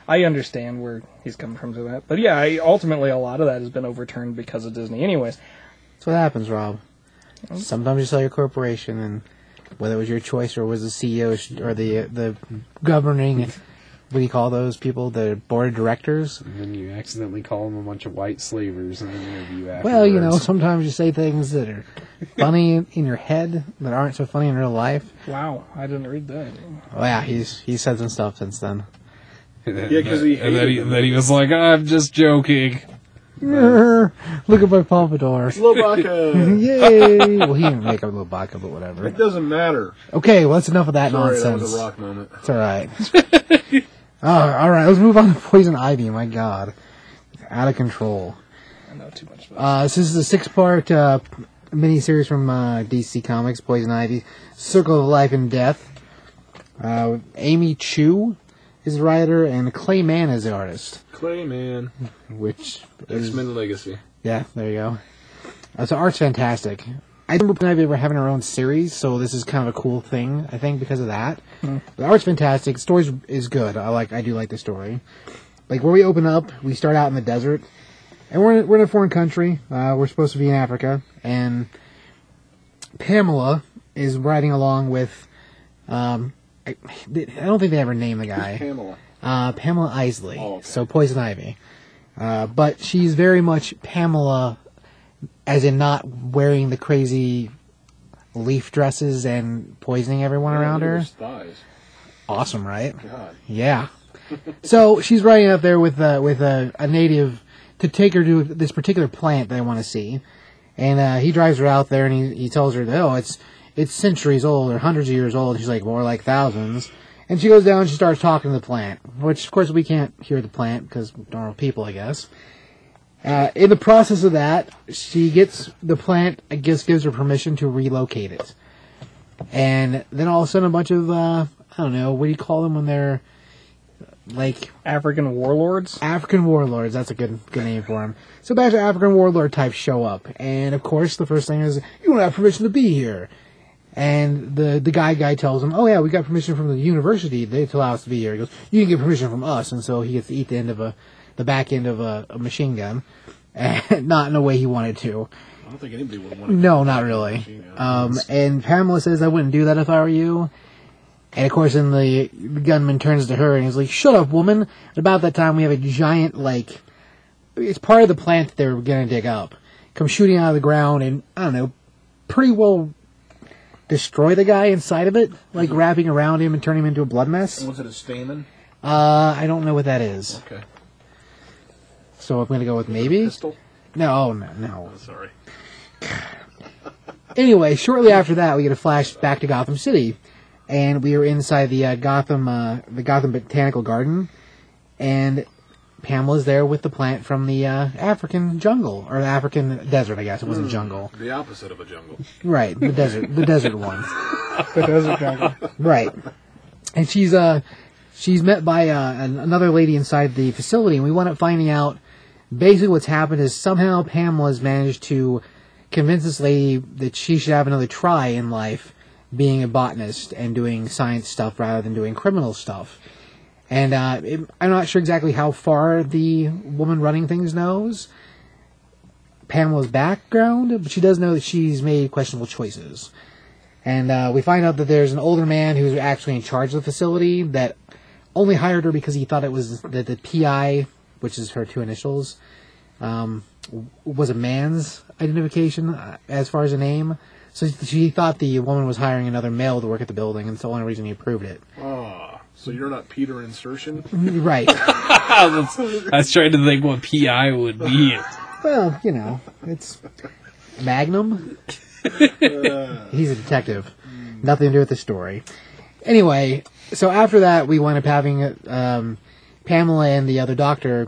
A: I understand where he's coming from to that. But yeah, I, ultimately a lot of that has been overturned because of Disney anyways.
C: That's what happens, Rob. Sometimes you sell your corporation, and whether it was your choice or was the CEO sh- or the uh, the governing, what do you call those people? The board of directors.
D: And then you accidentally call them a bunch of white slavers in an interview afterwards.
C: Well, you know, sometimes you say things that are funny in your head that aren't so funny in real life.
A: Wow, I didn't read that.
C: Well, yeah, he's he said some stuff since then.
D: And then-
B: Yeah, 'cause he
D: and then he,
B: hated
D: then he was like, "I'm just joking."
C: Look at my pompadour.
B: Lobaka!
C: Yay! well, he didn't make a little vodka, but whatever.
B: it doesn't matter.
C: Okay, well, that's enough of that
B: Sorry, that
C: nonsense.
B: was a rock moment.
C: It's all right. oh, all right, let's move on to Poison Ivy. My God, out of control.
A: I know too much about
C: Uh, so this is a six-part uh, miniseries from uh, DC Comics, Poison Ivy, Circle of Life and Death. Uh, Amy Chu is the writer, and Clay Mann is the artist.
B: Clayman.
C: Which
B: X Men Legacy.
C: yeah, there you go. Uh, so art's fantastic. I remember Poison Ivy ever having her own series, so this is kind of a cool thing, I think, because of that. The art's fantastic. The story is good. I like. I do like the story. Like where we open up, we start out in the desert, and we're in, we're in a foreign country. Uh, we're supposed to be in Africa, and Pamela is riding along with. Um, I, I don't think they ever named the guy.
B: Pamela.
C: Uh, Pamela Isley.
B: Oh, okay.
C: So Poison Ivy. Uh, but she's very much Pamela, as in not wearing the crazy leaf dresses and poisoning everyone around
B: Look at
C: her.
B: his Thighs.
C: Awesome, right?
B: God.
C: Yeah. so she's riding out there with uh, with a, a native to take her to this particular plant they want to see, and uh, he drives her out there and he, he tells her, "Oh, it's it's centuries old or hundreds of years old." She's like, "More like thousands. And she goes down and she starts talking to the plant, which of course we can't hear the plant because normal people, I guess. Uh, in the process of that, she gets the plant. I guess gives her permission to relocate it and then all of a sudden a bunch of uh, I don't know what do you call them when they're like
A: African warlords.
C: African warlords. That's a good good name for them. So a bunch of African warlord types show up, and of course the first thing is you don't have permission to be here. And the, the guy guy tells him, oh yeah, we got permission from the university. They to allow us to be here. He goes, you didn't get permission from us. And so he gets to eat the end of a, the back end of a, a machine gun. And not in a way he wanted to.
B: I don't think anybody would want to.
C: No, not really. Um, and Pamela says, I wouldn't do that if I were you. And of course, then the gunman turns to her and he's like, Shut up, woman. And about that time, we have a giant, like, it's part of the plant that they were going to dig up. Come shooting out of the ground and, I don't know, pretty well destroy the guy inside of it, like
B: Mm-hmm.
C: wrapping around him and turning him into a blood mess.
B: Was it a stamen?
C: Uh, I don't know what that is.
B: Okay.
C: So I'm going to go with maybe?
B: Pistol?
C: No, oh, no, no.
B: Oh, Sorry.
C: anyway, shortly after that, we get a flash back to Gotham City, and we are inside the uh, Gotham, uh, the Gotham Botanical Garden, and Pamela's there with the plant from the uh, African jungle or the African desert, I guess it wasn't jungle,
B: The opposite of a jungle.
C: right? The desert, the desert one,
A: The desert jungle.
C: right? And she's uh, she's met by uh, an, another lady inside the facility, and we wind up finding out basically what's happened is somehow Pamela's managed to convince this lady that she should have another try in life being a botanist and doing science stuff rather than doing criminal stuff. And uh, it, I'm not sure exactly how far the woman running things knows Pamela's background, but she does know that she's made questionable choices. And uh, we find out that there's an older man who's actually in charge of the facility that only hired her because he thought it was that the PI, which is her two initials, um, w- was a man's identification uh, as far as a name. So she thought the woman was hiring another male to work at the building, and it's the only reason he approved it.
B: Ah, so you're not Peter Insertion?
C: Right.
D: I was, I was trying to think what PI would be.
C: well, you know, it's Magnum. He's a detective. Nothing to do with the story. Anyway, so after that, we wind up having um, Pamela and the other doctor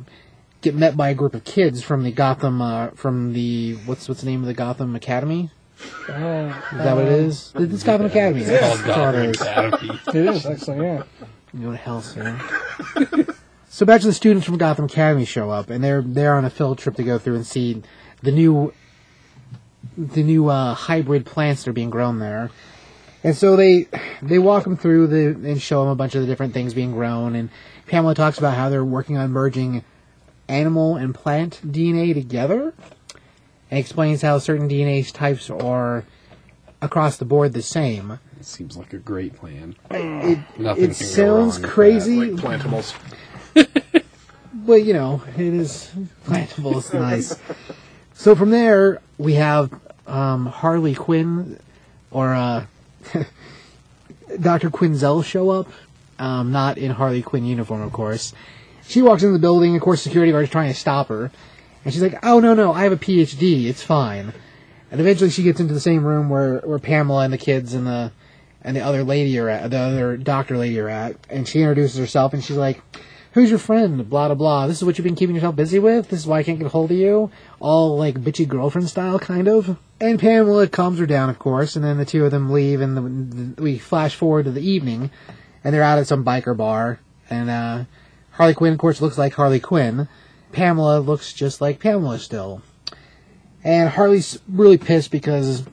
C: get met by a group of kids from the Gotham, uh, from the what's what's the name of the Gotham Academy? Is that what it is? It's Gotham Academy.
D: Called
C: That's what it
D: Dr.
C: is.
D: Therapy.
A: It is actually, yeah.
C: You know what hell, sir. so back to the students from Gotham Academy show up, and they're they're on a field trip to go through and see the new the new uh, hybrid plants that are being grown there. And so they they walk them through the and show them a bunch of the different things being grown. And Pamela talks about how they're working on merging animal and plant DNA together, and explains how certain DNA types are across the board the same.
D: It seems like a great plan.
C: It, it
D: Nothing can go wrong
C: sounds
D: with that.
C: crazy,
B: Like plantimals.
C: But you know, it is plantable. It's nice. So from there, we have um, Harley Quinn or uh, Doctor Quinzel show up, um, not in Harley Quinn uniform, of course. She walks into the building. Of course, security guards trying to stop her, and she's like, "Oh no, no, I have a PhD. It's fine." And eventually, she gets into the same room where, where Pamela and the kids and the and the other lady are at, the other doctor lady are at, and she introduces herself, and she's like, "Who's your friend?" Blah blah blah. This is what you've been keeping yourself busy with. This is why I can't get a hold of you. All like bitchy girlfriend style, kind of. And Pamela calms her down, of course, and then the two of them leave, and the, the, we flash forward to the evening, and they're out at some biker bar, and uh, Harley Quinn, of course, looks like Harley Quinn. Pamela looks just like Pamela still. And Harley's really pissed because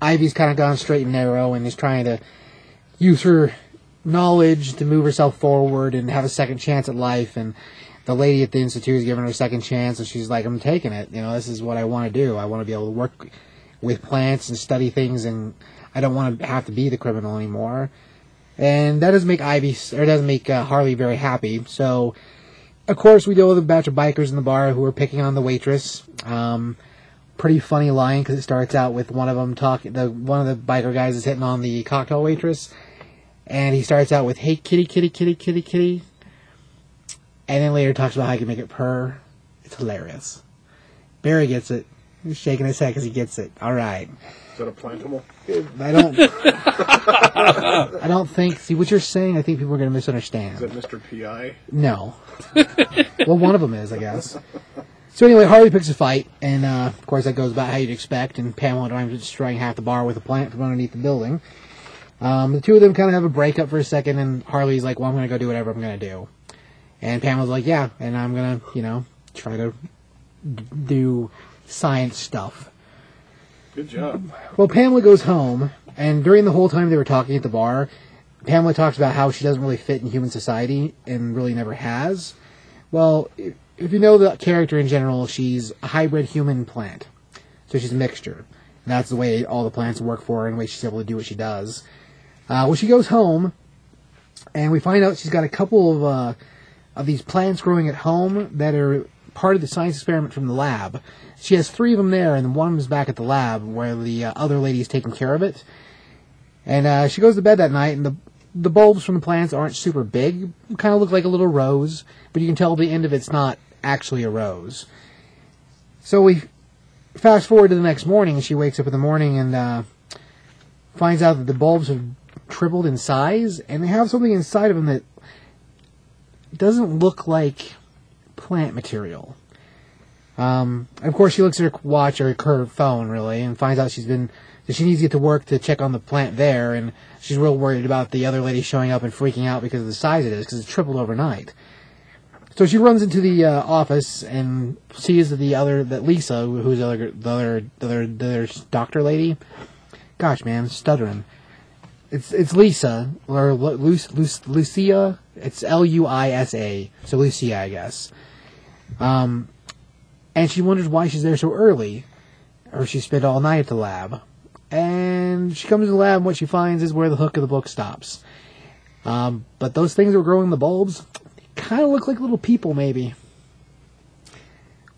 C: Ivy's kind of gone straight and narrow and is trying to use her knowledge to move herself forward and have a second chance at life. And the lady at the institute is giving her a second chance, and she's like, "I'm taking it. You know, this is what I want to do. I want to be able to work with plants and study things, and I don't want to have to be the criminal anymore." And that doesn't make Ivy or doesn't make uh, Harley very happy. So, of course, we deal with a batch of bikers in the bar who are picking on the waitress. Um, pretty funny line because it starts out with one of them talking. The one of the biker guys is hitting on the cocktail waitress, and he starts out with "Hey kitty, kitty, kitty, kitty, kitty," and then later talks about how he can make it purr. It's hilarious. Barry gets it. He's shaking his head because he gets it. All right.
B: Is that a plantimal?
C: I don't. I don't think. See what you're saying. I think people are going to misunderstand.
B: Is that Mr. P.I.?
C: No. well, one of them is, I guess. So anyway, Harley picks a fight, and uh, of course that goes about how you'd expect. And Pamela winds up destroying half the bar with a plant from underneath the building. Um, the two of them kind of have a breakup for a second, and Harley's like, "Well, I'm going to go do whatever I'm going to do," and Pamela's like, "Yeah," and I'm going to, you know, try to d- do science stuff.
B: Good job.
C: Well, Pamela goes home, and during the whole time they were talking at the bar, Pamela talks about how she doesn't really fit in human society and really never has. Well, if, if you know the character in general, she's a hybrid human plant. So she's a mixture. And that's the way all the plants work for her and the way she's able to do what she does. Uh, well, she goes home, and we find out she's got a couple of, uh, of these plants growing at home that are part of the science experiment from the lab. She has three of them there, and one of them is back at the lab where the uh, other lady's taking care of it. And uh, she goes to bed that night, and the the bulbs from the plants aren't super big. Kind of look like a little rose, but you can tell the end of it's not actually a rose. So we fast forward to the next morning. She wakes up in the morning and uh, finds out that the bulbs have tripled in size, and they have something inside of them that doesn't look like plant material. Um, of course, she looks at her watch or her phone, really, and finds out she's been that she needs to get to work to check on the plant there, and she's real worried about the other lady showing up and freaking out because of the size it is, because it's tripled overnight. So she runs into the uh, office and sees that the other that Lisa, who's the other the other the other, the other doctor lady, gosh man, stuttering. It's it's Lisa or Lu- Lu- Lu- Lucia. It's L U I S A. So Lucia, I guess and she wonders why she's there so early, or she spent all night at the lab. And she comes to the lab, and what she finds is where the hook of the book stops. Um, but those things that were growing the bulbs kind of look like little people, maybe,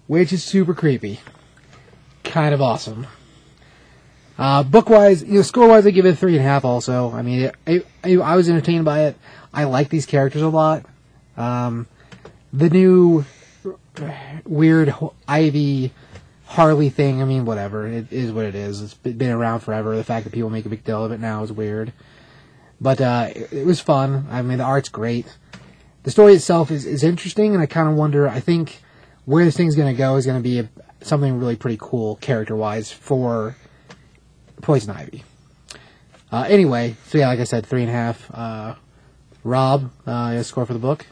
C: which is super creepy. Kind of awesome. Uh, book wise, you know, score wise, I give it a three and a half. Also, I mean, it, it, I I was entertained by it. I like these characters a lot. Um, the new weird ho- Ivy Harley thing. I mean, whatever. It is what it is. It's been around forever. The fact that people make a big deal of it now is weird. But uh, it, it was fun. I mean, the art's great. The story itself is, is interesting, and I kind of wonder. I think where this thing's going to go is going to be a, something really pretty cool character wise for Poison Ivy. Uh, anyway, so yeah, like I said, three and a half. Uh, Rob, uh, your score for the book?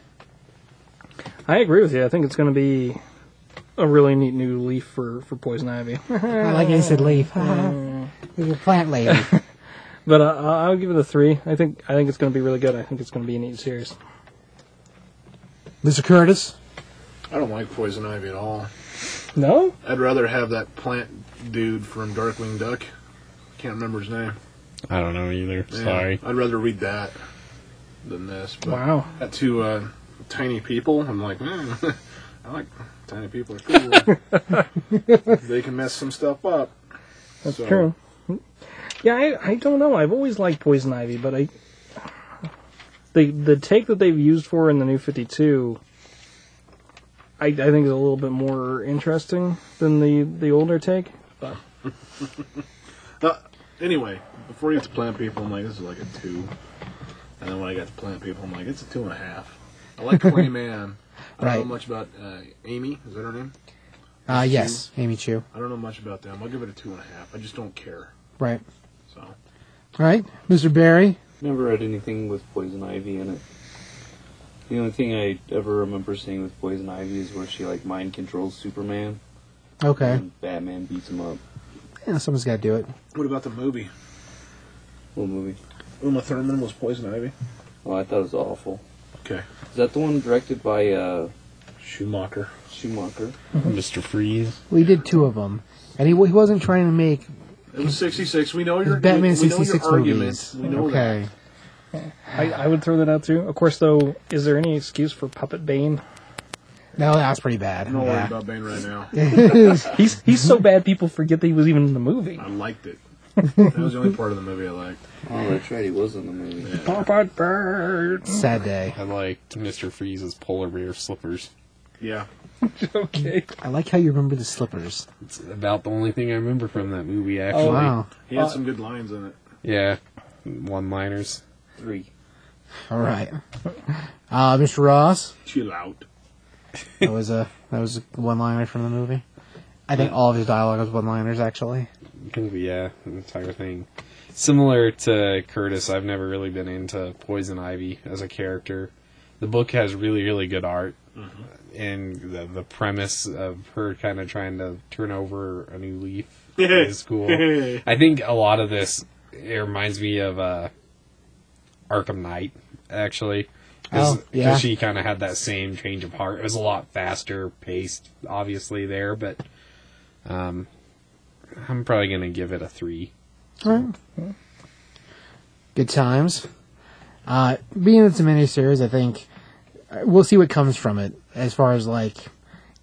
A: I agree with you. I think it's going to be a really neat new leaf for, for Poison Ivy.
C: I like instant leaf. Little plant lady.
A: but uh, I- I'll give it a three. I think I think it's going to be really good. I think it's going to be a neat series.
C: Mr. Curtis?
B: I don't like poison ivy at all.
A: No,
B: I'd rather have that plant dude from Darkwing Duck. Can't remember his name.
D: I don't know either.
B: Yeah,
D: Sorry.
B: I'd rather read that than this. But
A: wow.
B: That two uh, tiny people. I'm like, hmm, I like tiny people. Are cool. they can mess some stuff up. That's
A: True. Yeah, I, I don't know. I've always liked Poison Ivy, but I the the take that they've used for her in the new Fifty Two, I I think is a little bit more interesting than the the older take. But
B: Uh, anyway, before you get to plant people, I'm like, this is like a two. And then when I got to plant people, I'm like, it's a two and a half. I like Clayman. I don't know
C: Right.
B: much about uh, Amy. Is that her name?
C: Uh, yes, Amy Chu.
B: I don't know much about them. I'll give it a two and a half. I just don't care.
C: Right.
B: So
C: All right, Mr. Barry.
H: Never read anything with poison ivy in it. The only thing I ever remember seeing with poison ivy is where she like mind controls Superman
C: Okay.
H: and Batman beats him up.
C: Yeah, someone's got to do it.
B: What about the movie?
H: Little movie.
B: Uma Thurman was Poison Ivy.
H: Oh, I thought it was awful.
B: Okay.
H: Is that the one directed by uh,
B: Schumacher.
H: Schumacher?
D: Mr. Freeze.
C: We did two of them, and he, he wasn't trying to make
B: It was 66. We know
C: his
B: your, we,
C: Batman
B: we know
C: '66
B: your arguments.
C: movies.
B: We know that.
C: okay.
A: I, I would throw that out too. Of course, though, is there any excuse for Puppet Bane?
C: No, that's pretty bad.
B: Don't worry
C: Yeah.
B: about Bane right now.
A: He's he's so bad people forget that he was even in the movie.
B: I liked it. That was the only part of the movie I liked.
H: Oh, that's right. He was in the movie.
A: Puppet Bane.
C: Sad day.
D: I liked Mr. Freeze's polar bear slippers.
B: Yeah.
A: Okay.
C: I like how you remember the slippers.
D: It's about the only thing I remember from that movie, actually.
C: Oh, Wow.
B: He
A: Uh,
B: had some good lines in it.
D: Yeah. One liners.
H: Three.
C: All right. Uh, Mr. Ross.
B: Chill out.
C: That was a that was a one-liner from the movie. I
B: Uh,
C: think all of his dialogue was one-liners, actually.
D: Yeah, the entire thing. Similar to Curtis, I've never really been into Poison Ivy as a character. The book has really, really good art. and the the premise of her kind of trying to turn over a new leaf is cool. I think a lot of this it reminds me of uh, Arkham Knight, actually.
C: Oh, yeah.
D: she kind of had that same change of heart. It was a lot faster paced, obviously there, but um, I'm probably gonna give it a three.
C: good times. Uh, being it's a miniseries, I think uh, we'll see what comes from it as far as like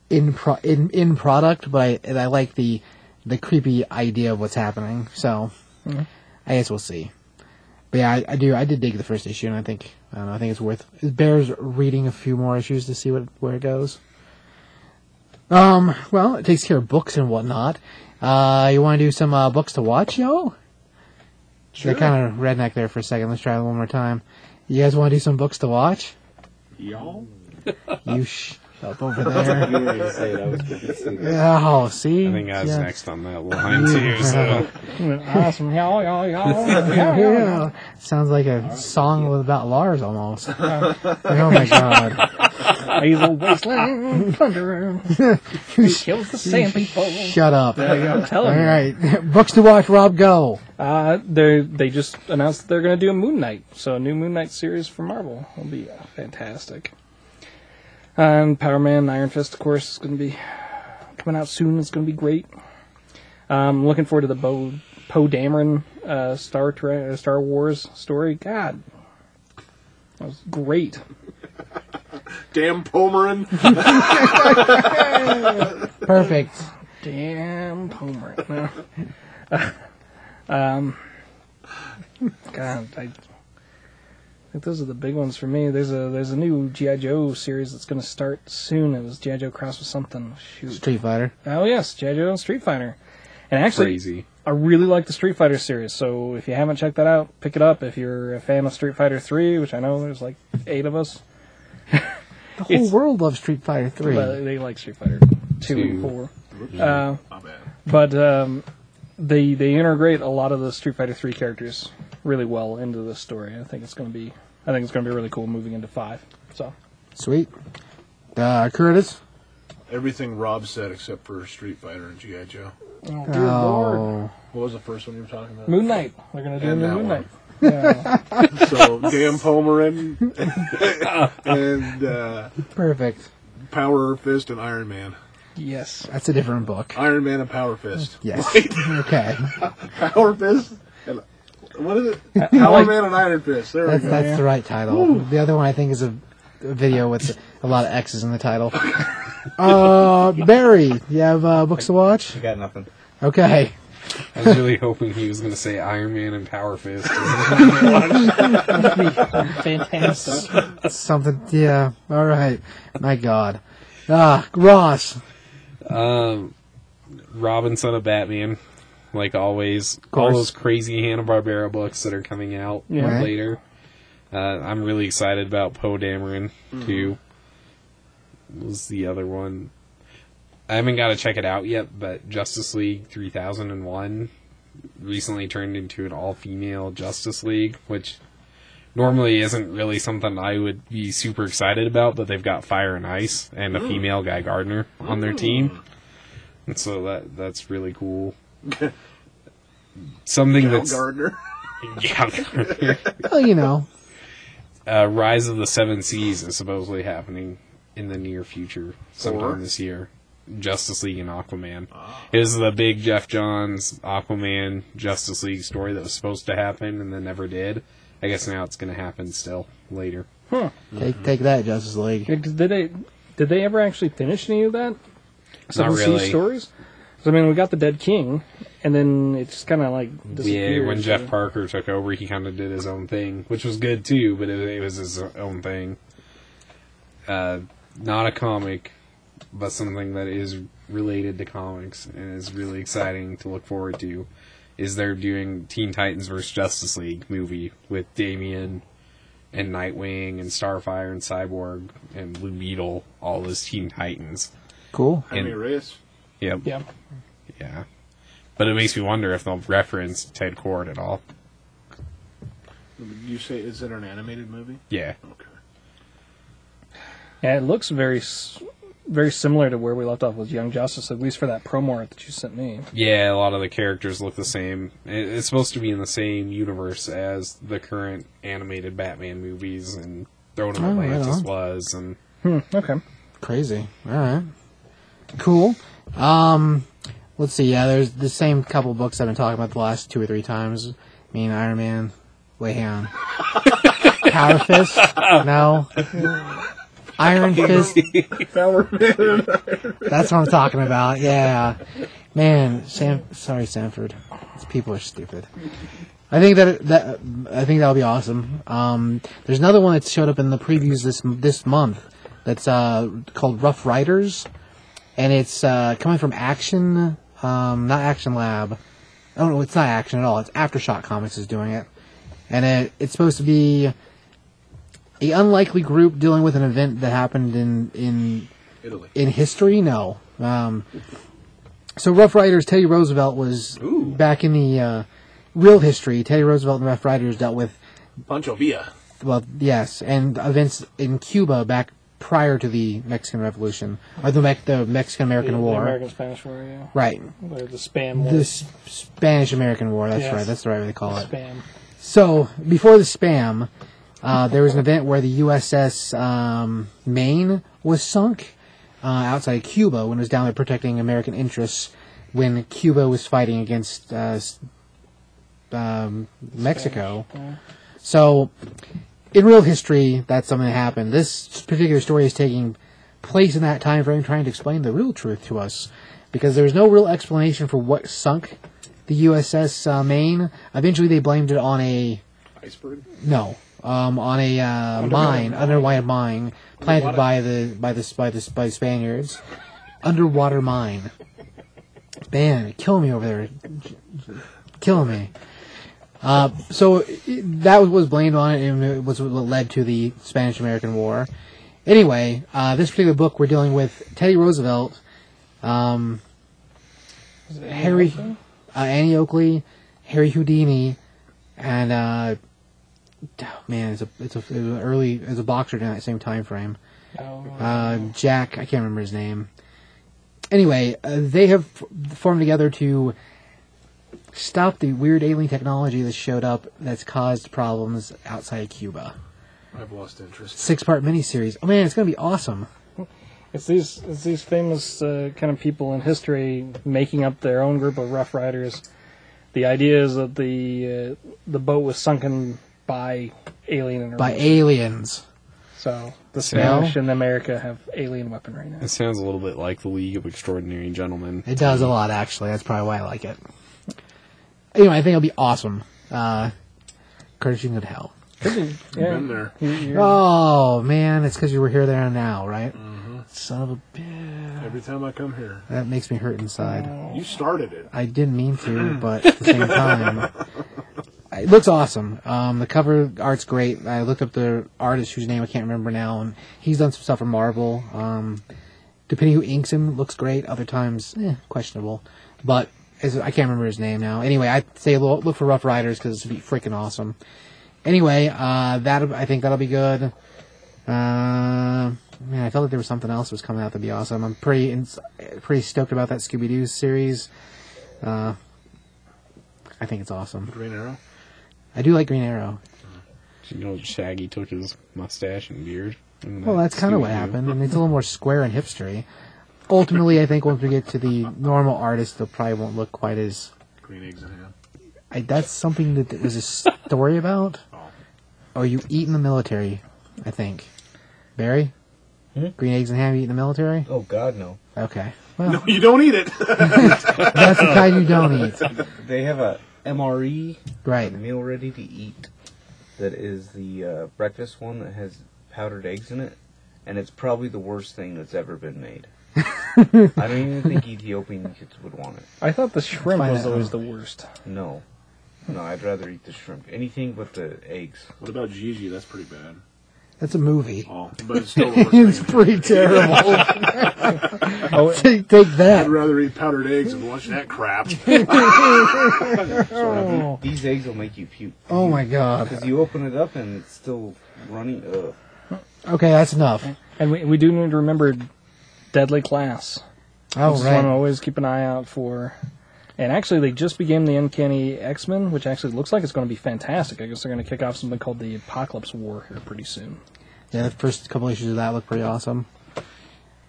C: in pro- in in product. But I, and I like the the creepy idea of what's happening. So I guess we'll see. But yeah, I, I do. I did dig the first issue, and I think I don't know. I think it's worth. It bears reading a few more issues to see what where it goes. Um. Well, it takes care of books and whatnot. Uh, you want to do some uh, books to watch, yo? Sure. They're kind of redneck there for a second. Let's try it one more time. You guys want to do some books to watch?
B: Y'all?
C: You sh up over there.
H: You didn't say it. I was going to say that.
C: oh, see?
D: I think I was
C: Yeah.
D: next on that line too. So
A: awesome. Y'all, y'all, y'all.
C: Yeah, yeah. Sounds like a song about Lars almost. Like, oh my god.
A: He's a wasteland thunderer. He kills the sand people.
C: Shut up.
A: I'm telling you.
C: Alright. Books to watch, Rob, go.
A: Uh, they they just announced that they're going to do a Moon Knight, so a new Moon Knight series for Marvel will be uh, fantastic. And Power Man, Iron Fist, of course, is going to be coming out soon. It's going to be great. Um, looking forward to the Bo Poe Dameron uh, Star Trek, uh, Star Wars story. God, that was great.
B: Damn Pomeran.
C: Perfect.
A: Damn Homer. No. um, God, I think those are the big ones for me. There's a there's a new GI Joe series that's going to start soon. It was GI Joe Cross with something. Shoot.
C: Street Fighter.
A: Oh yes, GI Joe and Street Fighter. And actually,
D: crazy.
A: I really like the Street Fighter series. So if you haven't checked that out, pick it up. If you're a fan of Street Fighter Three, which I know there's like eight of us,
C: The whole
A: It's-
C: world loves Street Fighter 3.
A: but they like Street Fighter Two and
D: Hmm. Two. Hmm.
A: Four. Uh,
B: My bad.
A: but um, they they integrate a lot of the Street Fighter three characters really well into this story. I think it's going to be I think it's going to be really cool moving into five. So
C: Sweet. Uh, Curtis?
B: Everything Rob said except for Street Fighter and G.I. Joe.
C: Oh.
B: What was the first one you were talking about?
A: Moon Knight, they're going to do a
B: And
A: new
B: that
A: Moon
B: one.
A: Knight. Yeah.
B: So, Damn Pomeran and uh,
C: Perfect.
B: Power Fist and Iron Man.
A: yes.
C: That's a different book.
B: Iron Man and Power Fist.
C: Yes. Okay.
B: Power Fist? And, what is it?
A: I
B: Power
A: like-
B: Man and Iron Fist. There we
C: That's,
B: go.
C: that's the right title. The other one I think is a, a video with a lot of X's in the title. Uh, Barry, you have uh, books to watch?
G: I got nothing.
C: Okay.
D: I was really hoping he was going to say Iron Man and Power Fist.
A: Fantastic.
C: Something, yeah. All right. My God. Ah, Ross.
D: Um, Robin, son of Batman, like always. All
C: course.
D: those crazy Hanna Barbera books that are coming out
A: Yeah.
C: Right.
D: later. Uh, I'm really excited about Poe Dameron too. What was the other one? I haven't got to check it out yet, but Justice League 3001 recently turned into an all-female Justice League, which normally isn't really something I would be super excited about, but they've got Fire and Ice and a female Guy Gardner on their team. And so that that's really cool. Something
B: Al
D: that's
B: Gardner.
D: Gal Gardner.
C: Well, you know,
D: uh, Rise of the Seven Seas is supposedly happening in the near future, sometime
B: Or-
D: this year. Justice League and Aquaman. It was the big Jeff Johns Aquaman Justice League story that was supposed to happen and then never did. I guess now it's going to happen still later.
C: take take that, Justice League.
A: did they did they ever actually finish any of that? Seven Seas
D: really.
A: stories. 'Cause, I mean, we got the Dead King, and then it just kind of like disappeared.
D: Yeah, when
A: so-
D: Jeff Parker took over, he kind of did his own thing, which was good too, but it, it was his own thing. Uh, not a comic, but something that is related to comics and is really exciting to look forward to. Is they're doing Teen Titans vs. Justice League movie with Damian and Nightwing and Starfire and Cyborg and Blue Beetle, all those Teen Titans.
C: Cool.
B: Jaime
D: And-
B: Reyes.
D: Yep.
A: yeah,
D: Yeah. But it makes me wonder if they'll reference Ted Cord at all.
B: You say, is it an animated movie?
D: Yeah.
B: Okay.
A: Yeah, it looks very, s- very similar to where we left off with Young Justice, at least for that promo art that you sent me.
D: Yeah, a lot of the characters look the same. It- It's supposed to be in the same universe as the current animated Batman movies and Throne of
C: Oh, right
D: Atlantis
C: on.
D: was, and
A: Okay.
C: Crazy. All right. Cool. Um, let's see. Yeah, there's the same couple books I've been talking about the last two or three times. I mean, Iron Man, Lay Hound, Power Fist. No. Iron Fist. That's what I'm talking about. Yeah. Man, Sam. Sorry, Sanford. These people are stupid. I think that that I think that'll be awesome. Um, there's another one that showed up in the previews this this month. That's uh, called Rough Riders, and it's uh, coming from Action, um, not Action Lab. Oh no, it's not Action at all. It's Aftershock Comics is doing it, and it, it's supposed to be a unlikely group dealing with an event that happened in in
B: Italy.
C: in history? No. Um, so Rough Riders, Teddy Roosevelt was back in the uh, real history. Teddy Roosevelt and Rough Riders dealt with,
B: Pancho Villa.
C: well, yes, and events in Cuba back prior to the Mexican Revolution, or the, Mex the Mexican American
A: The
C: War.
A: American Spanish War, yeah.
C: right.
A: Or the Spam War.
C: The Spanish American War, that's
A: Yes.
C: right, that's the right way to call it.
A: Spam.
C: So before the spam, uh, there was an event where the USS um, Maine was sunk uh, outside Cuba when it was down there protecting American interests when Cuba was fighting against uh, s- um, Mexico. So in real history, that's something that happened. This particular story is taking place in that time frame, trying to explain the real truth to us, because there's no real explanation for what sunk the USS uh, Maine. Eventually, they blamed it on a
B: Iceberg.
C: no, um, on a uh, mine, underwater mine planted by the by the by the by Spaniards. Underwater mine. Man, kill me over there, kill me. Uh, so it, that was, was blamed on it, and it was what led to the Spanish-American War. Anyway, uh, this particular book we're dealing with Teddy Roosevelt, um, Harry, uh, Annie Oakley, Harry Houdini, and uh, oh, man, it's a it's a it's an early as a boxer during that same time frame.
A: Oh.
C: Uh, Jack, I can't remember his name. Anyway, uh, they have f- formed together to stop the weird alien technology that showed up that's caused problems outside Cuba.
B: I've lost interest.
C: Six part miniseries. Oh man, it's gonna be awesome.
A: It's these it's these famous uh, kind of people in history making up their own group of Rough Riders. The idea is that the uh, the boat was sunken by alien and
C: By aliens.
A: so the
C: Smell?
A: Spanish and America have alien weaponry now.
D: it sounds a little bit like the League of Extraordinary Gentlemen.
C: It does a lot actually. That's probably why I like it. Anyway, I think it'll be awesome. Uh, Curtis, you can go to hell.
A: Yeah.
B: Been there.
C: Oh man, it's because you were here, there, and now, right? Son of a bitch.
B: Every time I come here,
C: That makes me hurt inside.
B: you started it.
C: I didn't mean to, but at the same time, it looks awesome. Um, the cover art's great. I looked up the artist whose name I can't remember now, and he's done some stuff for Marvel. Um, depending who inks him, looks great. Other times, eh, questionable. But as, I can't remember his name now. Anyway, I say lo- look for Rough Riders because it's freaking awesome. Anyway, uh, that I think that'll be good. Uh, man, I felt like there was something else that was coming out that'd be awesome. I'm pretty ins- pretty stoked about that Scooby Doo series. Uh, I think it's awesome.
B: Green Arrow.
C: I do like Green Arrow.
D: You know, Shaggy took his mustache and beard. and
C: Well, Oh, that's kind of what
D: Scooby-Doo.
C: happened, and it's a little more square and hipstery. Ultimately, I think once we get to the normal artist, they probably won't look quite as.
B: Green eggs and ham.
C: I, that's something that there was a story about. Or you eat in the military, I think. Barry, green eggs and ham. You eat in the military?
E: Oh God, no.
C: Okay. Well,
B: No, you don't eat it.
C: that's the kind you don't eat.
G: They have a MRE,
C: Right.
G: meal ready to eat, that is the uh, breakfast one that has powdered eggs in it, and it's probably the worst thing that's ever been made. I don't even think Ethiopian kids would want it.
A: I thought the shrimp
C: Find
A: was
C: that
A: always
C: out.
A: the worst.
G: No. No, I'd rather eat the shrimp. Anything but the eggs.
B: what about Gigi? That's pretty bad.
C: That's a movie.
B: Oh, but it's still the worst thing
C: it's
B: ever.
C: pretty terrible. take, take
B: I'd
C: that.
B: rather eat powdered eggs than watch that crap.
G: These eggs will make you puke.
C: Oh my god.
G: Because you open it up and it's still running. Ugh.
C: Okay, that's enough.
A: And we, we do need to remember Deadly Class.
C: All
A: This is one to
C: right.
A: always keep an eye out for. And actually, they just began the Uncanny X Men, which actually looks like it's going to be fantastic. I guess they're going to kick off something called the Apocalypse War here pretty soon.
C: Yeah, the first couple issues of that look pretty awesome.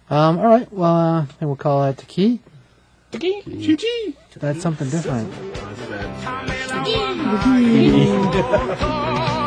C: Um, all right, well, uh, then we'll call that Taki. That's something different.
B: That's bad.
J: Thank you.